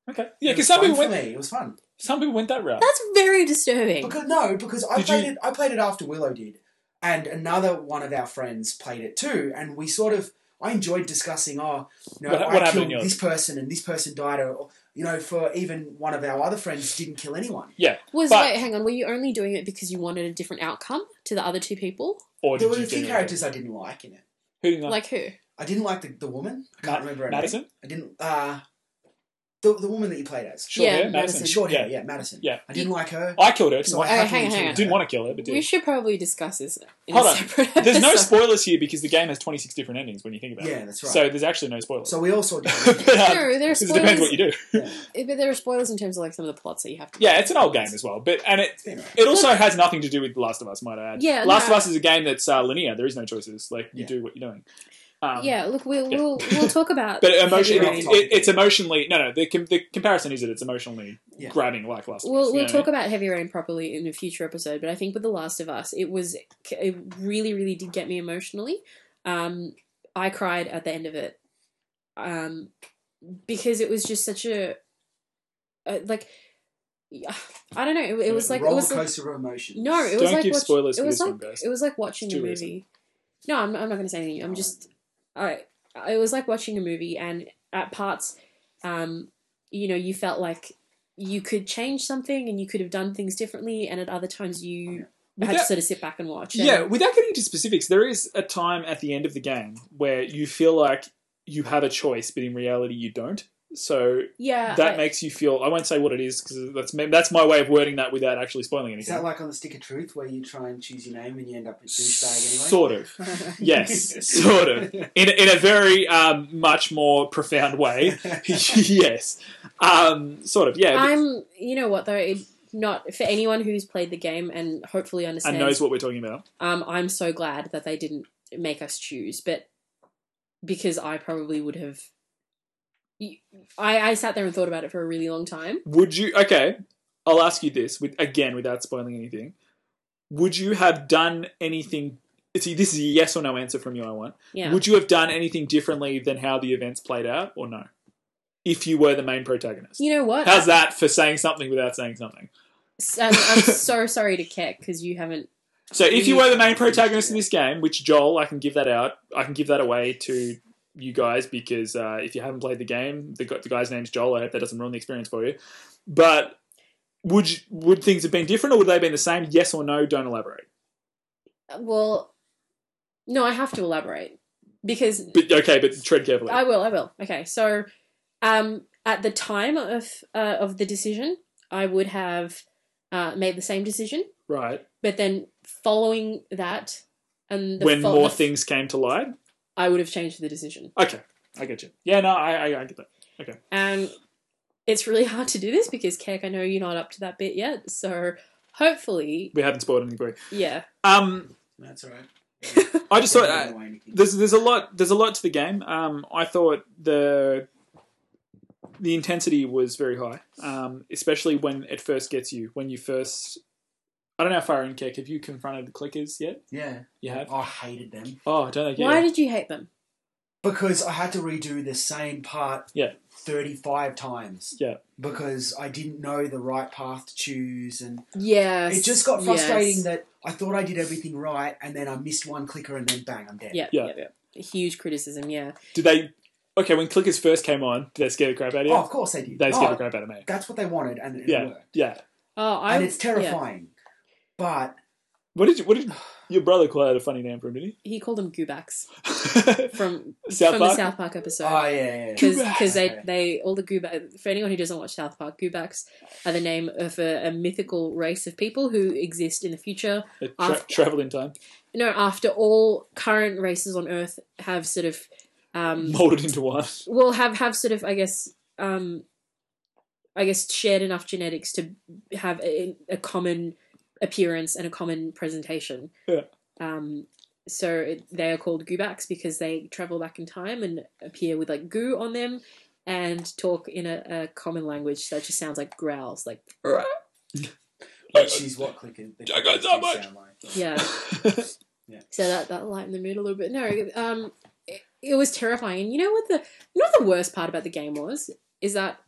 [SPEAKER 1] Okay. Yeah,
[SPEAKER 2] It
[SPEAKER 1] because
[SPEAKER 2] was
[SPEAKER 1] some
[SPEAKER 2] fun
[SPEAKER 1] people
[SPEAKER 2] for
[SPEAKER 1] went.
[SPEAKER 2] me. It was fun.
[SPEAKER 1] Some people went that route.
[SPEAKER 3] That's very disturbing.
[SPEAKER 2] Because no, because I
[SPEAKER 1] Did
[SPEAKER 2] played
[SPEAKER 1] you-
[SPEAKER 2] it. I played it after Willow did, and another one of our friends played it too, and we sort of. I enjoyed discussing, oh, you know,
[SPEAKER 1] What- what
[SPEAKER 2] I
[SPEAKER 1] happened in
[SPEAKER 2] killed
[SPEAKER 1] yours?
[SPEAKER 2] this person and this person died, or, you know, for even one of our other friends didn't kill anyone.
[SPEAKER 3] was
[SPEAKER 1] But-
[SPEAKER 3] wait, hang on, were you only doing it because you wanted a different outcome to the other two people?
[SPEAKER 1] Or
[SPEAKER 2] There
[SPEAKER 1] did
[SPEAKER 2] were
[SPEAKER 1] you
[SPEAKER 2] a few
[SPEAKER 1] genuinely-
[SPEAKER 2] characters I didn't like in it.
[SPEAKER 1] Who did you like?
[SPEAKER 3] Like who?
[SPEAKER 2] I didn't like the, the woman. I
[SPEAKER 1] Ma-
[SPEAKER 2] can't remember her name.
[SPEAKER 1] Madison?
[SPEAKER 2] I didn't. Uh, the, the woman that you played as.
[SPEAKER 1] Short
[SPEAKER 3] Yeah,
[SPEAKER 1] hair? Madison.
[SPEAKER 3] Madison.
[SPEAKER 2] Short hair, yeah. Madison.
[SPEAKER 1] Yeah.
[SPEAKER 2] I didn't like her.
[SPEAKER 1] I killed her. Didn't,
[SPEAKER 2] So uh, I
[SPEAKER 1] want-
[SPEAKER 3] Okay,
[SPEAKER 2] happily
[SPEAKER 3] hang on, hang
[SPEAKER 2] killed
[SPEAKER 3] on.
[SPEAKER 1] didn't
[SPEAKER 2] her.
[SPEAKER 1] want to kill her, but did.
[SPEAKER 3] We should probably discuss this in
[SPEAKER 1] Hold
[SPEAKER 3] a
[SPEAKER 1] on.
[SPEAKER 3] separate
[SPEAKER 1] There's no
[SPEAKER 3] episode.
[SPEAKER 1] spoilers here because the game has 26 different endings when you think about it.
[SPEAKER 2] Yeah, that's right.
[SPEAKER 1] So there's actually no spoilers.
[SPEAKER 2] So we all saw.
[SPEAKER 1] but, um,
[SPEAKER 3] No, there are
[SPEAKER 1] because it depends what
[SPEAKER 3] spoilers. eh,
[SPEAKER 1] you do.
[SPEAKER 3] But there are spoilers in terms of like some of the plots that you have to.
[SPEAKER 1] Yeah, it's an old game as well, but and it
[SPEAKER 2] Anyway.
[SPEAKER 1] it also has nothing to do with The Last of Us, might I add.
[SPEAKER 3] Yeah,
[SPEAKER 1] Last
[SPEAKER 3] no.
[SPEAKER 1] of Us is a game that's uh, linear. There is no choices. Like you
[SPEAKER 2] Yeah.
[SPEAKER 1] do what you're doing. Um,
[SPEAKER 3] yeah, look, we'll
[SPEAKER 1] yeah.
[SPEAKER 3] we'll, we'll talk about.
[SPEAKER 1] But
[SPEAKER 3] Heavy
[SPEAKER 1] emotionally,
[SPEAKER 3] Rain.
[SPEAKER 1] it, it- it's emotionally. No, no. The, com- the comparison is that it's emotionally
[SPEAKER 2] Yeah.
[SPEAKER 1] grabbing, like Last of Us.
[SPEAKER 3] We'll,
[SPEAKER 1] you
[SPEAKER 3] we'll
[SPEAKER 1] know
[SPEAKER 3] talk about Heavy Rain properly in a future episode, but I think with The Last of Us, it was it really really did get me emotionally. Um, I cried at the end of it, um, because it was just such a, a like, I don't know. It, it was like it
[SPEAKER 2] roller
[SPEAKER 3] was like,
[SPEAKER 2] coaster of emotions.
[SPEAKER 3] no, it
[SPEAKER 1] Don't
[SPEAKER 3] was like
[SPEAKER 1] give
[SPEAKER 3] watch-
[SPEAKER 1] spoilers
[SPEAKER 3] it
[SPEAKER 1] for
[SPEAKER 3] was
[SPEAKER 1] this
[SPEAKER 3] like
[SPEAKER 1] one, guys.
[SPEAKER 3] it was like watching
[SPEAKER 1] It's
[SPEAKER 3] a
[SPEAKER 1] too
[SPEAKER 3] movie.
[SPEAKER 1] recent.
[SPEAKER 3] No, I'm, I'm not going to say anything. I'm just I it was like watching a movie and at parts um you know you felt like you could change something and you could have done things differently and at other times you had to
[SPEAKER 1] Without-
[SPEAKER 3] sort of sit back and watch and-
[SPEAKER 1] Yeah, without getting into specifics, there is a time at the end of the game where you feel like you have a choice, but in reality you don't. So
[SPEAKER 3] yeah
[SPEAKER 1] that
[SPEAKER 3] I-
[SPEAKER 1] makes you feel. I won't say what it is because that's that's my way of wording that without actually spoiling
[SPEAKER 2] Is
[SPEAKER 1] anything.
[SPEAKER 2] that like on the stick of truth where you try and choose your name and you end up a douchebag
[SPEAKER 1] Sort of,
[SPEAKER 2] anyway?
[SPEAKER 1] yes, sort of. in in a very um, much more profound way. yes, um, sort of. Yeah,
[SPEAKER 3] i'm you know what though it not for anyone who's played the game and hopefully
[SPEAKER 1] but- and
[SPEAKER 3] understands
[SPEAKER 1] knows what we're talking about.
[SPEAKER 3] um i'm so glad that they didn't make us choose but because i probably would have I, I sat there and thought about it for a really long time
[SPEAKER 1] Would you? Okay, I'll ask you this with again without spoiling anything. Would you have done anything? See, this is a yes or no answer from you. I want.
[SPEAKER 3] yeah
[SPEAKER 1] Would you have done anything differently than how the events played out, or no? If you were the main protagonist,
[SPEAKER 3] you know what
[SPEAKER 1] how's that for saying something without saying something?
[SPEAKER 3] S- I'm, I'm so sorry to Keck because you haven't.
[SPEAKER 1] So, if you were the main protagonist in this game, which Joel, I can give that out, I can give that away to you guys because uh, if you haven't played the game, the, gu- the guy's name's Joel. I hope that doesn't ruin the experience for you. But would you, would things have been different, or would they have been the same? Yes or no? Don't elaborate.
[SPEAKER 3] Well, no, I have to elaborate because
[SPEAKER 1] But okay, but tread carefully.
[SPEAKER 3] I will. I will. Okay. So, um, at the time of uh, of the decision, I would have uh, made the same decision,
[SPEAKER 1] right
[SPEAKER 3] but then following that, and the
[SPEAKER 1] when
[SPEAKER 3] fol-
[SPEAKER 1] more
[SPEAKER 3] the f-
[SPEAKER 1] things came to light.
[SPEAKER 3] I would have changed the decision.
[SPEAKER 1] Okay, I get you. Yeah, no, I, I, I get that.
[SPEAKER 3] Um, it's really hard to do this because Keck, I know you're not up to that bit yet. So, hopefully,
[SPEAKER 1] We haven't spoiled anything. for you.
[SPEAKER 3] yeah.
[SPEAKER 1] Um,
[SPEAKER 2] That's all right.
[SPEAKER 1] I just thought. Uh,
[SPEAKER 2] Don't give away anything.
[SPEAKER 1] there's there's a lot there's a lot to the game. Um, I thought the the intensity was very high, um, especially when it first gets you. When you first, I don't know how far in Keck have you confronted the clickers yet?
[SPEAKER 2] yeah,
[SPEAKER 1] You have.
[SPEAKER 2] I hated them
[SPEAKER 1] Oh, I don't think.
[SPEAKER 3] Why
[SPEAKER 1] Yeah.
[SPEAKER 3] did you hate them?
[SPEAKER 2] because I had to redo the same part.
[SPEAKER 1] Yeah.
[SPEAKER 2] Thirty-five times.
[SPEAKER 1] Yeah.
[SPEAKER 2] Because I didn't know the right path to choose, and
[SPEAKER 3] Yes.
[SPEAKER 2] it just got frustrating
[SPEAKER 3] Yes.
[SPEAKER 2] that I thought I did everything right, and then I missed one clicker, and then bang, I'm dead.
[SPEAKER 3] yeah,
[SPEAKER 1] Yeah.
[SPEAKER 3] yeah. yeah. Huge criticism. Yeah.
[SPEAKER 1] Did they? Okay, when clickers first came on, did they scare the crap out of you?
[SPEAKER 2] Oh, of course they did.
[SPEAKER 1] they scared
[SPEAKER 2] Oh,
[SPEAKER 1] the crap out of me.
[SPEAKER 2] that's what they wanted, and it worked.
[SPEAKER 1] Yeah.
[SPEAKER 3] Oh, I.
[SPEAKER 2] and it's
[SPEAKER 3] yeah.
[SPEAKER 2] terrifying. But
[SPEAKER 1] What did you? What did your brother call out a funny name for him? Did he?
[SPEAKER 3] He called them goobacks from
[SPEAKER 1] South
[SPEAKER 3] from
[SPEAKER 1] Park.
[SPEAKER 3] the South Park episode.
[SPEAKER 2] oh yeah, yeah,
[SPEAKER 1] Goobacks.
[SPEAKER 3] because they,
[SPEAKER 2] Okay.
[SPEAKER 3] they all the goobacks for anyone who doesn't watch south park goobacks are the name of a, a mythical race of people who exist in the future
[SPEAKER 1] Tra-
[SPEAKER 3] After-
[SPEAKER 1] travel in time,
[SPEAKER 3] no after all current races on earth have sort of um
[SPEAKER 1] molded into one.
[SPEAKER 3] will have have sort of i guess um i guess shared enough genetics to have a, a common appearance and a common presentation
[SPEAKER 1] Yeah.
[SPEAKER 3] um so it, they are called goobacks because they travel back in time and appear with like goo on them and talk in a, a common language that just sounds like growls like
[SPEAKER 2] which is what clicker. The
[SPEAKER 1] I got
[SPEAKER 2] clickers
[SPEAKER 1] that
[SPEAKER 2] do
[SPEAKER 1] much.
[SPEAKER 2] sound like.
[SPEAKER 3] yeah so that that light in the middle a little bit no um it, it was terrifying and you know what the you know what the worst part about the game was is that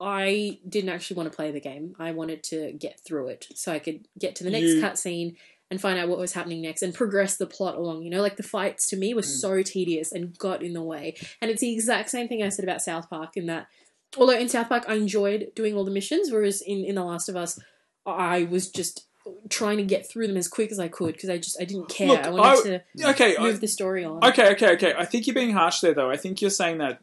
[SPEAKER 3] i didn't actually want to play the game i wanted to get through it so i could get to the next
[SPEAKER 1] You-
[SPEAKER 3] cutscene and find out what was happening next and progress the plot along you know like the fights to me were
[SPEAKER 2] Mm.
[SPEAKER 3] so tedious and got in the way and it's the exact same thing i said about south park in that although in south park i enjoyed doing all the missions whereas in in the last of us i was just trying to get through them as quick as i could because i just i didn't care
[SPEAKER 1] Look,
[SPEAKER 3] i
[SPEAKER 1] I-
[SPEAKER 3] wanted to
[SPEAKER 1] okay, I-
[SPEAKER 3] move the story on.
[SPEAKER 1] Okay, okay, okay. I think you're being harsh there, though. I think you're saying that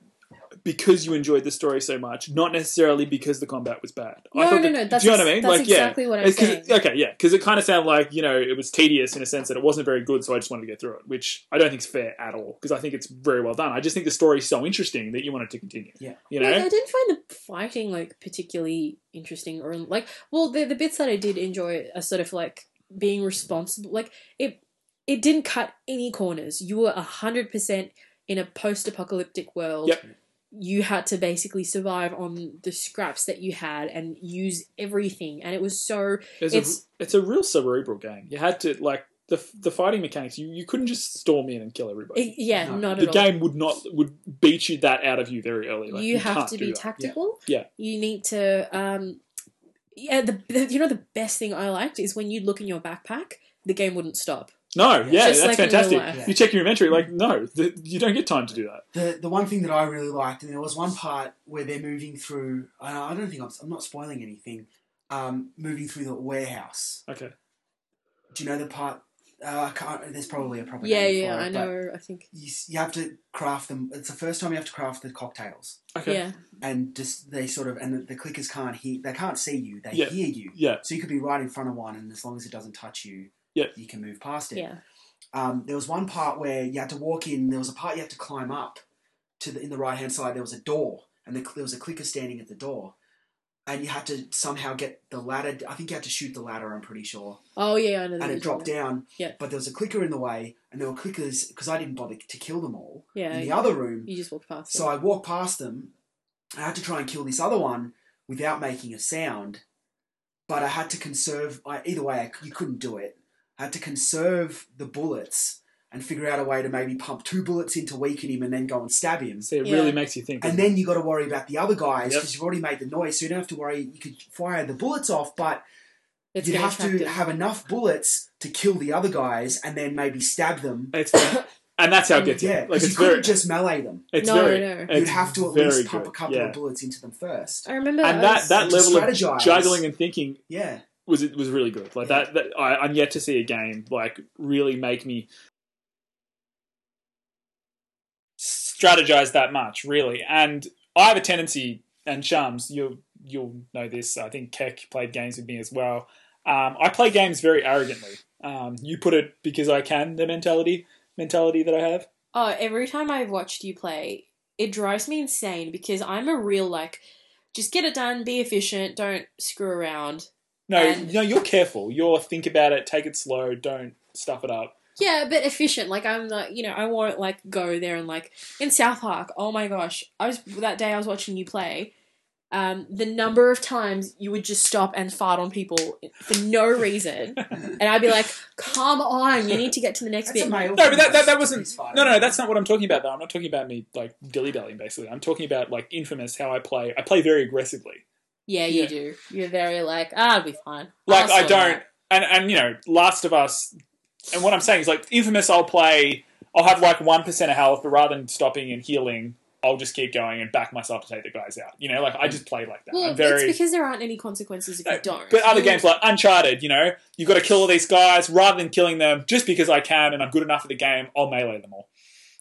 [SPEAKER 1] because you enjoyed the story so much, not necessarily because the combat was bad. I
[SPEAKER 3] No,
[SPEAKER 1] thought
[SPEAKER 3] no,
[SPEAKER 1] that-
[SPEAKER 3] no. That's,
[SPEAKER 1] do you know what I mean?
[SPEAKER 3] that's
[SPEAKER 1] Like,
[SPEAKER 3] exactly what
[SPEAKER 1] yeah.
[SPEAKER 3] I'm
[SPEAKER 1] It's 'cause
[SPEAKER 3] saying.
[SPEAKER 1] it- okay, yeah, because it kind of sounded like you know it was tedious in a sense that it wasn't very good, so I just wanted to get through it, which I don't think is fair at all because I think it's very well done. I just think the story's so interesting that you wanted to continue.
[SPEAKER 2] Yeah.
[SPEAKER 1] you
[SPEAKER 3] Like,
[SPEAKER 1] know,
[SPEAKER 3] I didn't find the fighting like particularly interesting, or like, well, the the bits that I did enjoy are sort of like being responsible. Like it, it didn't cut any corners. You were hundred percent in a post-apocalyptic world.
[SPEAKER 1] Yep.
[SPEAKER 3] You had to basically survive on the scraps that you had and use everything, and it was so
[SPEAKER 1] it's,
[SPEAKER 3] it's-
[SPEAKER 1] a, it's a real cerebral game. You had to like the the fighting mechanics. You you couldn't just storm in and kill everybody.
[SPEAKER 3] it- yeah,
[SPEAKER 2] No,
[SPEAKER 3] not
[SPEAKER 1] the
[SPEAKER 3] at all.
[SPEAKER 1] game would not would beat you that out of you very early. Like,
[SPEAKER 3] you, have
[SPEAKER 1] can't
[SPEAKER 3] to
[SPEAKER 1] do
[SPEAKER 3] be
[SPEAKER 1] that.
[SPEAKER 3] tactical.
[SPEAKER 1] Yeah.
[SPEAKER 3] You need to. Um, yeah. The, the you know the best thing I liked is when you look in your backpack, the game wouldn't stop.
[SPEAKER 1] No,
[SPEAKER 2] Yeah.
[SPEAKER 1] yeah, that's
[SPEAKER 3] Just like uh, in real
[SPEAKER 1] fantastic.
[SPEAKER 3] life.
[SPEAKER 1] You check your inventory, like, no, th- you don't get time to do that.
[SPEAKER 2] The the one thing that I really liked, and there was one part where they're moving through. Uh, I don't think I'm, I'm not spoiling anything. Um, moving through the warehouse.
[SPEAKER 1] Okay.
[SPEAKER 2] Do you know the part? Uh, I can't, there's probably a proper
[SPEAKER 3] yeah,
[SPEAKER 2] name
[SPEAKER 3] yeah.
[SPEAKER 2] for it,
[SPEAKER 3] I
[SPEAKER 2] but
[SPEAKER 3] know. I think.
[SPEAKER 2] You, s- you have to craft them. It's the first time you have to craft the cocktails,
[SPEAKER 1] Okay. Yeah.
[SPEAKER 3] Yeah.
[SPEAKER 2] and just they sort of and the, the clickers can't hear. They can't see you. They
[SPEAKER 1] Yeah.
[SPEAKER 2] hear you.
[SPEAKER 1] Yeah.
[SPEAKER 2] So you could be right in front of one, and as long as it doesn't touch you,
[SPEAKER 1] Yeah.
[SPEAKER 2] you can move past it.
[SPEAKER 3] Yeah.
[SPEAKER 2] Um, there was one part where you had to walk in. There was a part you had to climb up to the in the right hand side. There was a door, and the, there was a clicker standing at the door, and you had to somehow get the ladder. I think you had to shoot the ladder. I'm pretty sure,
[SPEAKER 3] Oh yeah. I know.
[SPEAKER 2] and it dropped down.
[SPEAKER 3] Yeah.
[SPEAKER 2] But there was a clicker in the way, and there were clickers because I didn't bother to kill them all
[SPEAKER 3] Yeah.
[SPEAKER 2] in the other room.
[SPEAKER 3] you just walked past.
[SPEAKER 2] So
[SPEAKER 3] it.
[SPEAKER 2] I walked past them. I had to try and kill this other one without making a sound, but I had to conserve. I, either way, I, c- you couldn't do it. I had to conserve the bullets and figure out a way to maybe pump two bullets in to weaken him and then go and stab him.
[SPEAKER 1] So it
[SPEAKER 3] Yeah.
[SPEAKER 1] really makes you think.
[SPEAKER 2] And then you got to worry about the other guys
[SPEAKER 1] Yep.
[SPEAKER 2] because you've already made the noise, so you don't have to worry. You could fire the bullets off, but
[SPEAKER 3] It's
[SPEAKER 2] you'd
[SPEAKER 3] gonna
[SPEAKER 2] have to
[SPEAKER 3] attract it.
[SPEAKER 2] have enough bullets to kill the other guys and then maybe stab them.
[SPEAKER 1] it's, and that's how it gets
[SPEAKER 2] Yeah,
[SPEAKER 1] you. Like
[SPEAKER 2] 'cause
[SPEAKER 1] it's
[SPEAKER 2] you couldn't
[SPEAKER 1] very,
[SPEAKER 2] just melee them.
[SPEAKER 1] it's
[SPEAKER 3] No,
[SPEAKER 1] very,
[SPEAKER 3] no.
[SPEAKER 2] You'd
[SPEAKER 1] it's
[SPEAKER 2] have to at
[SPEAKER 1] very
[SPEAKER 2] least pump
[SPEAKER 1] good,
[SPEAKER 2] a couple
[SPEAKER 1] yeah.
[SPEAKER 2] of bullets into them first.
[SPEAKER 3] I remember
[SPEAKER 1] and
[SPEAKER 3] I
[SPEAKER 1] that
[SPEAKER 3] was-
[SPEAKER 1] that
[SPEAKER 2] to
[SPEAKER 1] level of
[SPEAKER 2] strategize.
[SPEAKER 1] juggling and thinking
[SPEAKER 2] Yeah,
[SPEAKER 1] was it was really good. Like
[SPEAKER 2] Yeah.
[SPEAKER 1] that, that I, I'm yet to see a game like really make me strategize that much, really. And I have a tendency, and Shams, you'll you'll know this. I think Keck played games with me as well. Um, I play games very arrogantly. Um, you put it because I can. The mentality mentality that I have.
[SPEAKER 3] Oh, every time I've watched you play, it drives me insane because I'm a real like, just get it done, be efficient, don't screw around.
[SPEAKER 1] No,
[SPEAKER 3] And-
[SPEAKER 1] no, you're careful. You're think about it, take it slow, don't stuff it up.
[SPEAKER 3] Yeah, but efficient. Like I'm like you know I won't like go there and like in South Park. Oh my gosh, I was that day I was watching you play. Um, the number of times you would just stop and fart on people for no reason, and I'd be like, "Come on, you need to get to the next
[SPEAKER 2] that's a
[SPEAKER 3] bit."
[SPEAKER 2] male.
[SPEAKER 1] No, but that, that, that wasn't.
[SPEAKER 2] Street Fighter.
[SPEAKER 1] No, no, that's not what I'm talking about. Though I'm not talking about me like dilly dallying. Basically, I'm talking about like infamous how I play. I play very aggressively.
[SPEAKER 3] yeah, you
[SPEAKER 1] Yeah.
[SPEAKER 3] do. You're very like, "Ah, I'll be fine."
[SPEAKER 1] Like
[SPEAKER 3] I'll
[SPEAKER 1] I
[SPEAKER 3] sort it out."
[SPEAKER 1] don't. And and you know, Last of Us. And what I'm saying is like infamous. I'll play. I'll have like one percent of health, but rather than stopping and healing, I'll just keep going and back myself to take the guys out. You know, like I just play like that.
[SPEAKER 3] Well,
[SPEAKER 1] I'm very.
[SPEAKER 3] it's because there aren't any consequences if
[SPEAKER 1] No,
[SPEAKER 3] you don't.
[SPEAKER 1] But other
[SPEAKER 3] You-
[SPEAKER 1] games like Uncharted, you know, you've got to kill all these guys rather than killing them just because I can and I'm good enough at the game. I'll melee them all.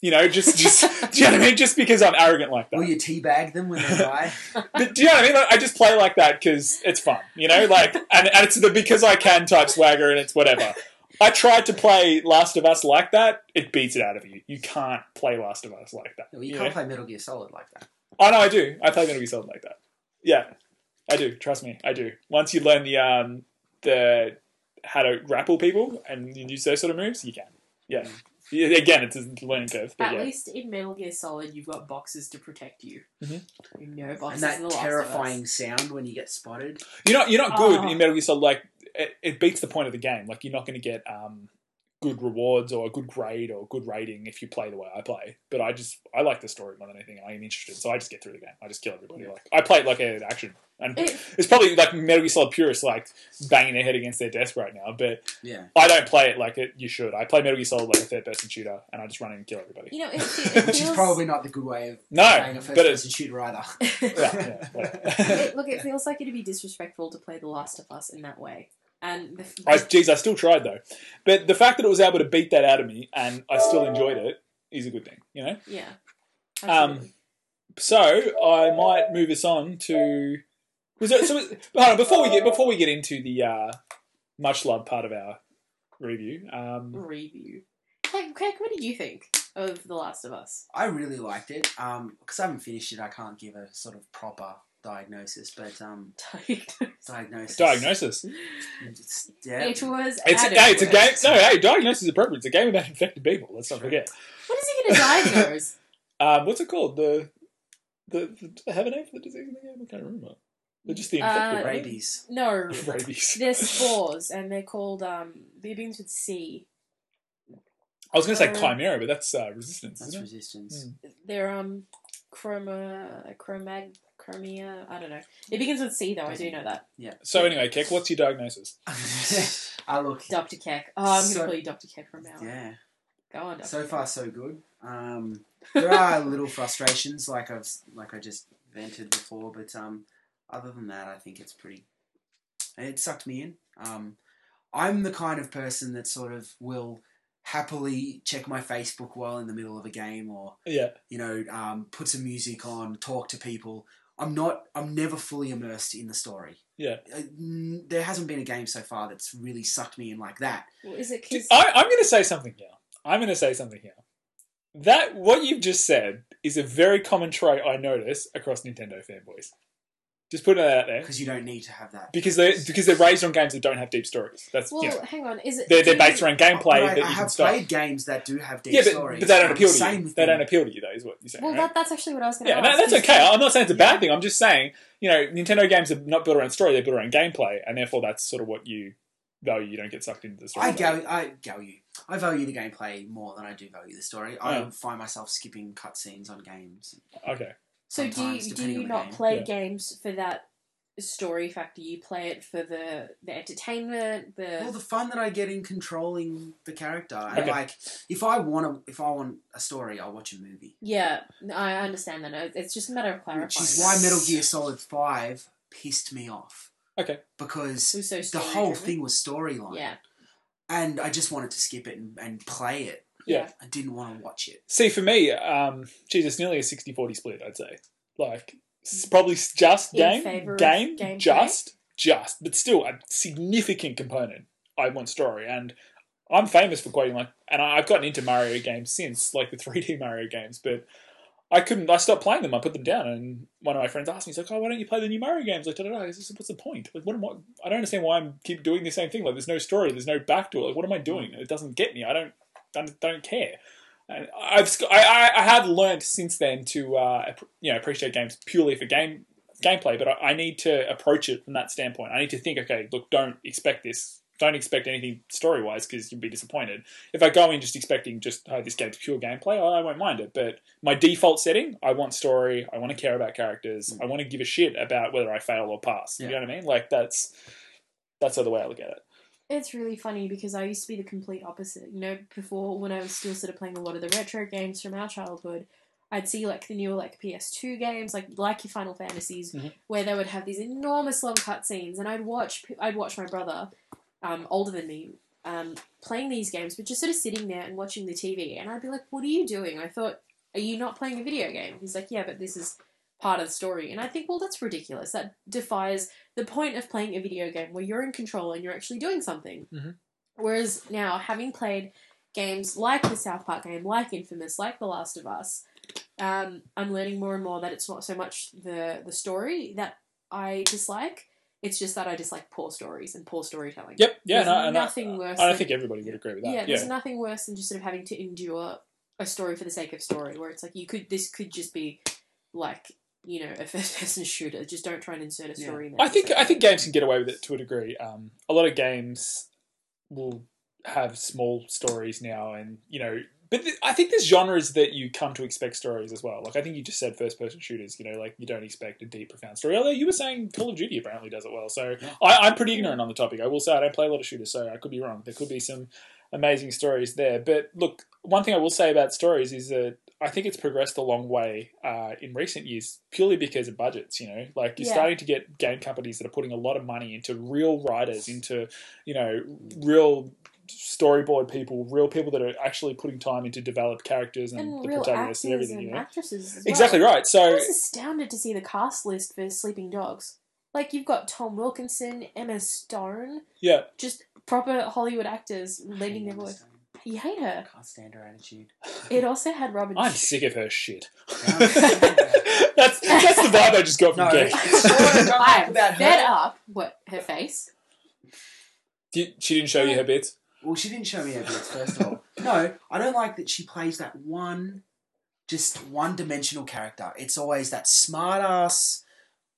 [SPEAKER 1] You know, just just do you know what I mean? Just because I'm arrogant like
[SPEAKER 2] Will
[SPEAKER 1] that.
[SPEAKER 2] you teabag them when they die?
[SPEAKER 1] But do you know what I mean? Like, I just play like that because it's fun. You know, like and, and it's the because I can type swagger and it's whatever. I tried to play Last of Us like that. It beats it out of you. You can't play Last of Us like that.
[SPEAKER 2] Well, you
[SPEAKER 1] you
[SPEAKER 2] can't
[SPEAKER 1] know?
[SPEAKER 2] play Metal Gear Solid like that.
[SPEAKER 1] Oh no, I do. I play Metal Gear Solid like that. Yeah, I do. Trust me, I do. Once you learn the um the how to grapple people and you use those sort of moves, you can. Yeah.
[SPEAKER 2] Mm.
[SPEAKER 1] Yeah, Again, it's a learning curve. But
[SPEAKER 4] At
[SPEAKER 1] yeah.
[SPEAKER 4] least in Metal Gear Solid, you've got boxes to protect you.
[SPEAKER 1] Mhm.
[SPEAKER 4] No
[SPEAKER 2] And
[SPEAKER 4] boxes in
[SPEAKER 2] that
[SPEAKER 4] the Last of Us.
[SPEAKER 2] terrifying sound when you get spotted.
[SPEAKER 1] You're not you're not good
[SPEAKER 4] Oh.
[SPEAKER 1] in Metal Gear Solid. Like it, it beats the point of the game. Like you're not going to get um good rewards or a good grade or a good rating if you play the way I play. But I just I like the story more than anything. and I am interested, so I just get through the game. I just kill everybody. Like I play it like an action. And
[SPEAKER 4] It-
[SPEAKER 1] it's probably like Metal Gear Solid purists like banging their head against their desk right now, but
[SPEAKER 2] Yeah.
[SPEAKER 1] I don't play it like it. You should. I play Metal Gear Solid like a third person shooter, and I just run in and kill everybody.
[SPEAKER 3] You know, it, it, it
[SPEAKER 1] Which
[SPEAKER 2] Which is
[SPEAKER 3] feels-
[SPEAKER 2] probably not the good way of playing
[SPEAKER 1] No,
[SPEAKER 2] a first
[SPEAKER 1] but it's
[SPEAKER 2] person shooter either.
[SPEAKER 1] yeah, yeah,
[SPEAKER 4] it, look, it feels like it'd be disrespectful to play The Last of Us in that way. And the,
[SPEAKER 1] I, geez, I still tried though, but the fact that it was able to beat that out of me and I still enjoyed it is a good thing, you know.
[SPEAKER 4] yeah,
[SPEAKER 1] Um, so I might move us on to was there, so hold on, before we get before we get into the uh, much loved part of our review. Um,
[SPEAKER 4] review. Like, Craig, what did you think of The Last of Us?
[SPEAKER 2] I really liked it. Um, because I haven't finished it, I can't give a sort of proper diagnosis. But um, diagnosis.
[SPEAKER 1] diagnosis.
[SPEAKER 2] It's, yeah.
[SPEAKER 4] it was.
[SPEAKER 1] It's
[SPEAKER 4] at
[SPEAKER 1] hey, it's a game.
[SPEAKER 4] worst.
[SPEAKER 1] No, hey, diagnosis is appropriate. It's a game about infected people. Let's not forget.
[SPEAKER 4] What is he going to diagnose?
[SPEAKER 1] Um, what's it called? The the, the have a name for the disease in the game? I can't remember. They're just the infected
[SPEAKER 4] Uh,
[SPEAKER 1] right?
[SPEAKER 2] rabies.
[SPEAKER 3] no,
[SPEAKER 1] rabies.
[SPEAKER 3] they're spores, and they're called um. It begins with C.
[SPEAKER 1] I was going to say
[SPEAKER 3] uh,
[SPEAKER 1] chimera, but that's uh, resistance.
[SPEAKER 2] That's
[SPEAKER 1] isn't it?
[SPEAKER 2] resistance.
[SPEAKER 1] Mm.
[SPEAKER 3] They're um, chroma, chromag, chromia. I don't know. It begins with C though. I do know that.
[SPEAKER 1] So anyway, Keck, what's your diagnosis?
[SPEAKER 2] I Ah, look.
[SPEAKER 3] Doctor Keck. Oh, I'm
[SPEAKER 2] So-
[SPEAKER 3] gonna call you Doctor Keck from now. on.
[SPEAKER 2] Yeah.
[SPEAKER 3] Go on, Doctor.
[SPEAKER 2] So far, so good. Um, there are little frustrations, like I've like I just vented before, but um, other than that, I think it's pretty. It sucked me in. Um, I'm the kind of person that sort of will happily check my Facebook while in the middle of a game, or
[SPEAKER 1] Yeah,
[SPEAKER 2] you know, um, put some music on, talk to people. I'm not. I'm never fully immersed in the story.
[SPEAKER 1] Yeah.
[SPEAKER 2] Uh, n- there hasn't been a game so far that's really sucked me in like that.
[SPEAKER 3] Well, is it
[SPEAKER 1] Dude,
[SPEAKER 3] because
[SPEAKER 1] I, I'm going to say something here. I'm going to say something here. That what you've just said is a very common trait I notice across Nintendo fanboys. Just putting that out there
[SPEAKER 2] Because you don't need to have that.
[SPEAKER 1] because they because they're raised on games that don't have deep stories. That's
[SPEAKER 3] Well,
[SPEAKER 1] you know,
[SPEAKER 3] hang on. Is it?
[SPEAKER 1] they're, they're
[SPEAKER 3] do you-
[SPEAKER 1] based around gameplay that
[SPEAKER 2] But I,
[SPEAKER 1] you
[SPEAKER 2] I
[SPEAKER 1] can
[SPEAKER 2] have
[SPEAKER 1] start.
[SPEAKER 2] played games that do have deep
[SPEAKER 1] yeah, but,
[SPEAKER 2] stories.
[SPEAKER 1] but they don't
[SPEAKER 2] and
[SPEAKER 1] appeal
[SPEAKER 2] the
[SPEAKER 1] to
[SPEAKER 2] same
[SPEAKER 1] you.
[SPEAKER 2] with
[SPEAKER 1] They
[SPEAKER 2] them.
[SPEAKER 1] don't appeal to you, though, is what you're saying.
[SPEAKER 3] Well,
[SPEAKER 1] right?
[SPEAKER 3] that, that's actually what I was going to
[SPEAKER 1] yeah,
[SPEAKER 3] ask.
[SPEAKER 1] no, that's
[SPEAKER 3] is-
[SPEAKER 1] okay. I'm not saying it's a bad
[SPEAKER 3] Yeah.
[SPEAKER 1] thing. I'm just saying, you know, Nintendo games are not built around story; they're built around gameplay, and therefore that's sort of what you value. You don't get sucked into the story.
[SPEAKER 2] I value, I value, I value the gameplay more than I do value the story. I
[SPEAKER 1] Yeah.
[SPEAKER 2] find myself skipping cutscenes on games.
[SPEAKER 1] Okay.
[SPEAKER 3] So do
[SPEAKER 2] sometimes,
[SPEAKER 3] you, do
[SPEAKER 2] depending on
[SPEAKER 3] you
[SPEAKER 2] the
[SPEAKER 3] not
[SPEAKER 2] game.
[SPEAKER 3] play
[SPEAKER 1] Yeah.
[SPEAKER 3] games for that story factor. You play it for the the entertainment. The
[SPEAKER 2] Well, the fun that I get in controlling the character, and
[SPEAKER 1] Okay.
[SPEAKER 2] like if I want a, if I want a story, I'll watch a movie.
[SPEAKER 3] yeah, no, I understand that. It's just a matter of clarifying.
[SPEAKER 2] Which is why Metal Gear Solid Five pissed me off
[SPEAKER 1] Okay.
[SPEAKER 2] because
[SPEAKER 3] It was so
[SPEAKER 2] the
[SPEAKER 3] story
[SPEAKER 2] whole
[SPEAKER 3] driven.
[SPEAKER 2] thing was storyline,
[SPEAKER 3] Yeah,
[SPEAKER 2] and I just wanted to skip it and, and play it.
[SPEAKER 1] Yeah.
[SPEAKER 2] I didn't want to watch it.
[SPEAKER 1] See, for me, um, Jesus, nearly a 60-40 split. I'd say, like, s- probably s- just
[SPEAKER 3] In
[SPEAKER 1] game,
[SPEAKER 3] favour of
[SPEAKER 1] game,
[SPEAKER 3] gameplay?
[SPEAKER 1] just, just, but still a significant component. I want story, and I'm famous for quoting like, and I- I've gotten into Mario games since, like the 3D Mario games, but. I couldn't. I stopped playing them. I put them down, and one of my friends asked me, "He's like, oh, why don't you play the new Mario games?" Like, da, da, da. I said, "What's the point? Like, what am I? I don't understand why I'm keep doing the same thing. Like, there's no story. There's no backdoor. Like, what am I doing?
[SPEAKER 3] Mm.
[SPEAKER 1] It doesn't get me. I don't, don't, don't care." And I've sc- I, I, I have learned since then to uh, app- you know appreciate games purely for game gameplay, but I, I need to approach it from that standpoint. I need to think, okay, look, don't expect this. Don't expect anything story wise because you'll be disappointed. If I go in just expecting just oh this game's pure gameplay, I, I won't mind it. But my default setting, I want story. I want to care about characters. I want to give a shit about whether I fail or pass. You
[SPEAKER 2] Yeah.
[SPEAKER 1] know what I mean? Like that's that's the other way I look at it.
[SPEAKER 3] it's really funny because I used to be the complete opposite. You know, before when I was still sort of playing a lot of the retro games from our childhood, I'd see like the newer like PS2 games, like like your Final Fantasies,
[SPEAKER 1] Mhm.
[SPEAKER 3] where they would have these enormous long cutscenes, and I'd watch p- I'd watch my brother, um, older than me. Um, playing these games, but just sort of sitting there and watching the TV, and I'd be like, "What are you doing?" I thought, "Are you not playing a video game?" He's like, "Yeah, but this is part of the story," and I think, "Well, that's ridiculous. That defies the point of playing a video game where you're in control and you're actually doing something.
[SPEAKER 1] Mhm.
[SPEAKER 3] Whereas now, having played games like the South Park game, like Infamous, like The Last of Us, um, I'm learning more and more that it's not so much the the story that I dislike. It's just that I dislike poor stories and poor storytelling.
[SPEAKER 1] Yep. Yeah.
[SPEAKER 3] There's
[SPEAKER 1] and I- and I-
[SPEAKER 3] nothing worse
[SPEAKER 1] I
[SPEAKER 3] than-
[SPEAKER 1] don't think everybody would agree with that.
[SPEAKER 3] Yeah, there's nothing worse than just sort of having to endure a story for the sake of story, where it's like you could this could just be like you know a first person shooter. Just don't try and insert a
[SPEAKER 2] Yeah.
[SPEAKER 3] story. in there.
[SPEAKER 1] I think I think games can get away with it to a degree. Um, a lot of games will have small stories now, and you know, but th- I think there's genres that you come to expect stories as well. Like I think you just said first person shooters. You know, like you don't expect a deep, profound story. Although you were saying Call of Duty apparently does it well. So
[SPEAKER 2] Yeah.
[SPEAKER 1] I, I'm pretty ignorant on the topic. I will say I don't play a lot of shooters, so I could be wrong. There could be some amazing stories there. But look, one thing I will say about stories is that. I think it's progressed a long way uh, in recent years purely because of budgets. You know, like you're
[SPEAKER 3] Yeah.
[SPEAKER 1] starting to get game companies that are putting a lot of money into real writers, into you know, real storyboard people, real people that are actually putting time into develop characters and,
[SPEAKER 3] and
[SPEAKER 1] the
[SPEAKER 3] real
[SPEAKER 1] protagonists
[SPEAKER 3] actors
[SPEAKER 1] and everything.
[SPEAKER 3] and
[SPEAKER 1] you know?
[SPEAKER 3] actresses. As well.
[SPEAKER 1] Exactly right.
[SPEAKER 3] I
[SPEAKER 1] So
[SPEAKER 3] was astounded to see the cast list for Sleeping Dogs. Like you've got Tom Wilkinson, Emma Stone,
[SPEAKER 1] yeah,
[SPEAKER 3] just proper Hollywood actors lending their voice. You hate her.
[SPEAKER 2] Can't stand her attitude.
[SPEAKER 3] It also had Robin.
[SPEAKER 1] I'm
[SPEAKER 3] Sh-
[SPEAKER 1] sick of her shit.
[SPEAKER 2] Yeah.
[SPEAKER 1] that's that's the vibe I just got from
[SPEAKER 2] No,
[SPEAKER 1] Gek.
[SPEAKER 2] it's sort of got-
[SPEAKER 3] I'm
[SPEAKER 2] About her.
[SPEAKER 3] fed up. What her face?
[SPEAKER 1] Did- she didn't show you her bits.
[SPEAKER 2] Well, she didn't show me her bits, first of all. No, I don't like that she plays that one, just one dimensional character. It's always that smart ass,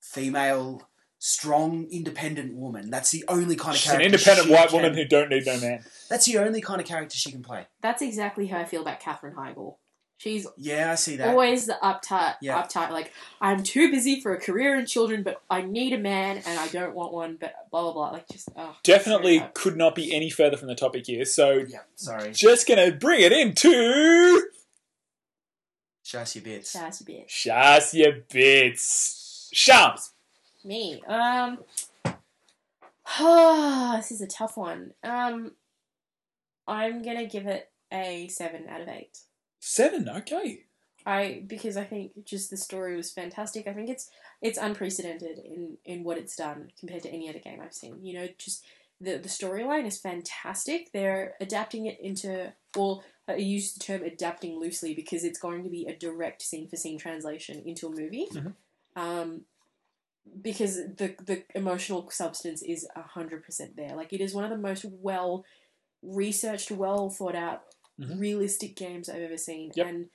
[SPEAKER 2] female, strong, independent woman. That's the only kind of
[SPEAKER 1] She's an
[SPEAKER 2] character.
[SPEAKER 1] independent
[SPEAKER 2] she
[SPEAKER 1] white
[SPEAKER 2] can-
[SPEAKER 1] woman who don't need no man.
[SPEAKER 2] That's the only kind of character she can play.
[SPEAKER 3] That's exactly how I feel about Katherine Heigl. She's
[SPEAKER 2] Yeah, I see that.
[SPEAKER 3] always the uptight,
[SPEAKER 2] Yeah.
[SPEAKER 3] uptight. Like I'm too busy for a career and children, but I need a man and I don't want one. But blah blah blah. Like just oh,
[SPEAKER 1] Definitely
[SPEAKER 3] sorry.
[SPEAKER 1] could not be any further from the topic here. So
[SPEAKER 2] Yeah, sorry.
[SPEAKER 1] just gonna bring it into
[SPEAKER 2] Show us your bits.
[SPEAKER 3] Sassy bitch.
[SPEAKER 1] Shas your bits. Shams.
[SPEAKER 3] Me. Um. ah, this is a tough one. Um. I'm gonna give it a seven out of eight.
[SPEAKER 1] Seven, okay.
[SPEAKER 3] I because I think just the story was fantastic. I think it's it's unprecedented in in what it's done compared to any other game I've seen. You know, just the the storyline is fantastic. They're adapting it into well, I use the term adapting loosely because it's going to be a direct scene for scene translation into a movie.
[SPEAKER 1] Mhm.
[SPEAKER 3] Um, because the the emotional substance is hundred percent there. Like it is one of the most well researched, well thought out,
[SPEAKER 1] Mhm.
[SPEAKER 3] realistic games I've ever seen.
[SPEAKER 1] Yep.
[SPEAKER 3] And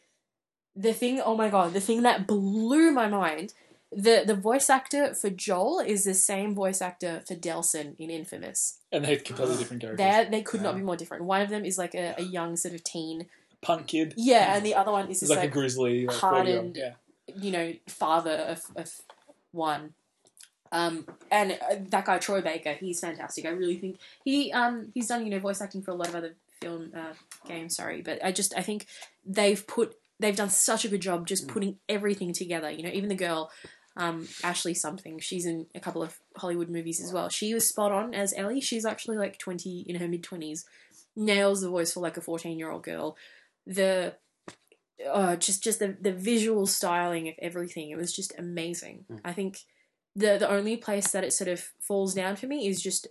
[SPEAKER 3] the thing, oh my god, the thing that blew my mind. The, the voice actor for Joel is the same voice actor for Delson in Infamous.
[SPEAKER 1] And they're completely different characters.
[SPEAKER 3] They they could not
[SPEAKER 2] Yeah.
[SPEAKER 3] be more different. One of them is like a, a young sort of teen,
[SPEAKER 1] Punk kid.
[SPEAKER 3] yeah, and the other one
[SPEAKER 1] He's
[SPEAKER 3] is this
[SPEAKER 1] like, a
[SPEAKER 3] like,
[SPEAKER 1] grizzly, like
[SPEAKER 3] hardened-
[SPEAKER 1] forty-year-old.
[SPEAKER 3] you know father of, of one. Um, and uh, that guy Troy Baker, he's fantastic. I really think he um he's done you know voice acting for a lot of other film uh, games. Sorry, but I just I think they've put they've done such a good job just
[SPEAKER 2] Mm.
[SPEAKER 3] putting everything together. You know, even the girl. Um, Ashley something. She's in a couple of Hollywood movies as well. She was spot on as Ellie. She's actually like twenty in her mid twenties, nails the voice for like a fourteen year old girl. The uh, just just the the visual styling of everything. It was just amazing.
[SPEAKER 1] Hmm.
[SPEAKER 2] Mm.
[SPEAKER 3] I think the the only place that it sort of falls down for me is just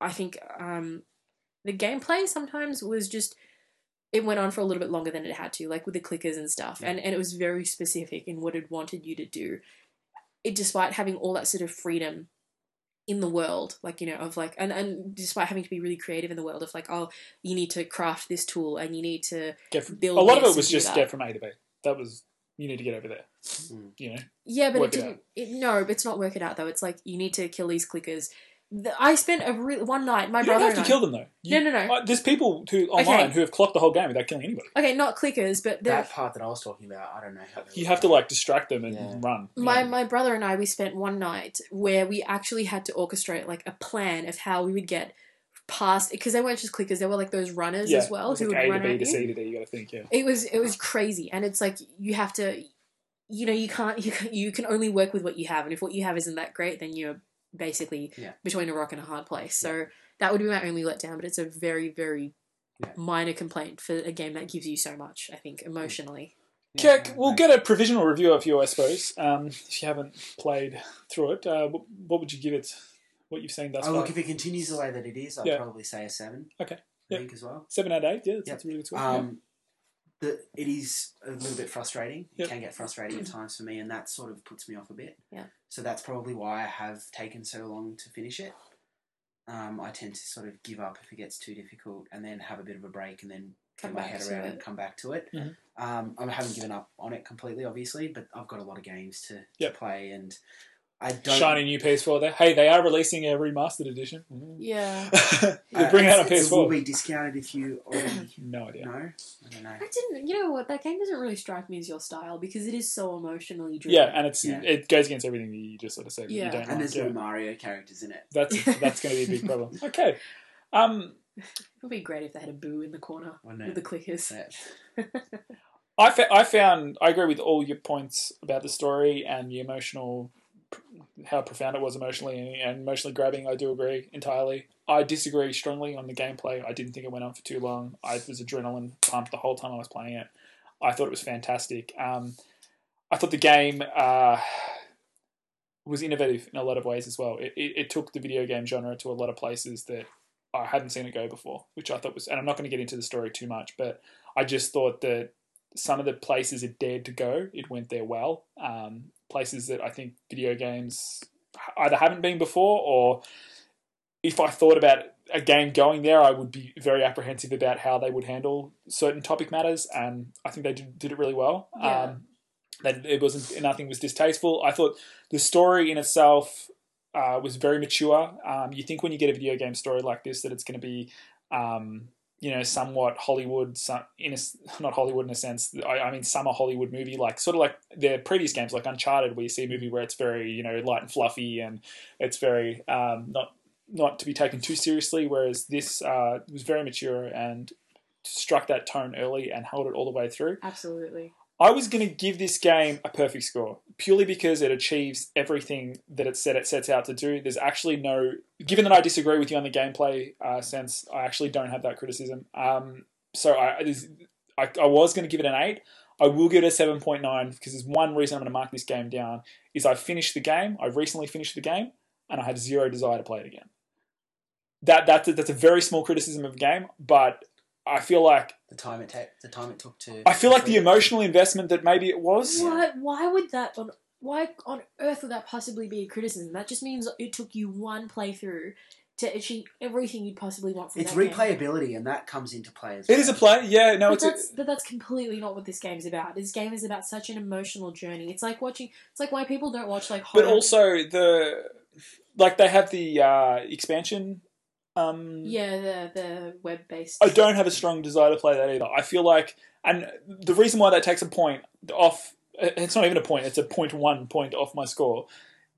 [SPEAKER 3] I think um the gameplay sometimes was just it went on for a little bit longer than it had to, like with the clickers and stuff, and and it was very specific in what it wanted you to do. It despite having all that sort of freedom in the world, like you know, of like and and despite having to be really creative in the world of like oh you need to craft this tool and you need to
[SPEAKER 1] Get from, a
[SPEAKER 3] Build
[SPEAKER 1] lot of
[SPEAKER 3] this
[SPEAKER 1] it was
[SPEAKER 3] and do
[SPEAKER 1] just
[SPEAKER 3] that.
[SPEAKER 1] get from A to B. That was you need to get over there.
[SPEAKER 2] Hmm.
[SPEAKER 1] You know,
[SPEAKER 3] Yeah, but
[SPEAKER 1] work
[SPEAKER 3] it
[SPEAKER 1] it
[SPEAKER 3] didn't. It, no, but it's not work it out though. It's like you need to kill these clickers. The, I spent a re- one night. My
[SPEAKER 1] you don't
[SPEAKER 3] brother
[SPEAKER 1] have to
[SPEAKER 3] and I-
[SPEAKER 1] kill them though. You-
[SPEAKER 3] No, no, no.
[SPEAKER 1] uh, there's people who online
[SPEAKER 3] Okay.
[SPEAKER 1] who have clocked the whole game without killing anybody.
[SPEAKER 3] Okay, not clickers, but the,
[SPEAKER 2] That part that I was talking about, I don't know how. they
[SPEAKER 1] You
[SPEAKER 2] work
[SPEAKER 1] have to
[SPEAKER 2] out.
[SPEAKER 1] like distract them and
[SPEAKER 2] Yeah.
[SPEAKER 1] run.
[SPEAKER 3] my
[SPEAKER 1] Yeah.
[SPEAKER 3] my brother and I we spent one night where we actually had to orchestrate like a plan of how we would get past because they weren't just clickers. They were like those runners
[SPEAKER 1] Yeah,
[SPEAKER 3] as well
[SPEAKER 1] it's
[SPEAKER 3] who
[SPEAKER 1] like
[SPEAKER 3] would
[SPEAKER 1] A to
[SPEAKER 3] run
[SPEAKER 1] B
[SPEAKER 3] at
[SPEAKER 1] to
[SPEAKER 3] you.
[SPEAKER 1] C to D. You got to think. Yeah,
[SPEAKER 3] It was it was crazy, and it's like you have to, you know, you can't you can, you can only work with what you have, and if what you have isn't that great, then you're basically
[SPEAKER 2] Yeah.
[SPEAKER 3] between a rock and a hard place. So that would be my only letdown, but it's a very very
[SPEAKER 2] Yeah.
[SPEAKER 3] minor complaint for a game that gives you so much. I think emotionally.
[SPEAKER 2] Yeah,
[SPEAKER 1] Kirk,
[SPEAKER 2] yeah,
[SPEAKER 1] we'll
[SPEAKER 2] no.
[SPEAKER 1] get a provisional review of you, I suppose. Um, if you haven't played through it, uh, what, what would you give it? What you've seen thus
[SPEAKER 2] Oh,
[SPEAKER 1] far?
[SPEAKER 2] look, if it continues the way that it is, I'd
[SPEAKER 1] Yeah.
[SPEAKER 2] probably say a seven.
[SPEAKER 1] Okay.
[SPEAKER 2] I
[SPEAKER 1] Yeah.
[SPEAKER 2] think as well.
[SPEAKER 1] Seven out of eight. Yeah, that's,
[SPEAKER 2] Yeah.
[SPEAKER 1] that's a really good score. yeah.
[SPEAKER 2] Um, the, it is a little bit frustrating.
[SPEAKER 1] Yep.
[SPEAKER 2] It can get frustrating at times for me, and that sort of puts me off a bit.
[SPEAKER 3] Yeah.
[SPEAKER 2] So that's probably why I have taken so long to finish it. Um, I tend to sort of give up if it gets too difficult, and then have a bit of a break, and then
[SPEAKER 3] Come
[SPEAKER 2] get my
[SPEAKER 3] back
[SPEAKER 2] head
[SPEAKER 3] to
[SPEAKER 2] around
[SPEAKER 3] it.
[SPEAKER 2] and come back to it.
[SPEAKER 1] Mhm.
[SPEAKER 2] Um, I haven't given up on it completely, obviously, but I've got a lot of games to,
[SPEAKER 1] Yep.
[SPEAKER 2] to play, and I don't.
[SPEAKER 1] Shiny new PS4 there. Hey, they are releasing a remastered edition. Mm.
[SPEAKER 3] Yeah,
[SPEAKER 1] They're bringing out a
[SPEAKER 2] It will
[SPEAKER 1] PS4.
[SPEAKER 2] be discounted if you already
[SPEAKER 1] No idea.
[SPEAKER 2] know. I don't know.
[SPEAKER 3] I didn't. You know what? That game doesn't really strike me as your style because it is so emotionally driven.
[SPEAKER 1] Yeah, and it's
[SPEAKER 2] Yeah.
[SPEAKER 1] it goes against everything that you just sort of said. that
[SPEAKER 3] Yeah.
[SPEAKER 1] You don't
[SPEAKER 2] And
[SPEAKER 1] like.
[SPEAKER 2] there's
[SPEAKER 1] Yeah.
[SPEAKER 2] no Mario characters in it.
[SPEAKER 1] That's that's going to be a big problem. Okay. Um,
[SPEAKER 3] it would be great if they had a boo in the corner
[SPEAKER 2] Wouldn't it?
[SPEAKER 3] with the clickers.
[SPEAKER 2] Yeah.
[SPEAKER 1] I, fa- I found I agree with all your points about the story and the emotional, how profound it was emotionally and, and emotionally grabbing. I do agree entirely. I disagree strongly on the gameplay. I didn't think it went on for too long. I was adrenaline pumped the whole time I was playing it. I thought it was fantastic. Um, I thought the game uh, was innovative in a lot of ways as well. It, it, it took the video game genre to a lot of places that I hadn't seen it go before, which I thought was. And I'm not going to get into the story too much, but I just thought that some of the places it dared to go, it went there well. Um, places that I think video games either haven't been before, or if I thought about a game going there, I would be very apprehensive about how they would handle certain topic matters. And I think they did, did it really well.
[SPEAKER 3] Yeah.
[SPEAKER 1] Um, that it wasn't nothing was distasteful. I thought the story in itself uh, was very mature. Um, you think when you get a video game story like this that it's going to be um, you know, somewhat Hollywood, some, in a, s- not Hollywood in a sense. I, I mean, summer Hollywood movie, like sort of like their previous games, like Uncharted, where you see a movie where it's very, you know, light and fluffy, and it's very um, not not to be taken too seriously. Whereas this uh, was very mature and struck that tone early and held it all the way through.
[SPEAKER 3] Absolutely.
[SPEAKER 1] I was going to give this game a perfect score purely because it achieves everything that it said it sets out to do. There's actually no, given that I disagree with you on the gameplay uh, sense, I actually don't have that criticism. Um, so I, I, there's- I, I was going to give it an eight. I will give it a seven point nine because there's one reason I'm going to mark this game down is I finished the game. I recently finished the game, and I had zero desire to play it again. That that's a, that's a very small criticism of the game, but I feel like
[SPEAKER 2] the time it took the time it took to
[SPEAKER 1] I feel like the emotional investment that maybe it was.
[SPEAKER 3] Why? Why would that on? Why on earth would that possibly be a criticism? That just means it took you one playthrough to achieve everything you'd possibly want from
[SPEAKER 2] it's
[SPEAKER 3] that game.
[SPEAKER 2] replayability and that comes into play as well.
[SPEAKER 1] It is a play, yeah. No,
[SPEAKER 3] but
[SPEAKER 1] it's a,
[SPEAKER 3] that's but that's completely not what this game's about. This game is about such an emotional journey. It's like watching. It's like why people don't watch like
[SPEAKER 1] but
[SPEAKER 3] horror.
[SPEAKER 1] also the like they have the uh, expansion. Um,
[SPEAKER 3] yeah, the the web based.
[SPEAKER 1] I don't have a strong desire to play that either. I feel like, and the reason why that takes a point off, it's not even a point, it's a point one point off my score,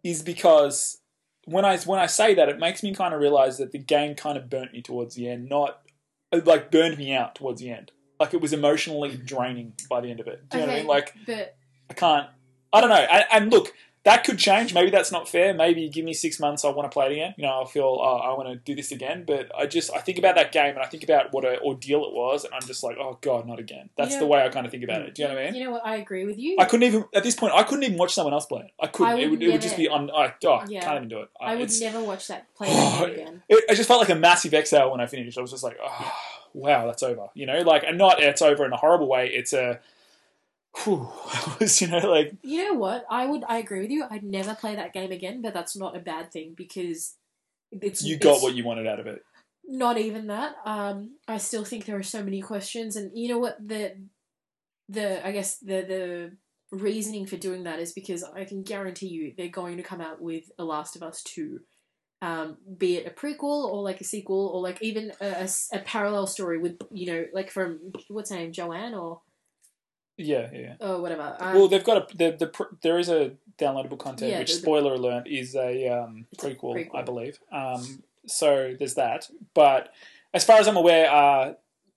[SPEAKER 1] is because when I when I say that, it makes me kind of realize that the game kind of burnt me towards the end, not it, like burned me out towards the end. Like it was emotionally draining by the end of it. Do you know what I mean? Like
[SPEAKER 3] but
[SPEAKER 1] I can't. I don't know. And, and look, that could change. Maybe that's not fair. Maybe give me six months. I want to play it again. You know, I'll feel oh, I want to do this again. But I just I think about that game and I think about what an ordeal it was, and I'm just like, oh god, not again. That's
[SPEAKER 5] Yeah.
[SPEAKER 1] the way I kind of think about it. Do you know what I mean?
[SPEAKER 3] you know what? I agree with you.
[SPEAKER 1] I couldn't even at this point. I couldn't even watch someone else play it. I couldn't.
[SPEAKER 3] I would
[SPEAKER 1] it would. It would just be.
[SPEAKER 3] never-
[SPEAKER 1] Un, I oh,
[SPEAKER 3] Yeah.
[SPEAKER 1] can't even do it. Uh,
[SPEAKER 3] I would
[SPEAKER 1] it's-
[SPEAKER 3] never watch that play that game again.
[SPEAKER 1] It, I just felt like a massive exhale when I finished. I was just like, oh, wow, that's over. You know, like, and not it's over in a horrible way. It's a, whew, it was, you know, like,
[SPEAKER 3] You know what? I would. I agree with you. I'd never play that game again, but that's not a bad thing because it's
[SPEAKER 1] you got
[SPEAKER 3] it's
[SPEAKER 1] what you wanted out of it.
[SPEAKER 3] Not even that. Um, I still think there are so many questions, and you know what the the I guess the the reasoning for doing that is because I can guarantee you they're going to come out with a Last of Us two, um, be it a prequel or like a sequel or like even a, a s- a parallel story with you know like from what's her name Joanne or
[SPEAKER 1] Yeah, yeah.
[SPEAKER 3] or whatever. Um,
[SPEAKER 1] well, they've got a the, the pr- there is a downloadable content
[SPEAKER 3] Yeah,
[SPEAKER 1] which
[SPEAKER 3] the- the-
[SPEAKER 1] spoiler alert is a um,
[SPEAKER 3] It's a
[SPEAKER 1] prequel,
[SPEAKER 3] prequel.
[SPEAKER 1] I believe. Um, so there's that. But as far as I'm aware, uh,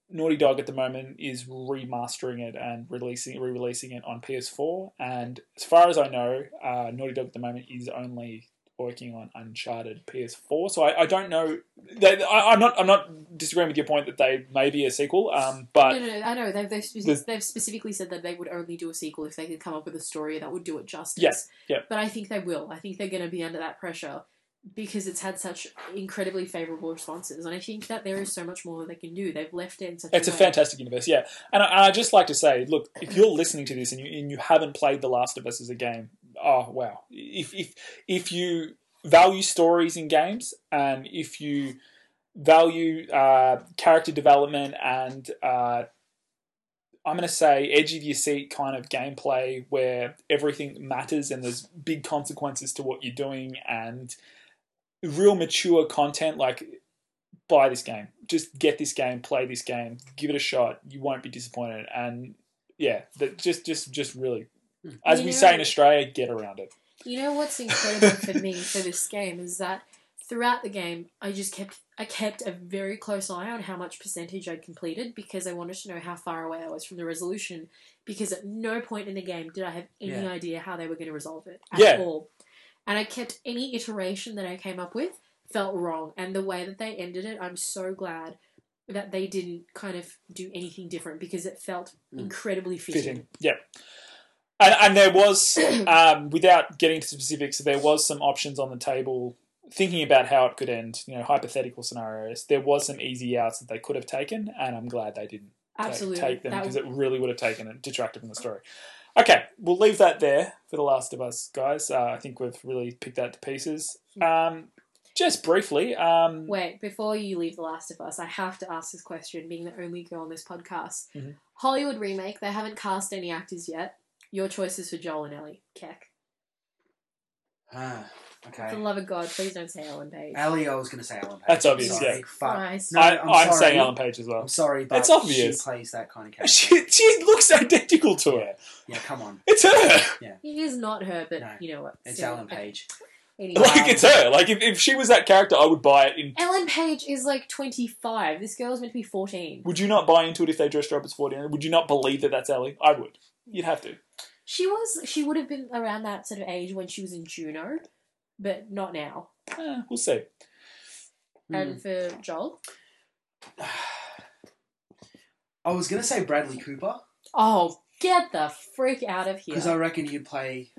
[SPEAKER 1] Naughty Dog at the moment is remastering it and releasing re-releasing it on PS4. And as far as I know, uh, Naughty Dog at the moment is only working on Uncharted PS4. So I, I don't know. They, I, I'm not I'm not disagreeing with your point that they may be a sequel. Um, but
[SPEAKER 3] No, no, no, I know. They've, they've,
[SPEAKER 1] There's-
[SPEAKER 3] speci- they've specifically said that they would only do a sequel if they could come up with a story that would do it justice.
[SPEAKER 1] Yeah, yeah.
[SPEAKER 3] But I think they will. I think they're going to be under that pressure because it's had such incredibly favourable responses. And I think that there is so much more that they can do. They've left it in such
[SPEAKER 1] It's
[SPEAKER 3] a
[SPEAKER 1] a
[SPEAKER 3] way.
[SPEAKER 1] fantastic universe, yeah. And I, and I just like to say, look, if you're listening to this and you and you haven't played The Last of Us as a game, oh wow! If if if you value stories in games and if you value uh, character development and uh, I'm going to say edge of your seat kind of gameplay where everything matters and there's big consequences to what you're doing and real mature content like buy this game. Just get this game, play this game, give it a shot. You won't be disappointed. And yeah, that just just just really, as we
[SPEAKER 3] You
[SPEAKER 1] say
[SPEAKER 3] know-
[SPEAKER 1] in Australia, get around it.
[SPEAKER 3] You know what's incredible for me for this game is that throughout the game, I just kept I kept a very close eye on how much percentage I'd completed because I wanted to know how far away I was from the resolution. Because at no point in the game did I have any
[SPEAKER 2] Yeah.
[SPEAKER 3] idea how they were going to resolve it at
[SPEAKER 1] Yeah.
[SPEAKER 3] all, and I kept any iteration that I came up with felt wrong. And the way that they ended it, I'm so glad that they didn't kind of do anything different because it felt
[SPEAKER 2] Mm.
[SPEAKER 3] incredibly
[SPEAKER 1] Fitting, yeah. And, and there was,
[SPEAKER 3] fitting.
[SPEAKER 1] um, without getting to specifics, there was some options on the table. Thinking about how it could end, you know, hypothetical scenarios. There was some easy outs that they could have taken, and I'm glad they didn't. take-
[SPEAKER 3] Absolutely,
[SPEAKER 1] take them
[SPEAKER 3] That
[SPEAKER 1] because it really would have taken it detracted from the story. Okay, we'll leave that there for The Last of Us, guys. Uh, I think we've really picked that to pieces. Um, just briefly, um,
[SPEAKER 3] Hmm. Wait, before you leave The Last of Us, I have to ask this question, being the only girl on this podcast.
[SPEAKER 2] Mm-hmm.
[SPEAKER 1] Mhm.
[SPEAKER 3] Hollywood remake, they haven't cast any actors yet. Your choices for Joel and Ellie. Keck.
[SPEAKER 2] Ah,
[SPEAKER 3] For the
[SPEAKER 2] okay.
[SPEAKER 3] love of God, please don't say Ellen Page.
[SPEAKER 2] Ellie, I was going to say Alan Page.
[SPEAKER 1] That's obvious,
[SPEAKER 2] Sorry,
[SPEAKER 1] yeah.
[SPEAKER 2] fuck.
[SPEAKER 3] Christ.
[SPEAKER 2] No,
[SPEAKER 1] I,
[SPEAKER 2] I'm,
[SPEAKER 1] I'm,
[SPEAKER 2] sorry.
[SPEAKER 1] saying Alan Page as well.
[SPEAKER 2] I'm sorry, but
[SPEAKER 1] It's obvious.
[SPEAKER 2] she plays that kind of character.
[SPEAKER 1] She, she looks identical to her.
[SPEAKER 2] Yeah, come on.
[SPEAKER 1] It's her.
[SPEAKER 3] It is not her, but
[SPEAKER 2] No,
[SPEAKER 3] you know what?
[SPEAKER 2] It's
[SPEAKER 3] still,
[SPEAKER 2] Alan
[SPEAKER 3] I-
[SPEAKER 2] Page.
[SPEAKER 3] anyway.
[SPEAKER 1] Like it's her. Like if, if she was that character, I would buy it. In
[SPEAKER 3] Ellen Page is like 25. This girl's meant to be 14.
[SPEAKER 1] would you not buy into it if they dressed her up as forty? Would you not believe that that's Ellie? I would. You'd have to.
[SPEAKER 3] She was, she would have been around that sort of age when she was in Juno, but not now.
[SPEAKER 1] Eh, we'll see.
[SPEAKER 2] Hmm.
[SPEAKER 3] And for Joel?
[SPEAKER 2] I was going to say Bradley Cooper
[SPEAKER 3] Oh, get the freak out of here.
[SPEAKER 2] because I reckon he'd play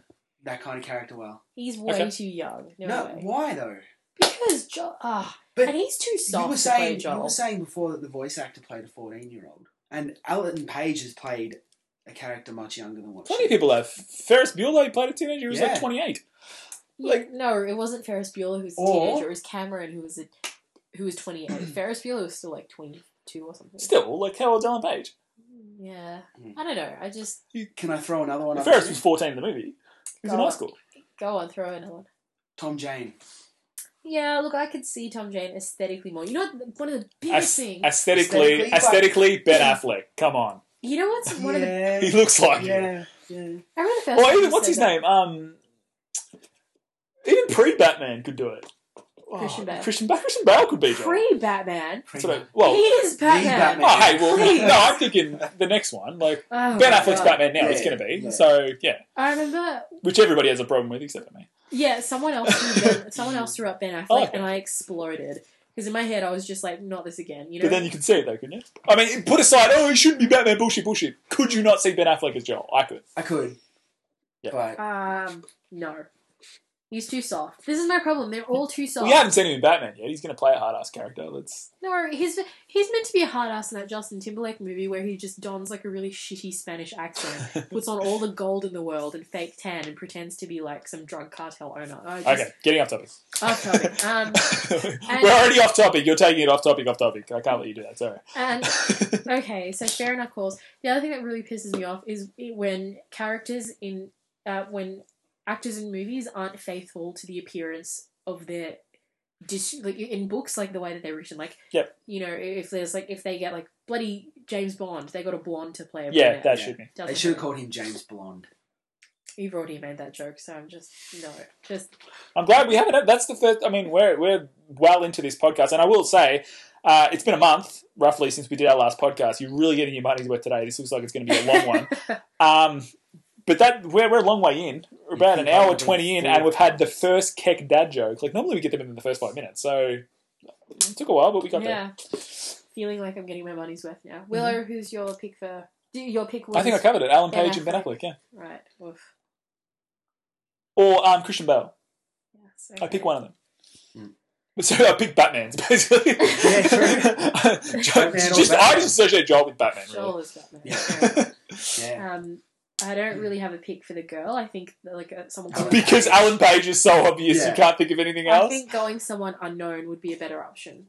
[SPEAKER 2] that kind of character well.
[SPEAKER 3] He's way
[SPEAKER 1] Okay.
[SPEAKER 3] too young. No,
[SPEAKER 2] no,
[SPEAKER 3] way.
[SPEAKER 2] why though?
[SPEAKER 3] Because Joel. Ah,
[SPEAKER 2] But
[SPEAKER 3] and he's too soft
[SPEAKER 2] you were
[SPEAKER 3] to play
[SPEAKER 2] saying you
[SPEAKER 3] Joel.
[SPEAKER 2] were saying before that the voice actor played a fourteen-year-old, and Alan Page has played a character much younger than what.
[SPEAKER 1] Plenty
[SPEAKER 2] she-
[SPEAKER 1] of people have. Ferris Bueller he played a teenager. He was
[SPEAKER 2] Yeah.
[SPEAKER 1] like twenty eight.
[SPEAKER 3] Yeah,
[SPEAKER 1] like-
[SPEAKER 3] no, it wasn't Ferris Bueller who was a
[SPEAKER 2] Or-
[SPEAKER 3] teenager. It was Cameron who was a, who was twenty eight. Ferris Bueller was still like twenty two or something.
[SPEAKER 1] Still, like how old's Alan Page?
[SPEAKER 3] Yeah,
[SPEAKER 2] Mm.
[SPEAKER 3] I don't know. I just
[SPEAKER 2] Can I throw another one? up
[SPEAKER 1] Ferris
[SPEAKER 2] too?
[SPEAKER 1] was 14 in the movie. He was in
[SPEAKER 3] God.
[SPEAKER 1] high school.
[SPEAKER 3] go on, throw another one.
[SPEAKER 2] Tom Jane.
[SPEAKER 3] Yeah, look, I could see Tom Jane aesthetically more. You know, what, one of the biggest
[SPEAKER 1] Aes-
[SPEAKER 3] thing.
[SPEAKER 1] aesthetically,
[SPEAKER 2] Aesthetically,
[SPEAKER 1] aesthetically,
[SPEAKER 2] but-
[SPEAKER 1] Ben Affleck. Come on,
[SPEAKER 3] you know what's one of the?
[SPEAKER 2] yeah.
[SPEAKER 1] he looks like him.
[SPEAKER 2] yeah, yeah.
[SPEAKER 3] I remember the first.
[SPEAKER 1] Or
[SPEAKER 3] time
[SPEAKER 1] even
[SPEAKER 3] you
[SPEAKER 1] what's
[SPEAKER 3] said
[SPEAKER 1] his
[SPEAKER 3] that.
[SPEAKER 1] name? Um, even pre Batman could do it. Oh,
[SPEAKER 3] Christian Bale.
[SPEAKER 1] Christian, Ba- Christian Bale could be Joel.
[SPEAKER 3] Pre Batman.
[SPEAKER 1] That's what I-
[SPEAKER 2] Pretty
[SPEAKER 1] well,
[SPEAKER 3] he is Batman.
[SPEAKER 2] Batman.
[SPEAKER 1] oh, hey, well,
[SPEAKER 3] Please.
[SPEAKER 1] no, I'm thinking the next one. Like
[SPEAKER 3] Oh
[SPEAKER 1] Ben
[SPEAKER 3] my
[SPEAKER 1] Affleck's
[SPEAKER 3] God.
[SPEAKER 1] Batman now.
[SPEAKER 2] Yeah,
[SPEAKER 1] it's going to be
[SPEAKER 2] yeah.
[SPEAKER 1] so. Yeah,
[SPEAKER 3] I remember,
[SPEAKER 1] which everybody has a problem with except for me.
[SPEAKER 3] yeah, someone else, threw ben, someone else threw up Ben Affleck,
[SPEAKER 1] Oh, okay.
[SPEAKER 3] and I exploded because in my head I was just like, not this again, you know.
[SPEAKER 1] But then you could see it though, couldn't you? I mean, put aside. Oh, it shouldn't be Batman. Bullshit, bullshit. Could you not see Ben Affleck as Joel? I could.
[SPEAKER 2] I could.
[SPEAKER 1] Yeah.
[SPEAKER 2] But
[SPEAKER 3] um, no, he's too soft. This is my problem. They're all too soft.
[SPEAKER 1] We haven't seen him in Batman yet. He's going to play a hard ass character. Let's.
[SPEAKER 3] No, he's he's meant to be a hard ass in that Justin Timberlake movie where he just dons like a really shitty Spanish accent, puts on all the gold in the world and fake tan and pretends to be like some drug cartel owner. I just,
[SPEAKER 1] Okay, getting off topic.
[SPEAKER 3] off topic. Um,
[SPEAKER 1] We're already off topic. You're taking it off topic, off topic. I can't let you do that. Sorry.
[SPEAKER 3] and okay, so fair enough calls. The other thing that really pisses me off is when characters in uh, when actors in movies aren't faithful to the appearance of their dis- like in books like the way that they're written like
[SPEAKER 1] Yep.
[SPEAKER 3] you know if there's like if they get like bloody James Bond they got a blonde to play a
[SPEAKER 1] yeah,
[SPEAKER 3] brunette.
[SPEAKER 1] that
[SPEAKER 2] Yeah.
[SPEAKER 1] should be.
[SPEAKER 3] Doesn't
[SPEAKER 2] they should have
[SPEAKER 3] work.
[SPEAKER 2] called him James Blonde.
[SPEAKER 3] You've already made that joke, so I'm just no, just
[SPEAKER 1] I'm glad we haven't. That's the first. I mean, we're we're well into this podcast, and I will say, uh, it's been a month roughly since we did our last podcast. You're really getting your money's worth today. This looks like it's going to be a long one. Um, but that we're, we're a long way in. We're about an hour twenty in, and we've had the first keck dad joke. Like normally we get them in the first five minutes, so it took a while, but we got there.
[SPEAKER 3] yeah. Feeling like I'm getting my money's worth now. Willow, who's your pick for? Do your pick was
[SPEAKER 1] Mm-hmm. I think I covered it. Alan
[SPEAKER 3] Ben
[SPEAKER 1] Page and Ben
[SPEAKER 3] Affleck.
[SPEAKER 1] Affleck, yeah,
[SPEAKER 3] right. Oof.
[SPEAKER 1] or um, Christian Bale.
[SPEAKER 3] Yeah, so
[SPEAKER 1] I pick one of them.
[SPEAKER 2] Hmm.
[SPEAKER 1] So I pick Batman's basically.
[SPEAKER 2] Yeah,
[SPEAKER 1] Joe-
[SPEAKER 2] Batman or
[SPEAKER 1] just, I
[SPEAKER 2] Batman.
[SPEAKER 1] just associate Joel with Batman. Really.
[SPEAKER 3] Joel is Batman.
[SPEAKER 2] Yeah. Yeah.
[SPEAKER 3] Um, I don't really have a pick for the girl. I think that, like uh, someone
[SPEAKER 2] Alan
[SPEAKER 1] because Alan Page is so obvious, you
[SPEAKER 2] Yeah.
[SPEAKER 1] can't think of anything
[SPEAKER 3] I
[SPEAKER 1] else.
[SPEAKER 3] think going someone unknown would be a better option,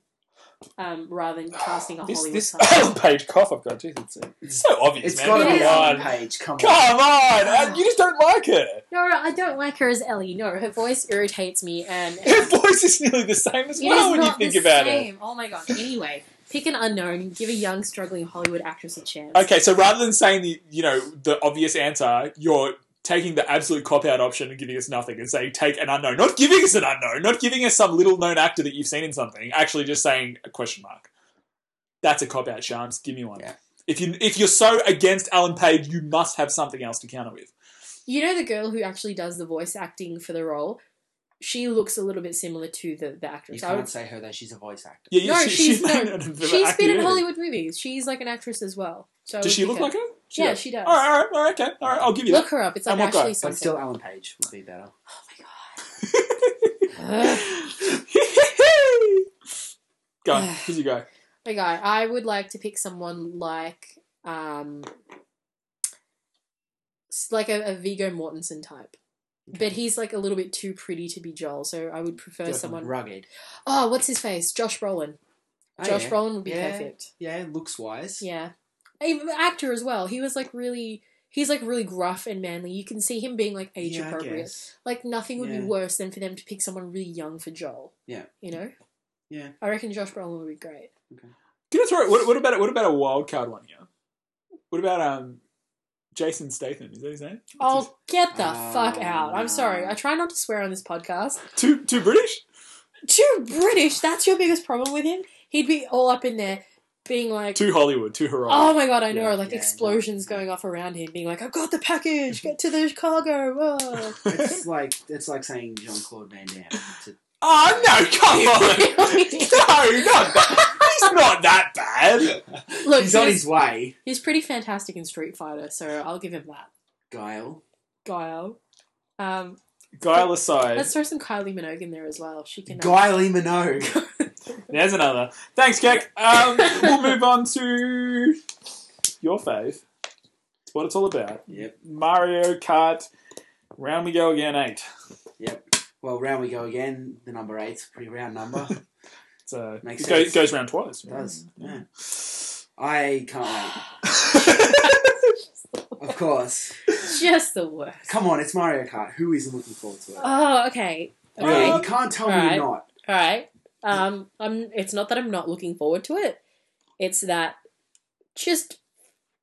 [SPEAKER 3] um, rather than casting a
[SPEAKER 1] Ah, this
[SPEAKER 3] Hollywood
[SPEAKER 1] this
[SPEAKER 3] cast.
[SPEAKER 1] Alan Page cough I've got, jeez, it's, it's so obvious,
[SPEAKER 2] It's
[SPEAKER 1] man.
[SPEAKER 2] got to
[SPEAKER 3] It
[SPEAKER 2] be
[SPEAKER 3] is.
[SPEAKER 1] Come
[SPEAKER 2] Alan
[SPEAKER 1] on,
[SPEAKER 2] Page. Come on.
[SPEAKER 1] come on, and you just don't like her.
[SPEAKER 3] No, I don't like her as Ellie. No, her voice irritates me, and
[SPEAKER 1] Her voice is nearly the same as
[SPEAKER 3] It is
[SPEAKER 1] well when you
[SPEAKER 3] not
[SPEAKER 1] think
[SPEAKER 3] the
[SPEAKER 1] about it.
[SPEAKER 3] same. Oh my god. Anyway, pick an unknown, give a young, struggling Hollywood actress a chance.
[SPEAKER 1] Okay, so rather than saying the you know the obvious answer, you're taking the absolute cop out option and giving us nothing and saying take an unknown, not giving us an unknown, not giving us some little known actor that you've seen in something, actually just saying a question mark. That's a cop out, Shams. Give me one.
[SPEAKER 2] Yeah.
[SPEAKER 1] If you if you're so against Alan Page, you must have something else to counter with.
[SPEAKER 3] You know the girl who actually does the voice acting for the role? She looks a little bit similar to the, the
[SPEAKER 2] You
[SPEAKER 3] actress. I
[SPEAKER 2] can't
[SPEAKER 3] would,
[SPEAKER 2] say her though. She's a voice actor.
[SPEAKER 1] Yeah,
[SPEAKER 3] no, she's,
[SPEAKER 1] not
[SPEAKER 3] no,
[SPEAKER 1] an
[SPEAKER 3] she's
[SPEAKER 1] actor
[SPEAKER 3] been in
[SPEAKER 1] either.
[SPEAKER 3] Hollywood movies. She's like an actress as well. So I
[SPEAKER 1] Does
[SPEAKER 3] would
[SPEAKER 1] she
[SPEAKER 3] pick
[SPEAKER 1] look
[SPEAKER 3] her.
[SPEAKER 1] like her? She
[SPEAKER 3] yeah,
[SPEAKER 1] does.
[SPEAKER 3] she does.
[SPEAKER 1] All right, all right, all right, okay, all right. I'll give you.
[SPEAKER 3] Look her up. It's like
[SPEAKER 1] And what guy?
[SPEAKER 3] actually
[SPEAKER 2] But
[SPEAKER 3] something.
[SPEAKER 2] still, Alan Page would be better.
[SPEAKER 3] oh my god. Ugh.
[SPEAKER 1] that. go on, who's your guy?
[SPEAKER 3] Okay, I would like to pick someone like um s- like a, a Vigo Mortensen type. But he's like a little bit too pretty to be Joel, so I would prefer
[SPEAKER 2] Definitely
[SPEAKER 3] someone
[SPEAKER 2] rugged.
[SPEAKER 3] Oh, what's his face? Josh Brolin.
[SPEAKER 2] Oh,
[SPEAKER 3] Josh
[SPEAKER 2] yeah.
[SPEAKER 3] Brolin would be
[SPEAKER 2] Yeah.
[SPEAKER 3] perfect.
[SPEAKER 2] Yeah, looks wise.
[SPEAKER 3] Yeah. Even the actor as well. He was like really he's like really gruff and manly. You can see him being like age
[SPEAKER 2] Yeah, I
[SPEAKER 3] appropriate.
[SPEAKER 2] guess.
[SPEAKER 3] Like nothing would
[SPEAKER 2] Yeah.
[SPEAKER 3] be worse than for them to pick someone really young for Joel.
[SPEAKER 2] Yeah.
[SPEAKER 3] You know?
[SPEAKER 2] Yeah.
[SPEAKER 3] I reckon Josh Brolin would be great.
[SPEAKER 1] Can I throw? What, what about what about a wild card one here? What about um, Jason Statham? Is that his name?
[SPEAKER 3] Oh, get the
[SPEAKER 2] Oh,
[SPEAKER 3] fuck out. I'm sorry.
[SPEAKER 2] no.
[SPEAKER 3] I try not to swear on this podcast.
[SPEAKER 1] Too too British?
[SPEAKER 3] Too British. That's your biggest problem with him. He'd be all up in there being like,
[SPEAKER 1] Too Hollywood? Too heroic?
[SPEAKER 3] oh my god, I know.
[SPEAKER 1] Yeah,
[SPEAKER 3] like
[SPEAKER 2] yeah,
[SPEAKER 3] explosions
[SPEAKER 2] no.
[SPEAKER 3] going off around him, being like, I've got the package. Get to the cargo. Whoa.
[SPEAKER 2] It's like it's like saying Jean Claude Van Damme. To,
[SPEAKER 1] oh no! Come on! no, not that. He's not that bad.
[SPEAKER 3] Look,
[SPEAKER 2] he's on
[SPEAKER 3] he's,
[SPEAKER 2] his way,
[SPEAKER 3] he's pretty fantastic in Street Fighter, so I'll give him that.
[SPEAKER 2] Guile.
[SPEAKER 3] Guile. Um,
[SPEAKER 1] Guile aside,
[SPEAKER 3] let's throw some Kylie Minogue in there as well. She can. uh,
[SPEAKER 2] Guile Minogue.
[SPEAKER 1] there's another. Thanks, Keck. Um, we'll move on to your fave. It's what it's all about.
[SPEAKER 2] yep,
[SPEAKER 1] Mario Kart. Round we go again, eight.
[SPEAKER 2] yep. Well, round we go again. The number eight's a pretty round number.
[SPEAKER 1] So
[SPEAKER 2] Makes
[SPEAKER 1] it go-
[SPEAKER 2] sense.
[SPEAKER 1] goes round twice.
[SPEAKER 2] It does.
[SPEAKER 1] Yeah.
[SPEAKER 2] Yeah. I can't wait. Of course.
[SPEAKER 3] just the worst.
[SPEAKER 2] Come on, it's Mario Kart. Who isn't looking forward to it?
[SPEAKER 3] Oh, okay.
[SPEAKER 2] Really,
[SPEAKER 3] Okay.
[SPEAKER 2] you can't tell me
[SPEAKER 3] uh, Alright.
[SPEAKER 2] you're not.
[SPEAKER 3] All right. Um, I'm. It's not that I'm not looking forward to it. It's that just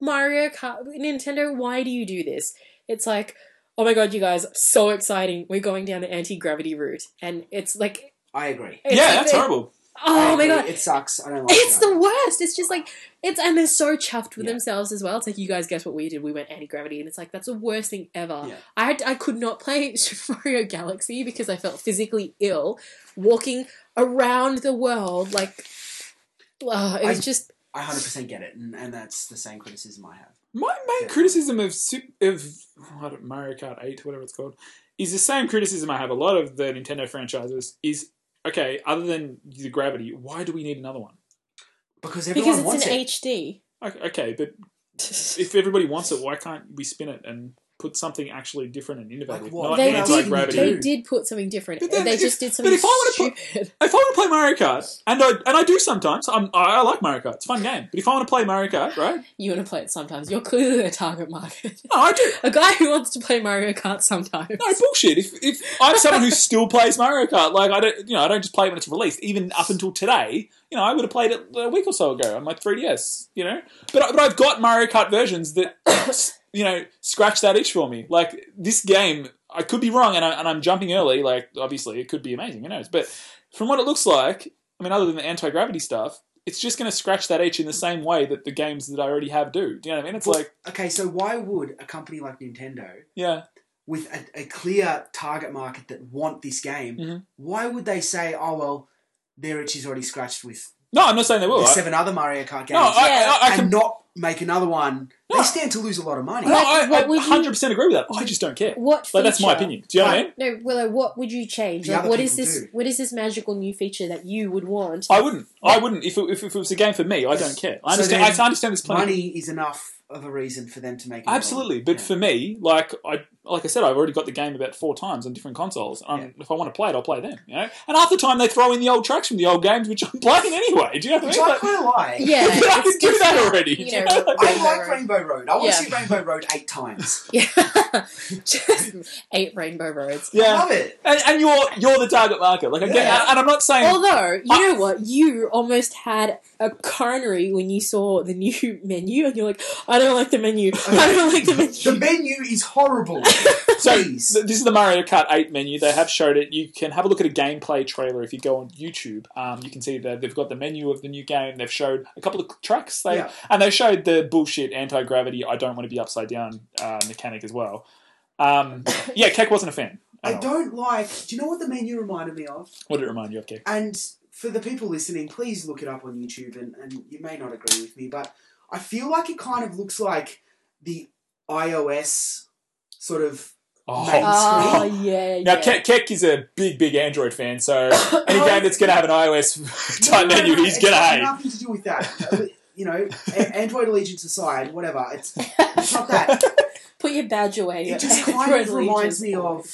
[SPEAKER 3] Mario Kart, Nintendo. Why do you do this? It's like, oh my god, you guys, so exciting. We're going down the anti gravity route. And it's like.
[SPEAKER 2] I agree.
[SPEAKER 3] it's
[SPEAKER 1] yeah,
[SPEAKER 3] like
[SPEAKER 1] that's
[SPEAKER 3] the-
[SPEAKER 1] horrible.
[SPEAKER 3] Oh
[SPEAKER 2] I
[SPEAKER 3] my
[SPEAKER 2] agree.
[SPEAKER 3] god.
[SPEAKER 2] It sucks. I don't like
[SPEAKER 3] It's
[SPEAKER 2] it.
[SPEAKER 3] the worst. It's just like it's and they're so chuffed with
[SPEAKER 2] Yeah.
[SPEAKER 3] themselves as well. It's like you guys guess what we did? We went anti gravity, and it's like that's the worst thing ever.
[SPEAKER 2] Yeah.
[SPEAKER 3] I had, I could not play Super Mario Galaxy because I felt physically ill, walking around the world like. Ugh, it was
[SPEAKER 2] I-
[SPEAKER 3] just
[SPEAKER 2] I hundred percent get it, and, and that's the same criticism I have.
[SPEAKER 1] My main
[SPEAKER 2] Yeah.
[SPEAKER 1] criticism of Sup- of I don't- Mario Kart Eight, whatever it's called, is the same criticism I have a lot of the Nintendo franchises. Is okay, other than the gravity, why do we need another one?
[SPEAKER 2] Because everyone
[SPEAKER 3] because
[SPEAKER 2] wants
[SPEAKER 3] it's in
[SPEAKER 2] it.
[SPEAKER 3] HD.
[SPEAKER 1] Okay, okay, but if everybody wants it, why can't we spin it and put something actually different and innovative?
[SPEAKER 2] Like what?
[SPEAKER 1] Not
[SPEAKER 3] They
[SPEAKER 1] anti
[SPEAKER 3] did,
[SPEAKER 1] gravity.
[SPEAKER 3] they did put something different.
[SPEAKER 1] But then
[SPEAKER 3] they
[SPEAKER 1] if-
[SPEAKER 3] just did something
[SPEAKER 1] but if I wanna put-
[SPEAKER 3] stupid.
[SPEAKER 1] If I want to play Mario Kart, and I and I do sometimes, I'm, I, I like Mario Kart. It's a fun game. But if I want to play Mario Kart, right?
[SPEAKER 3] you want to play it sometimes. You're clearly the target market.
[SPEAKER 1] No, I do.
[SPEAKER 3] A guy who wants to play Mario Kart sometimes.
[SPEAKER 1] No bullshit. If, if I'm someone who still plays Mario Kart, like I don't, you know, I don't just play it when it's released. Even up until today, you know, I would have played it a week or so ago on my 3DS. You know, but I- but I've got Mario Kart versions that you know scratch that itch for me. Like this game, I could be wrong, and, I, and I'm jumping early. Like obviously, it could be amazing. Who knows? But from what it looks like, I mean, other than the anti gravity stuff. It's just going to scratch that itch in the same way that the games that I already have do. Do you know what I mean? It's like,
[SPEAKER 2] Okay, so why would a company like Nintendo,
[SPEAKER 1] yeah,
[SPEAKER 2] with a, a clear target market that want this game,
[SPEAKER 1] Mhm.
[SPEAKER 2] why would they say, "Oh well, their itch is already scratched with
[SPEAKER 1] no, I'm not saying they will.
[SPEAKER 2] the
[SPEAKER 1] I-
[SPEAKER 2] seven other Mario Kart games,"
[SPEAKER 1] no, I, I, I can
[SPEAKER 2] and not make another one?
[SPEAKER 1] No.
[SPEAKER 2] They stand to lose a lot of money.
[SPEAKER 1] No,
[SPEAKER 3] Like,
[SPEAKER 1] I,
[SPEAKER 3] what would
[SPEAKER 1] I
[SPEAKER 3] you-
[SPEAKER 1] 100% agree with that. I just don't care.
[SPEAKER 3] What? Feature?
[SPEAKER 1] Like, that's my opinion. Do you know what I mean?
[SPEAKER 3] No, Willow. What would you change?
[SPEAKER 2] The
[SPEAKER 3] Like,
[SPEAKER 2] other
[SPEAKER 3] what is
[SPEAKER 2] people
[SPEAKER 3] this?
[SPEAKER 2] do.
[SPEAKER 3] What is this magical new feature that you would want?
[SPEAKER 1] I wouldn't. I wouldn't. If it, if, if it was a game for me, I don't care. I
[SPEAKER 2] So
[SPEAKER 1] understand.
[SPEAKER 2] then
[SPEAKER 1] I understand this plenty.
[SPEAKER 2] Money is enough of a reason for them to make. another
[SPEAKER 1] Absolutely,
[SPEAKER 2] one.
[SPEAKER 1] but
[SPEAKER 2] Yeah.
[SPEAKER 1] for me, like I like I said, I've already got the game about four times on different consoles. Um, If I want to play it, I'll play them. You know, and half the time they throw in the old tracks from the old games, which I'm playing anyway. Do you know what
[SPEAKER 2] which
[SPEAKER 1] I mean?
[SPEAKER 2] I
[SPEAKER 1] Like,
[SPEAKER 2] kind of like.
[SPEAKER 3] yeah,
[SPEAKER 1] I can
[SPEAKER 3] it's-
[SPEAKER 1] do
[SPEAKER 3] it's
[SPEAKER 1] that
[SPEAKER 3] not,
[SPEAKER 1] already.
[SPEAKER 3] You
[SPEAKER 1] Do you
[SPEAKER 3] know,
[SPEAKER 1] know?
[SPEAKER 2] I like
[SPEAKER 3] Rainbow Road.
[SPEAKER 2] Rainbow Road. I want
[SPEAKER 3] Yeah.
[SPEAKER 2] to see Rainbow Road eight times.
[SPEAKER 3] Yeah, just eight rainbow roads.
[SPEAKER 2] I
[SPEAKER 1] yeah,
[SPEAKER 2] love it.
[SPEAKER 1] and, and you're you're the target market. Like I get,
[SPEAKER 2] Yeah.
[SPEAKER 1] and I'm not saying
[SPEAKER 3] Although you
[SPEAKER 1] I-
[SPEAKER 3] know what, you almost had a coronary when you saw the new menu, and you're like, I don't like the menu. I don't like the
[SPEAKER 2] The
[SPEAKER 3] menu.
[SPEAKER 2] menu is horrible.
[SPEAKER 1] So
[SPEAKER 2] Please.
[SPEAKER 1] th- this is the Mario Kart 8 menu. They have showed it. You can have a look at a gameplay trailer if you go on YouTube. Um, you can see that they've got the menu of the new game. They've showed a couple of tracks. They
[SPEAKER 2] Yeah.
[SPEAKER 1] and they showed the bullshit anti gravity. I don't want to be upside down uh, mechanic as well. Um, yeah, Keck wasn't a fan.
[SPEAKER 2] I
[SPEAKER 1] at all.
[SPEAKER 2] don't like. Do you know what the menu reminded me of?
[SPEAKER 1] What did it remind you of, Keck?
[SPEAKER 2] And for the people listening, please look it up on YouTube, and, and you may not agree with me, but I feel like it kind of looks like the iOS sort of.
[SPEAKER 1] Oh.
[SPEAKER 2] Nice.
[SPEAKER 3] Oh yeah.
[SPEAKER 1] Now,
[SPEAKER 3] yeah.
[SPEAKER 1] Keck, Keck is a big, big Android fan, so any game that's going to have an iOS type
[SPEAKER 2] Oh. No, no, no,
[SPEAKER 1] menu, he's
[SPEAKER 2] it's
[SPEAKER 1] going to
[SPEAKER 2] got
[SPEAKER 1] hate.
[SPEAKER 2] Nothing to do with that. Uh, you know, a- Android allegiance aside, whatever. It's, it's not that.
[SPEAKER 3] Put your badge away.
[SPEAKER 2] It just kind of reminds me of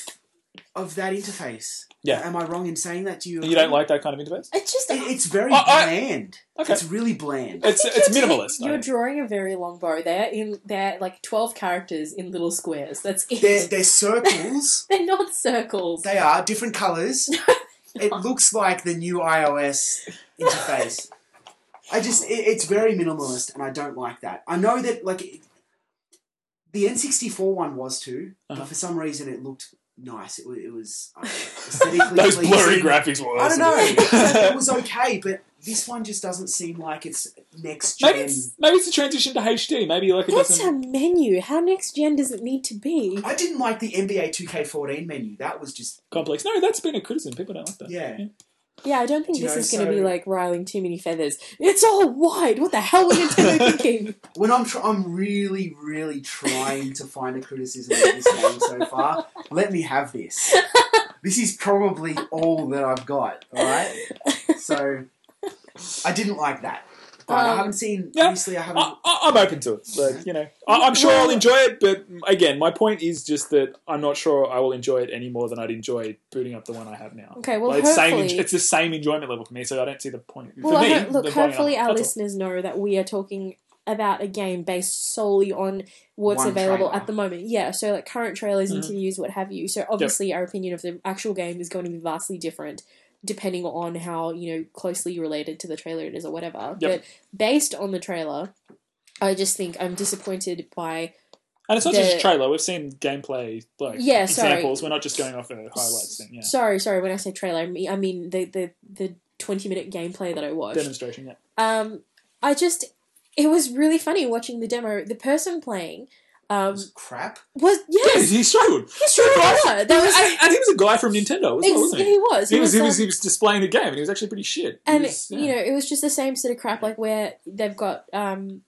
[SPEAKER 2] of that interface.
[SPEAKER 1] Yeah.
[SPEAKER 2] Am I wrong in saying that? Do you?
[SPEAKER 1] You don't like that kind of interface?
[SPEAKER 3] It's just
[SPEAKER 2] It, it's very
[SPEAKER 1] I- I-
[SPEAKER 2] bland.
[SPEAKER 1] Okay.
[SPEAKER 2] It's really bland.
[SPEAKER 3] I
[SPEAKER 1] It's-
[SPEAKER 3] think
[SPEAKER 1] it's
[SPEAKER 3] you're ta-
[SPEAKER 1] minimalist, I
[SPEAKER 3] you're
[SPEAKER 1] think.
[SPEAKER 3] drawing a very long bow. They're in they're like twelve characters in little squares. That's it.
[SPEAKER 2] They're,
[SPEAKER 3] They're,
[SPEAKER 2] they're circles.
[SPEAKER 3] not circles.
[SPEAKER 2] They are different colours. it looks like the new iOS interface. I just, it, it's very minimalist, and I don't like that. I know that, like, it- the N64 one was too,
[SPEAKER 1] Uh-huh.
[SPEAKER 2] but for some reason it looked nice. It, wa- it was uh, aesthetically
[SPEAKER 1] Those blurry
[SPEAKER 2] pleasing.
[SPEAKER 1] graphics were
[SPEAKER 2] I don't know.
[SPEAKER 1] awesome.
[SPEAKER 2] it was okay, but this one just doesn't seem like it's next gen.
[SPEAKER 1] Maybe it's maybe it's a transition to HD. Maybe like it
[SPEAKER 3] That's a
[SPEAKER 1] doesn't.
[SPEAKER 3] menu. How next gen does it need to be?
[SPEAKER 2] I didn't like the NBA 2K14 menu. That was just,
[SPEAKER 1] complex. No, that's been a criticism. People don't like that.
[SPEAKER 2] yeah.
[SPEAKER 3] Yeah, I don't think
[SPEAKER 2] Do you
[SPEAKER 3] this
[SPEAKER 2] know,
[SPEAKER 3] is going to be
[SPEAKER 2] so-
[SPEAKER 3] like riling too many feathers. It's all white. What the hell were Nintendo thinking?
[SPEAKER 2] When I'm, tr- I'm really, really trying to find a criticism of this game so far. Let me have this. This is probably all that I've got. All right. So I didn't like that, but I
[SPEAKER 3] Um, Ah.
[SPEAKER 2] haven't seen.
[SPEAKER 1] yeah.
[SPEAKER 2] Obviously, I haven't.
[SPEAKER 1] I, I, I'm open to it. Like you know, I, I'm sure I'll
[SPEAKER 3] Well-
[SPEAKER 1] enjoy it. But again, my point is just that I'm not sure I will enjoy it any more than I'd enjoy booting up the one I have now.
[SPEAKER 3] Okay, well,
[SPEAKER 1] Like, it's same.
[SPEAKER 3] hopefully-
[SPEAKER 1] It's the same enjoyment level for me, so I don't see the point.
[SPEAKER 3] well,
[SPEAKER 1] for me,
[SPEAKER 3] I hope, look,
[SPEAKER 1] the buying
[SPEAKER 3] hopefully
[SPEAKER 1] up,
[SPEAKER 3] our
[SPEAKER 1] that's all.
[SPEAKER 3] listeners know that we are talking about a game based solely on what's
[SPEAKER 2] One
[SPEAKER 3] available
[SPEAKER 2] trailer.
[SPEAKER 3] at the moment. Yeah, so like current trailers,
[SPEAKER 1] Mhm.
[SPEAKER 3] interviews, what have you. So obviously, our opinion of the actual game is going to be vastly different depending on how you know closely related to the trailer it is or whatever.
[SPEAKER 1] Yep.
[SPEAKER 3] But based on the trailer, I just think I'm disappointed by
[SPEAKER 1] And it's not just a
[SPEAKER 3] the-
[SPEAKER 1] trailer. We've seen gameplay like
[SPEAKER 3] Yeah, sorry.
[SPEAKER 1] examples. We're not just going off a highlights thing. Yeah,
[SPEAKER 3] Sorry, sorry. When I say trailer, I mean, I mean the the the twenty minute gameplay that I watched.
[SPEAKER 1] demonstration. Yeah,
[SPEAKER 3] Um, I just it was really funny watching the demo. The person playing um
[SPEAKER 2] was crap.
[SPEAKER 3] was yes,
[SPEAKER 1] he struggled.
[SPEAKER 3] he's strong That
[SPEAKER 1] He was,
[SPEAKER 3] was
[SPEAKER 1] and he was a guy from Nintendo as well,
[SPEAKER 3] ex-
[SPEAKER 1] wasn't
[SPEAKER 3] he
[SPEAKER 1] he?
[SPEAKER 3] was.
[SPEAKER 1] He was, he
[SPEAKER 3] um,
[SPEAKER 1] was, he was displaying the game, and he was actually pretty shit. He
[SPEAKER 3] and
[SPEAKER 1] was- yeah.
[SPEAKER 3] you know it was just the same sort of crap like where they've got um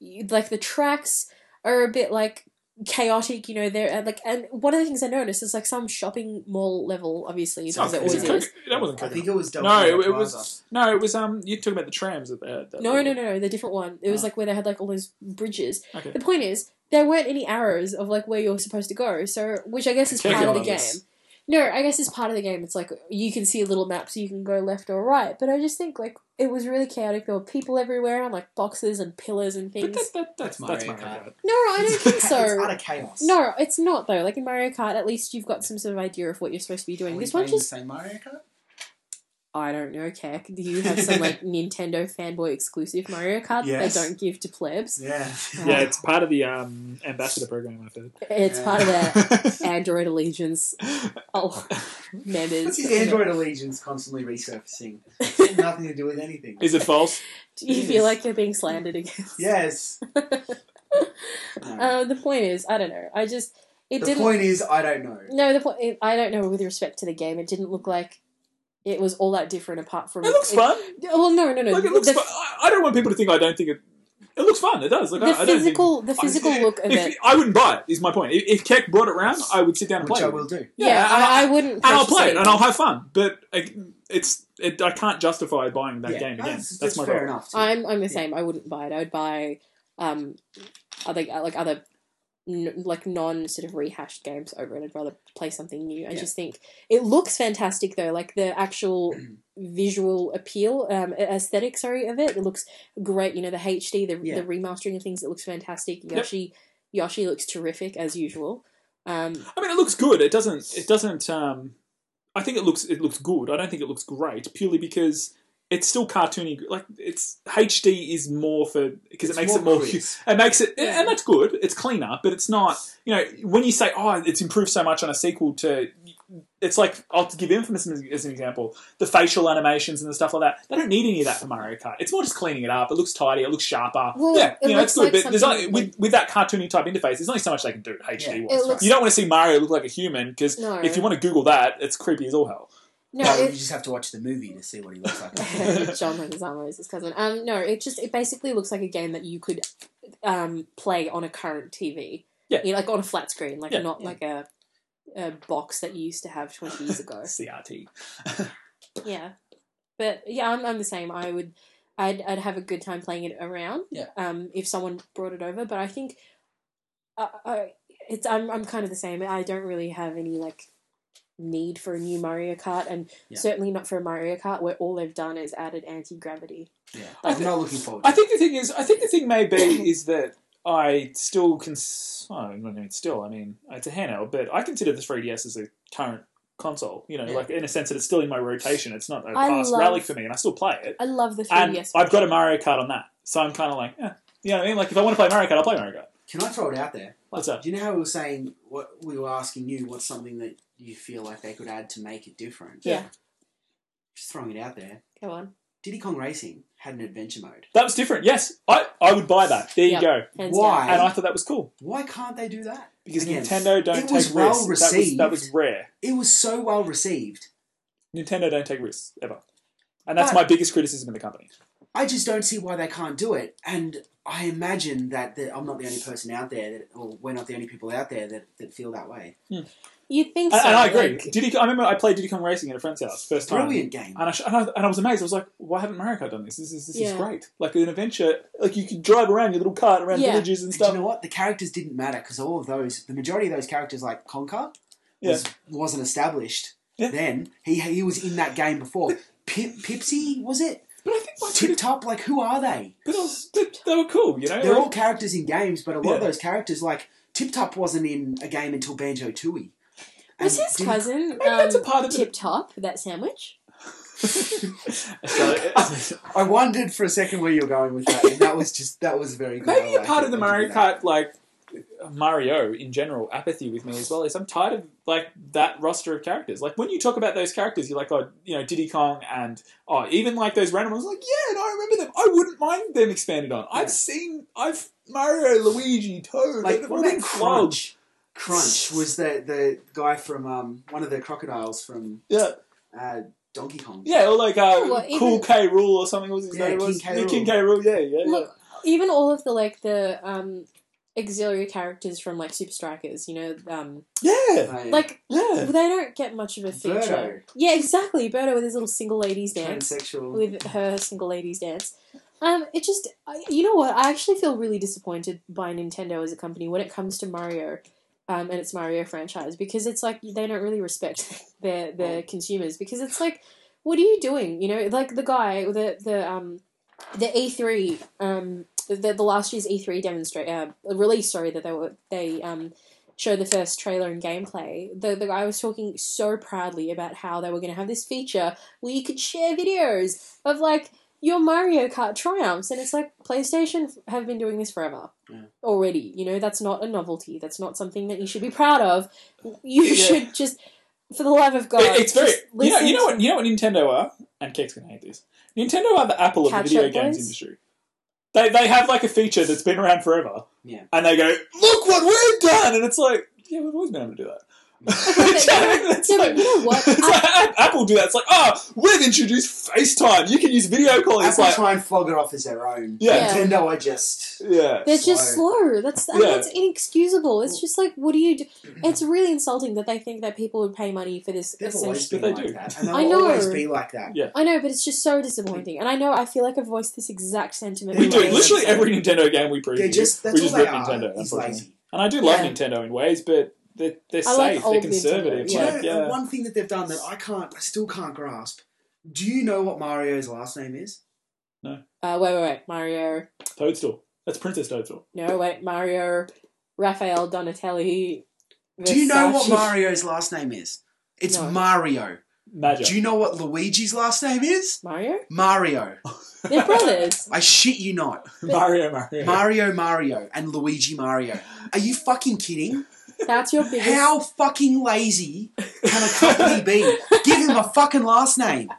[SPEAKER 3] you- like the tracks are a bit like chaotic you know they're uh, like and one of the things i noticed is like some shopping mall level obviously
[SPEAKER 1] Oh,
[SPEAKER 3] because
[SPEAKER 1] is
[SPEAKER 3] it always
[SPEAKER 1] it
[SPEAKER 3] is
[SPEAKER 1] Coco- that wasn't
[SPEAKER 2] I
[SPEAKER 1] Coco.
[SPEAKER 2] think it was Del
[SPEAKER 1] No, it,
[SPEAKER 2] Piero
[SPEAKER 1] it
[SPEAKER 2] Plaza.
[SPEAKER 1] was no, it was um. You're talking about the trams that they had. that
[SPEAKER 3] no
[SPEAKER 1] little-
[SPEAKER 3] no no no the different one it was
[SPEAKER 1] Oh.
[SPEAKER 3] like where they had like all those bridges
[SPEAKER 1] Okay.
[SPEAKER 3] the point is there weren't any arrows of like where you're supposed to go so which i guess is
[SPEAKER 1] Kick
[SPEAKER 3] part of the
[SPEAKER 1] on
[SPEAKER 3] game
[SPEAKER 1] this.
[SPEAKER 3] no i guess it's part of the game it's like you can see a little map so you can go left or right but i just think like it was really chaotic there were people everywhere and like boxes and pillars and things
[SPEAKER 1] But that, that, that's
[SPEAKER 2] That's
[SPEAKER 1] that's my
[SPEAKER 2] Mario Kart.
[SPEAKER 1] regard.
[SPEAKER 3] No, I don't think
[SPEAKER 2] It's
[SPEAKER 3] so.
[SPEAKER 2] utter chaos.
[SPEAKER 3] No, it's not though. Like in Mario Kart, at least you've got some sort of idea of what you're supposed to be
[SPEAKER 2] Are
[SPEAKER 3] doing.
[SPEAKER 2] we
[SPEAKER 3] This one
[SPEAKER 2] playing the
[SPEAKER 3] just,
[SPEAKER 2] same Mario Kart?
[SPEAKER 3] I don't know, Keck. Do you have some like Nintendo fanboy exclusive Mario Kart
[SPEAKER 2] Yes.
[SPEAKER 3] that they don't give to plebs?
[SPEAKER 2] Yeah.
[SPEAKER 1] Yeah, it's part of the um ambassador program. I've heard.
[SPEAKER 3] It's
[SPEAKER 2] Yeah.
[SPEAKER 3] part of their
[SPEAKER 1] that.
[SPEAKER 3] Android Allegiance oh, members.
[SPEAKER 2] What's his Android allegiance constantly resurfacing? Nothing to do with anything.
[SPEAKER 1] Is it false?
[SPEAKER 3] Do you feel like you're being slandered again?
[SPEAKER 2] Yes. No.
[SPEAKER 3] Uh, the point is, I don't know. I just it
[SPEAKER 2] the
[SPEAKER 3] didn't.
[SPEAKER 2] point is, I don't know.
[SPEAKER 3] no, the point. I don't know. With respect to the game, it didn't look like it was all that different. Apart
[SPEAKER 1] It
[SPEAKER 3] from
[SPEAKER 1] looks fun.
[SPEAKER 3] Well, no, no, no.
[SPEAKER 1] Like it looks
[SPEAKER 3] the,
[SPEAKER 1] fun. I, I don't want people to think I don't think it. It looks fun. It does. Like,
[SPEAKER 3] the
[SPEAKER 1] I, I don't think-
[SPEAKER 3] physical, the physical look of
[SPEAKER 1] If,
[SPEAKER 3] it.
[SPEAKER 1] I wouldn't buy it. Is my point. If, if Keck brought it round, I would sit down and
[SPEAKER 2] Which
[SPEAKER 1] play.
[SPEAKER 2] I
[SPEAKER 1] it.
[SPEAKER 2] will do.
[SPEAKER 3] Yeah,
[SPEAKER 1] Yeah, and
[SPEAKER 3] I, I wouldn't.
[SPEAKER 1] and I'll
[SPEAKER 3] purchase
[SPEAKER 1] play it, and
[SPEAKER 3] anymore.
[SPEAKER 1] I'll have fun. But I, it's it, I can't justify buying that
[SPEAKER 2] Yeah.
[SPEAKER 1] game
[SPEAKER 2] No,
[SPEAKER 1] again.
[SPEAKER 2] That's,
[SPEAKER 1] That's,
[SPEAKER 2] that's
[SPEAKER 1] my
[SPEAKER 2] fair
[SPEAKER 1] problem.
[SPEAKER 2] enough. too.
[SPEAKER 3] I'm I'm the same. I wouldn't buy it. I would buy, um, other uh, like other, n- like non sort of rehashed games over it. I'd rather play something new. I
[SPEAKER 2] Yeah.
[SPEAKER 3] just think it looks fantastic though. Like the actual visual appeal, um, a- aesthetic. Sorry, of it. It looks great. You know the HD, the
[SPEAKER 2] Yeah.
[SPEAKER 3] the remastering of things. It looks fantastic.
[SPEAKER 1] Yep.
[SPEAKER 3] Yoshi, Yoshi looks terrific as usual. Um,
[SPEAKER 1] I mean, it looks good. It doesn't. It doesn't. Um, I think it looks. It looks good. I don't think it looks great purely because it's still cartoony. Like it's HD is more for because it
[SPEAKER 2] It's
[SPEAKER 1] makes it more.
[SPEAKER 2] crisp.
[SPEAKER 1] It makes it,
[SPEAKER 3] Yeah.
[SPEAKER 1] and that's good. It's cleaner, but it's not. You know, when you say, "Oh, it's improved so much on a sequel," to it's like I'll give Infamous as as an example. The facial animations and the stuff like that. They don't need any of that for Mario Kart. It's more just cleaning it up. It looks tidy. It looks sharper.
[SPEAKER 3] Well,
[SPEAKER 1] yeah,
[SPEAKER 3] it
[SPEAKER 1] you know, it's
[SPEAKER 3] looks
[SPEAKER 1] good.
[SPEAKER 3] like
[SPEAKER 1] but there's
[SPEAKER 3] something
[SPEAKER 1] only, with with that cartoony type interface, there's only so much they can do HD
[SPEAKER 3] It
[SPEAKER 1] wise.
[SPEAKER 3] looks-
[SPEAKER 1] You don't want to see Mario look like a human because
[SPEAKER 3] No.
[SPEAKER 1] if you want to Google that, it's creepy as all hell.
[SPEAKER 3] no,
[SPEAKER 2] No,
[SPEAKER 3] it,
[SPEAKER 2] you just have to watch the movie to see what he looks like.
[SPEAKER 3] John Leguizamo is his cousin. Um, no, it just it basically looks like a game that you could um, play on a current TV.
[SPEAKER 1] Yeah.
[SPEAKER 3] You know, like on a flat screen, like
[SPEAKER 1] Yeah.
[SPEAKER 3] not like a a box that you used to have twenty years ago.
[SPEAKER 1] CRT.
[SPEAKER 3] yeah, but yeah, I'm, I'm the same. I would, I'd, I'd have a good time playing it around.
[SPEAKER 2] Yeah.
[SPEAKER 3] Um, if someone brought it over, but I think, I, I it's I'm I'm kind of the same. I don't really have any like need for a new Mario Kart, and
[SPEAKER 2] Yeah.
[SPEAKER 3] certainly not for a Mario Kart where all they've done is added anti gravity.
[SPEAKER 2] yeah.
[SPEAKER 1] I
[SPEAKER 2] I'm
[SPEAKER 1] thi-
[SPEAKER 2] not looking forward. To
[SPEAKER 1] I think the thing is, I think the thing may be is that I still can. Oh, I mean, still, I mean, it's a handheld, but I consider the 3DS as a current console. You know,
[SPEAKER 2] Yeah.
[SPEAKER 1] like in a sense that it's still in my rotation. It's not a
[SPEAKER 3] I
[SPEAKER 1] past
[SPEAKER 3] love-
[SPEAKER 1] relic for me, and I still play it.
[SPEAKER 3] I love the 3DS.
[SPEAKER 1] And
[SPEAKER 3] version.
[SPEAKER 1] I've got a Mario Kart on that, so I'm kind of like, eh. you know what I mean? Like, if I want to play Mario Kart, I'll play Mario Kart.
[SPEAKER 2] it. Can I throw it out there?
[SPEAKER 1] What's up?
[SPEAKER 2] Do you know how we were saying what we were asking you? What's something that you feel like they could add to make it different?
[SPEAKER 3] Yeah.
[SPEAKER 2] Just throwing it out there.
[SPEAKER 3] Go on.
[SPEAKER 2] Diddy Kong Racing had an adventure mode.
[SPEAKER 1] That was different. Yes, I I would buy that. There
[SPEAKER 3] Yep.
[SPEAKER 1] you go.
[SPEAKER 3] Hands
[SPEAKER 2] Why?
[SPEAKER 3] down.
[SPEAKER 1] And I thought that was cool
[SPEAKER 2] Why can't they do that?
[SPEAKER 1] because
[SPEAKER 2] Again,
[SPEAKER 1] Nintendo don't
[SPEAKER 2] it
[SPEAKER 1] take
[SPEAKER 2] was
[SPEAKER 1] risks.
[SPEAKER 2] well
[SPEAKER 1] That was, that
[SPEAKER 2] received.
[SPEAKER 1] was rare.
[SPEAKER 2] It was so well received.
[SPEAKER 1] Nintendo don't take risks ever, and that's
[SPEAKER 2] But-
[SPEAKER 1] my biggest criticism of the company.
[SPEAKER 2] I just don't see why they can't do it. And I imagine that the, I'm not the only person out there, that, or we're not the only people out there that, that feel that way.
[SPEAKER 3] You'd think so.
[SPEAKER 1] And, and I agree.
[SPEAKER 3] like-
[SPEAKER 1] Diddy, I remember I played Diddy Kong Racing at a friend's house first time.
[SPEAKER 2] Brilliant game.
[SPEAKER 1] And I, sh- and, I, and I was amazed. I was like, why haven't Mario Kart done this? This is this is
[SPEAKER 3] Yeah.
[SPEAKER 1] great. Like an adventure. Like you could drive around your little cart around
[SPEAKER 3] Yeah.
[SPEAKER 1] villages and
[SPEAKER 2] And do you
[SPEAKER 1] stuff.
[SPEAKER 2] know what? The characters didn't matter because all of those, the majority of those characters, like Conker, was, wasn't established
[SPEAKER 1] Yeah.
[SPEAKER 2] then. He he was in that game before. Pip, Pipsy, was it?
[SPEAKER 1] But I think like,
[SPEAKER 2] Tip Top, like who are they?
[SPEAKER 1] but those- but they were cool. You know,
[SPEAKER 2] They're
[SPEAKER 1] Like,
[SPEAKER 2] all characters in games, but a lot of
[SPEAKER 1] Yeah.
[SPEAKER 2] those characters, like Tip Top, wasn't in a game until Banjo Tooie.
[SPEAKER 3] was his cousin
[SPEAKER 1] Maybe that's a
[SPEAKER 3] um,
[SPEAKER 1] part of
[SPEAKER 3] Tip
[SPEAKER 1] it.
[SPEAKER 3] Top, that sandwich?
[SPEAKER 1] So-
[SPEAKER 2] I wondered for a second where you were going with that, and that was just that was very. Good. I
[SPEAKER 1] maybe a
[SPEAKER 2] like
[SPEAKER 1] part
[SPEAKER 2] it
[SPEAKER 1] of the
[SPEAKER 2] when you
[SPEAKER 1] Mario
[SPEAKER 2] did that.
[SPEAKER 1] Kart like Mario in general apathy with me as well is I'm tired of like that roster of characters. Like when you talk about those characters, you're like, oh, you know, Diddy Kong and oh, even like those random ones. Like, yeah, no, I remember them. I wouldn't mind them expanded on.
[SPEAKER 2] Yeah.
[SPEAKER 1] I've seen I've Mario, Luigi, Toad.
[SPEAKER 2] Like
[SPEAKER 1] they've
[SPEAKER 2] what
[SPEAKER 1] all
[SPEAKER 2] about
[SPEAKER 1] been
[SPEAKER 2] Crunch? Crunch was the the guy from um, one of the crocodiles from
[SPEAKER 1] Yeah,
[SPEAKER 2] uh, Donkey Kong.
[SPEAKER 1] yeah, or like uh,
[SPEAKER 3] Oh, well, even-
[SPEAKER 1] Cool K Rule or something. what was his
[SPEAKER 2] Yeah,
[SPEAKER 1] name?
[SPEAKER 2] King
[SPEAKER 1] was?
[SPEAKER 2] K.
[SPEAKER 1] Yeah,
[SPEAKER 2] Rool.
[SPEAKER 1] King K Rule. Yeah, yeah, yeah.
[SPEAKER 3] Look, even all of the like the um auxiliary characters from like Super Strikers, you know, um
[SPEAKER 1] Yeah,
[SPEAKER 2] They-
[SPEAKER 3] like
[SPEAKER 1] yeah.
[SPEAKER 3] they don't get much of a
[SPEAKER 2] Birdo.
[SPEAKER 3] feature. Yeah, exactly. Birdo with his little single ladies dance
[SPEAKER 2] transsexual.
[SPEAKER 3] with her single ladies dance. Um, it just I, you know what I actually feel really disappointed by Nintendo as a company when it comes to Mario. Um, and its Mario franchise because it's like they don't really respect their their consumers because it's like what are you doing you know like the guy the the um the E3 um the, the last year's E3 demonstrate uh, release sorry that they were they um showed the first trailer and gameplay the the guy was talking so proudly about how they were going to have this feature where you could share videos of like your Mario Kart triumphs and it's like PlayStation have been doing this forever
[SPEAKER 2] Yeah.
[SPEAKER 3] already you know that's not a novelty that's not something that you should be proud of you
[SPEAKER 1] Yeah.
[SPEAKER 3] should just for the love of god
[SPEAKER 1] It- it's very
[SPEAKER 3] just
[SPEAKER 1] you know,
[SPEAKER 3] listen
[SPEAKER 1] you know
[SPEAKER 3] to-
[SPEAKER 1] what you know what Nintendo are, and Keck's gonna hate this. Nintendo are the Apple of the
[SPEAKER 3] Catch
[SPEAKER 1] video
[SPEAKER 3] up
[SPEAKER 1] games
[SPEAKER 3] boys?
[SPEAKER 1] industry. They they have like a feature that's been around forever.
[SPEAKER 2] Yeah.
[SPEAKER 1] And they go, look what we've done, and it's like, yeah, we've always been able to do that.
[SPEAKER 3] but you know-
[SPEAKER 1] It's
[SPEAKER 3] yeah, but
[SPEAKER 1] like-
[SPEAKER 3] you know what?
[SPEAKER 1] it's like, App- Apple do that. It's like, oh, we've introduced FaceTime. You can use video calling. It's
[SPEAKER 2] Apple
[SPEAKER 1] like,
[SPEAKER 2] try and flog it off as their own.
[SPEAKER 1] Yeah.
[SPEAKER 3] Yeah.
[SPEAKER 2] Nintendo, I just
[SPEAKER 1] yeah,
[SPEAKER 3] They're just slow. That's I mean,
[SPEAKER 1] Yeah.
[SPEAKER 3] that's inexcusable. It's just like, what do you do? It's really insulting that they think that people would pay money for this.
[SPEAKER 2] they've always
[SPEAKER 3] essentially-
[SPEAKER 2] been
[SPEAKER 1] But
[SPEAKER 2] like
[SPEAKER 1] they do.
[SPEAKER 2] that, and they'll
[SPEAKER 3] I know.
[SPEAKER 2] always be like that.
[SPEAKER 3] I know, but it's just so disappointing. And I know I feel like I voiced this exact sentiment.
[SPEAKER 1] we
[SPEAKER 3] in
[SPEAKER 1] do.
[SPEAKER 3] my
[SPEAKER 1] Literally
[SPEAKER 3] episode.
[SPEAKER 1] every Nintendo game we
[SPEAKER 2] They're
[SPEAKER 1] preview,
[SPEAKER 2] just that's
[SPEAKER 1] we just
[SPEAKER 2] all they
[SPEAKER 1] rip
[SPEAKER 2] are.
[SPEAKER 1] Nintendo.
[SPEAKER 2] is
[SPEAKER 1] Unfortunately,
[SPEAKER 2] lazy.
[SPEAKER 1] and I do love
[SPEAKER 3] Yeah.
[SPEAKER 1] Nintendo in ways, but they're, they're
[SPEAKER 3] I like
[SPEAKER 1] safe.
[SPEAKER 3] old
[SPEAKER 1] they're
[SPEAKER 3] Nintendo,
[SPEAKER 1] conservative.
[SPEAKER 2] Do you
[SPEAKER 1] Like,
[SPEAKER 2] know
[SPEAKER 1] yeah.
[SPEAKER 2] the one thing that they've done that I can't, I still can't grasp? Do you know what Mario's last name is?
[SPEAKER 3] Uh, wait, wait, wait, Mario.
[SPEAKER 1] Toadstool. That's Princess Toadstool.
[SPEAKER 3] No, wait, Mario. Raphael Donatelli.
[SPEAKER 2] Do you know what
[SPEAKER 3] Versace.
[SPEAKER 2] Mario's last name is? It's
[SPEAKER 3] No.
[SPEAKER 2] Mario.
[SPEAKER 1] Magic.
[SPEAKER 2] Do you know what Luigi's last name is?
[SPEAKER 3] Mario?
[SPEAKER 2] Mario.
[SPEAKER 3] They're brothers.
[SPEAKER 2] I shit you not.
[SPEAKER 1] Mario, Mario.
[SPEAKER 2] Mario Mario and Luigi Mario. Are you fucking kidding?
[SPEAKER 3] That's your biggest.
[SPEAKER 2] How fucking lazy can a company be? Give him a fucking last name.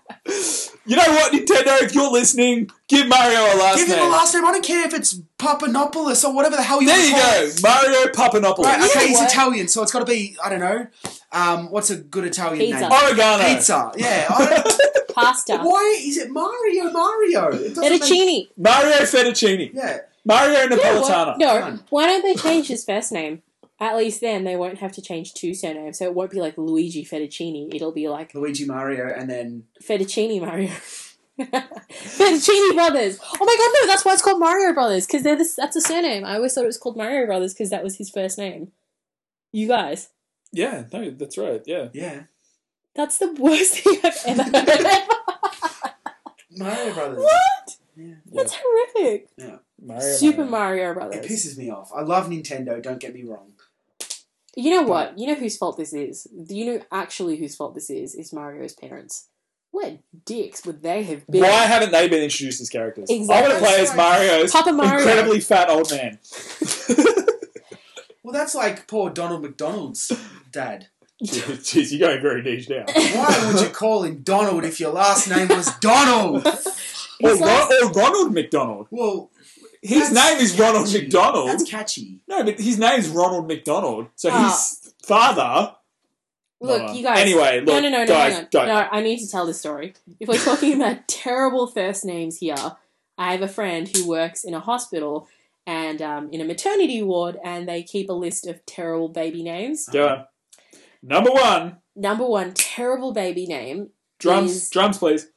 [SPEAKER 1] you know what, Nintendo? If you're listening, give Mario a last
[SPEAKER 2] Give
[SPEAKER 1] name.
[SPEAKER 2] him a last name. I don't care if it's Papanopoulos or whatever the hell you
[SPEAKER 1] there
[SPEAKER 2] wanna
[SPEAKER 1] you
[SPEAKER 2] call it.
[SPEAKER 1] go, Mario Papanopoulos.
[SPEAKER 2] Right, okay,
[SPEAKER 3] know
[SPEAKER 2] he's
[SPEAKER 3] what?
[SPEAKER 2] Italian, so it's got to be I don't know. Um, what's a good Italian
[SPEAKER 3] Pizza.
[SPEAKER 2] name?
[SPEAKER 1] Oregano.
[SPEAKER 2] Pizza. Yeah. I don't-
[SPEAKER 3] Pasta.
[SPEAKER 2] why is it Mario? Mario. It doesn't make-
[SPEAKER 3] Fettuccine.
[SPEAKER 1] Mario Fettuccini.
[SPEAKER 2] yeah.
[SPEAKER 1] Mario
[SPEAKER 3] You know what?
[SPEAKER 1] Napolitano.
[SPEAKER 3] No,
[SPEAKER 2] Fine.
[SPEAKER 3] why don't they change his first name? At least then they won't have to change two surnames, so it won't be like Luigi Fettuccini. It'll be like
[SPEAKER 2] Luigi Mario, and then
[SPEAKER 3] Fettuccini Mario. Fettuccini Brothers. Oh my god, no, that's why it's called Mario Brothers because they're this. That's a surname. I always thought it was called Mario Brothers because that was his first name. You guys,
[SPEAKER 1] Yeah, no, that's right. Yeah.
[SPEAKER 2] yeah,
[SPEAKER 3] that's the worst thing I've ever heard.
[SPEAKER 2] Mario Brothers.
[SPEAKER 3] what?
[SPEAKER 2] Yeah.
[SPEAKER 3] That's horrific.
[SPEAKER 1] Mario,
[SPEAKER 3] Super Mario
[SPEAKER 2] It
[SPEAKER 3] Brothers.
[SPEAKER 2] pisses me off. I love Nintendo. Don't get me wrong.
[SPEAKER 3] You know what? You know whose fault this is? You know actually whose fault this is? Is Mario's parents. What dicks would they have been?
[SPEAKER 1] Why haven't they been introduced as characters? I
[SPEAKER 3] Exactly.
[SPEAKER 1] want to play as Mario's
[SPEAKER 3] Papa Mario.
[SPEAKER 1] incredibly fat old man.
[SPEAKER 2] Well, that's like poor Donald McDonald's dad.
[SPEAKER 1] Jeez, you're going very niche now.
[SPEAKER 2] Why would you call him Donald if your last name was Donald?
[SPEAKER 1] Or,
[SPEAKER 3] His last-
[SPEAKER 1] Ron- or Ronald McDonald.
[SPEAKER 2] Well,
[SPEAKER 1] His
[SPEAKER 2] That's-
[SPEAKER 1] name is Ronald McDonald.
[SPEAKER 2] that's catchy.
[SPEAKER 1] No, but his name's Ronald McDonald. So
[SPEAKER 3] Ah.
[SPEAKER 1] his father.
[SPEAKER 3] Look,
[SPEAKER 1] Hold on.
[SPEAKER 3] you guys.
[SPEAKER 1] Anyway, look,
[SPEAKER 3] no, no, no, no,
[SPEAKER 1] guys,
[SPEAKER 3] hang on.
[SPEAKER 1] don't.
[SPEAKER 3] no. I need to tell this story. If we're talking about terrible first names here, I have a friend who works in a hospital and um, in a maternity ward, and they keep a list of terrible baby names.
[SPEAKER 1] Go on. Number one,
[SPEAKER 3] Number one terrible baby name
[SPEAKER 1] drums,
[SPEAKER 3] Is-
[SPEAKER 1] drums, please.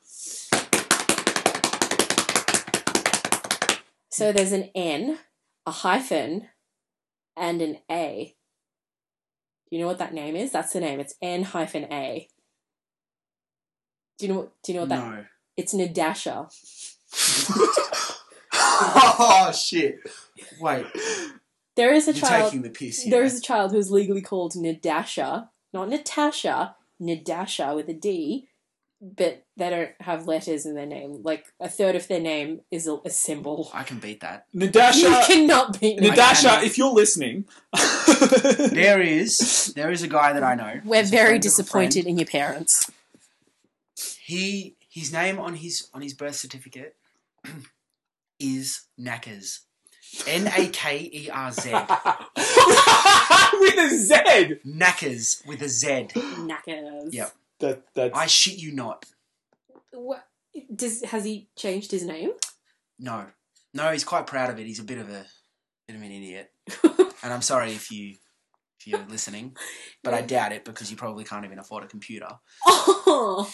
[SPEAKER 3] So there's an N, a hyphen, and an A. Do you know what that name is? That's the name. It's N hyphen A. Do you know what? Do you know what that?
[SPEAKER 2] No.
[SPEAKER 3] It's Nadasha.
[SPEAKER 2] oh shit! Wait,
[SPEAKER 3] There is a
[SPEAKER 2] you're
[SPEAKER 3] child.
[SPEAKER 2] taking the piss. Here.
[SPEAKER 3] There is a child who's legally called Nadasha, not Natasha. Nadasha with a D. but they don't have letters in their name. Like a third of their name is a, a symbol.
[SPEAKER 2] I can beat that.
[SPEAKER 3] You
[SPEAKER 1] Nadasha,
[SPEAKER 3] cannot beat me.
[SPEAKER 1] Nadasha,
[SPEAKER 2] cannot.
[SPEAKER 1] if you're listening,
[SPEAKER 2] There is there is a guy that I know.
[SPEAKER 3] We're
[SPEAKER 2] He's a friend
[SPEAKER 3] very
[SPEAKER 2] of a friend.
[SPEAKER 3] disappointed in your parents.
[SPEAKER 2] He his name on his on his birth certificate is Knackers. N A K E R Z.
[SPEAKER 1] with a Z.
[SPEAKER 2] Knackers with a Z.
[SPEAKER 3] Knackers.
[SPEAKER 2] Yep.
[SPEAKER 1] That that's
[SPEAKER 2] I shit you not.
[SPEAKER 3] What, does, has he changed his name?
[SPEAKER 2] No. No, he's quite proud of it. He's a bit of a bit of an idiot. and I'm sorry if you if you're listening. But I doubt it because you probably can't even afford a computer.
[SPEAKER 3] Oh.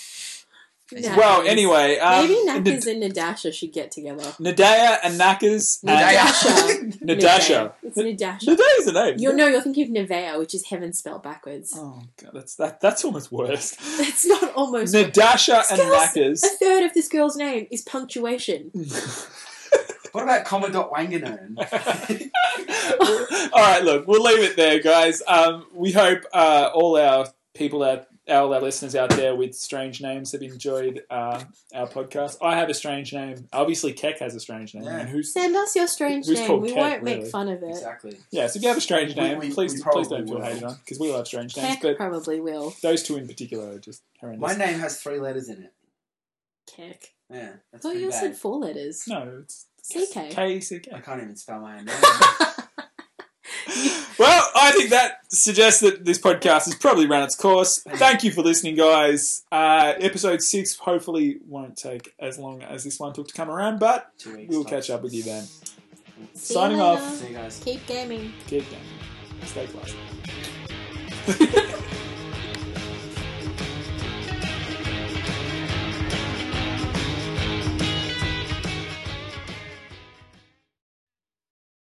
[SPEAKER 2] Well,
[SPEAKER 1] well.
[SPEAKER 3] Knackers.
[SPEAKER 1] Anyway, um,
[SPEAKER 3] Maybe Knackers and Nadasha should get together.
[SPEAKER 1] Nad- Nadaya and Knackers.
[SPEAKER 2] Nadaya.
[SPEAKER 1] And
[SPEAKER 3] Nadasha.
[SPEAKER 1] Nadasha.
[SPEAKER 3] It's Nadasha.
[SPEAKER 1] Nadaya's the name.
[SPEAKER 3] You're, no, you're thinking of Nevea, which is heaven spelled backwards.
[SPEAKER 1] Oh god, that's that. That's almost worse.
[SPEAKER 3] That's not almost.
[SPEAKER 1] Nadasha and
[SPEAKER 3] Skills-
[SPEAKER 1] Knackers.
[SPEAKER 3] a third of this girl's name is punctuation.
[SPEAKER 2] What about Commodore Wanganern?
[SPEAKER 1] all right, look, we'll leave it there, guys. Um, we hope uh, all our people out. All our listeners out there with strange names have enjoyed uh, our podcast. I have a strange name. Obviously, Keck has a strange name.
[SPEAKER 2] Yeah.
[SPEAKER 1] And who's
[SPEAKER 3] Send us your strange
[SPEAKER 1] Who's
[SPEAKER 3] name.
[SPEAKER 1] called
[SPEAKER 3] We
[SPEAKER 1] Keg,
[SPEAKER 3] won't make
[SPEAKER 1] really.
[SPEAKER 3] fun of it.
[SPEAKER 2] exactly.
[SPEAKER 1] yeah? So if you have a strange
[SPEAKER 2] We-
[SPEAKER 1] name,
[SPEAKER 2] we-
[SPEAKER 1] please
[SPEAKER 2] we
[SPEAKER 1] please
[SPEAKER 2] probably
[SPEAKER 1] don't feel
[SPEAKER 2] will.
[SPEAKER 1] hated on because we love strange names.
[SPEAKER 3] Keck
[SPEAKER 1] But
[SPEAKER 3] probably will.
[SPEAKER 1] those two in particular are just horrendous.
[SPEAKER 2] My name has three letters in it.
[SPEAKER 3] Keck.
[SPEAKER 2] Yeah,
[SPEAKER 3] I
[SPEAKER 2] that's
[SPEAKER 1] Oh,
[SPEAKER 3] thought
[SPEAKER 2] pretty
[SPEAKER 3] you
[SPEAKER 2] bad.
[SPEAKER 3] said four letters.
[SPEAKER 1] no, it's
[SPEAKER 3] CK.
[SPEAKER 1] K C K.
[SPEAKER 2] I can't even spell my own name.
[SPEAKER 1] Well, I think that suggests that this podcast has probably run its course. Thank you for listening, guys. Uh, episode six hopefully won't take as long as this one took to come around, but
[SPEAKER 2] Two weeks.
[SPEAKER 1] we'll
[SPEAKER 2] tops.
[SPEAKER 1] catch up with you then.
[SPEAKER 3] See you
[SPEAKER 1] Signing
[SPEAKER 3] later.
[SPEAKER 1] off.
[SPEAKER 2] See you guys.
[SPEAKER 3] Keep gaming.
[SPEAKER 1] Keep going. Stay classy.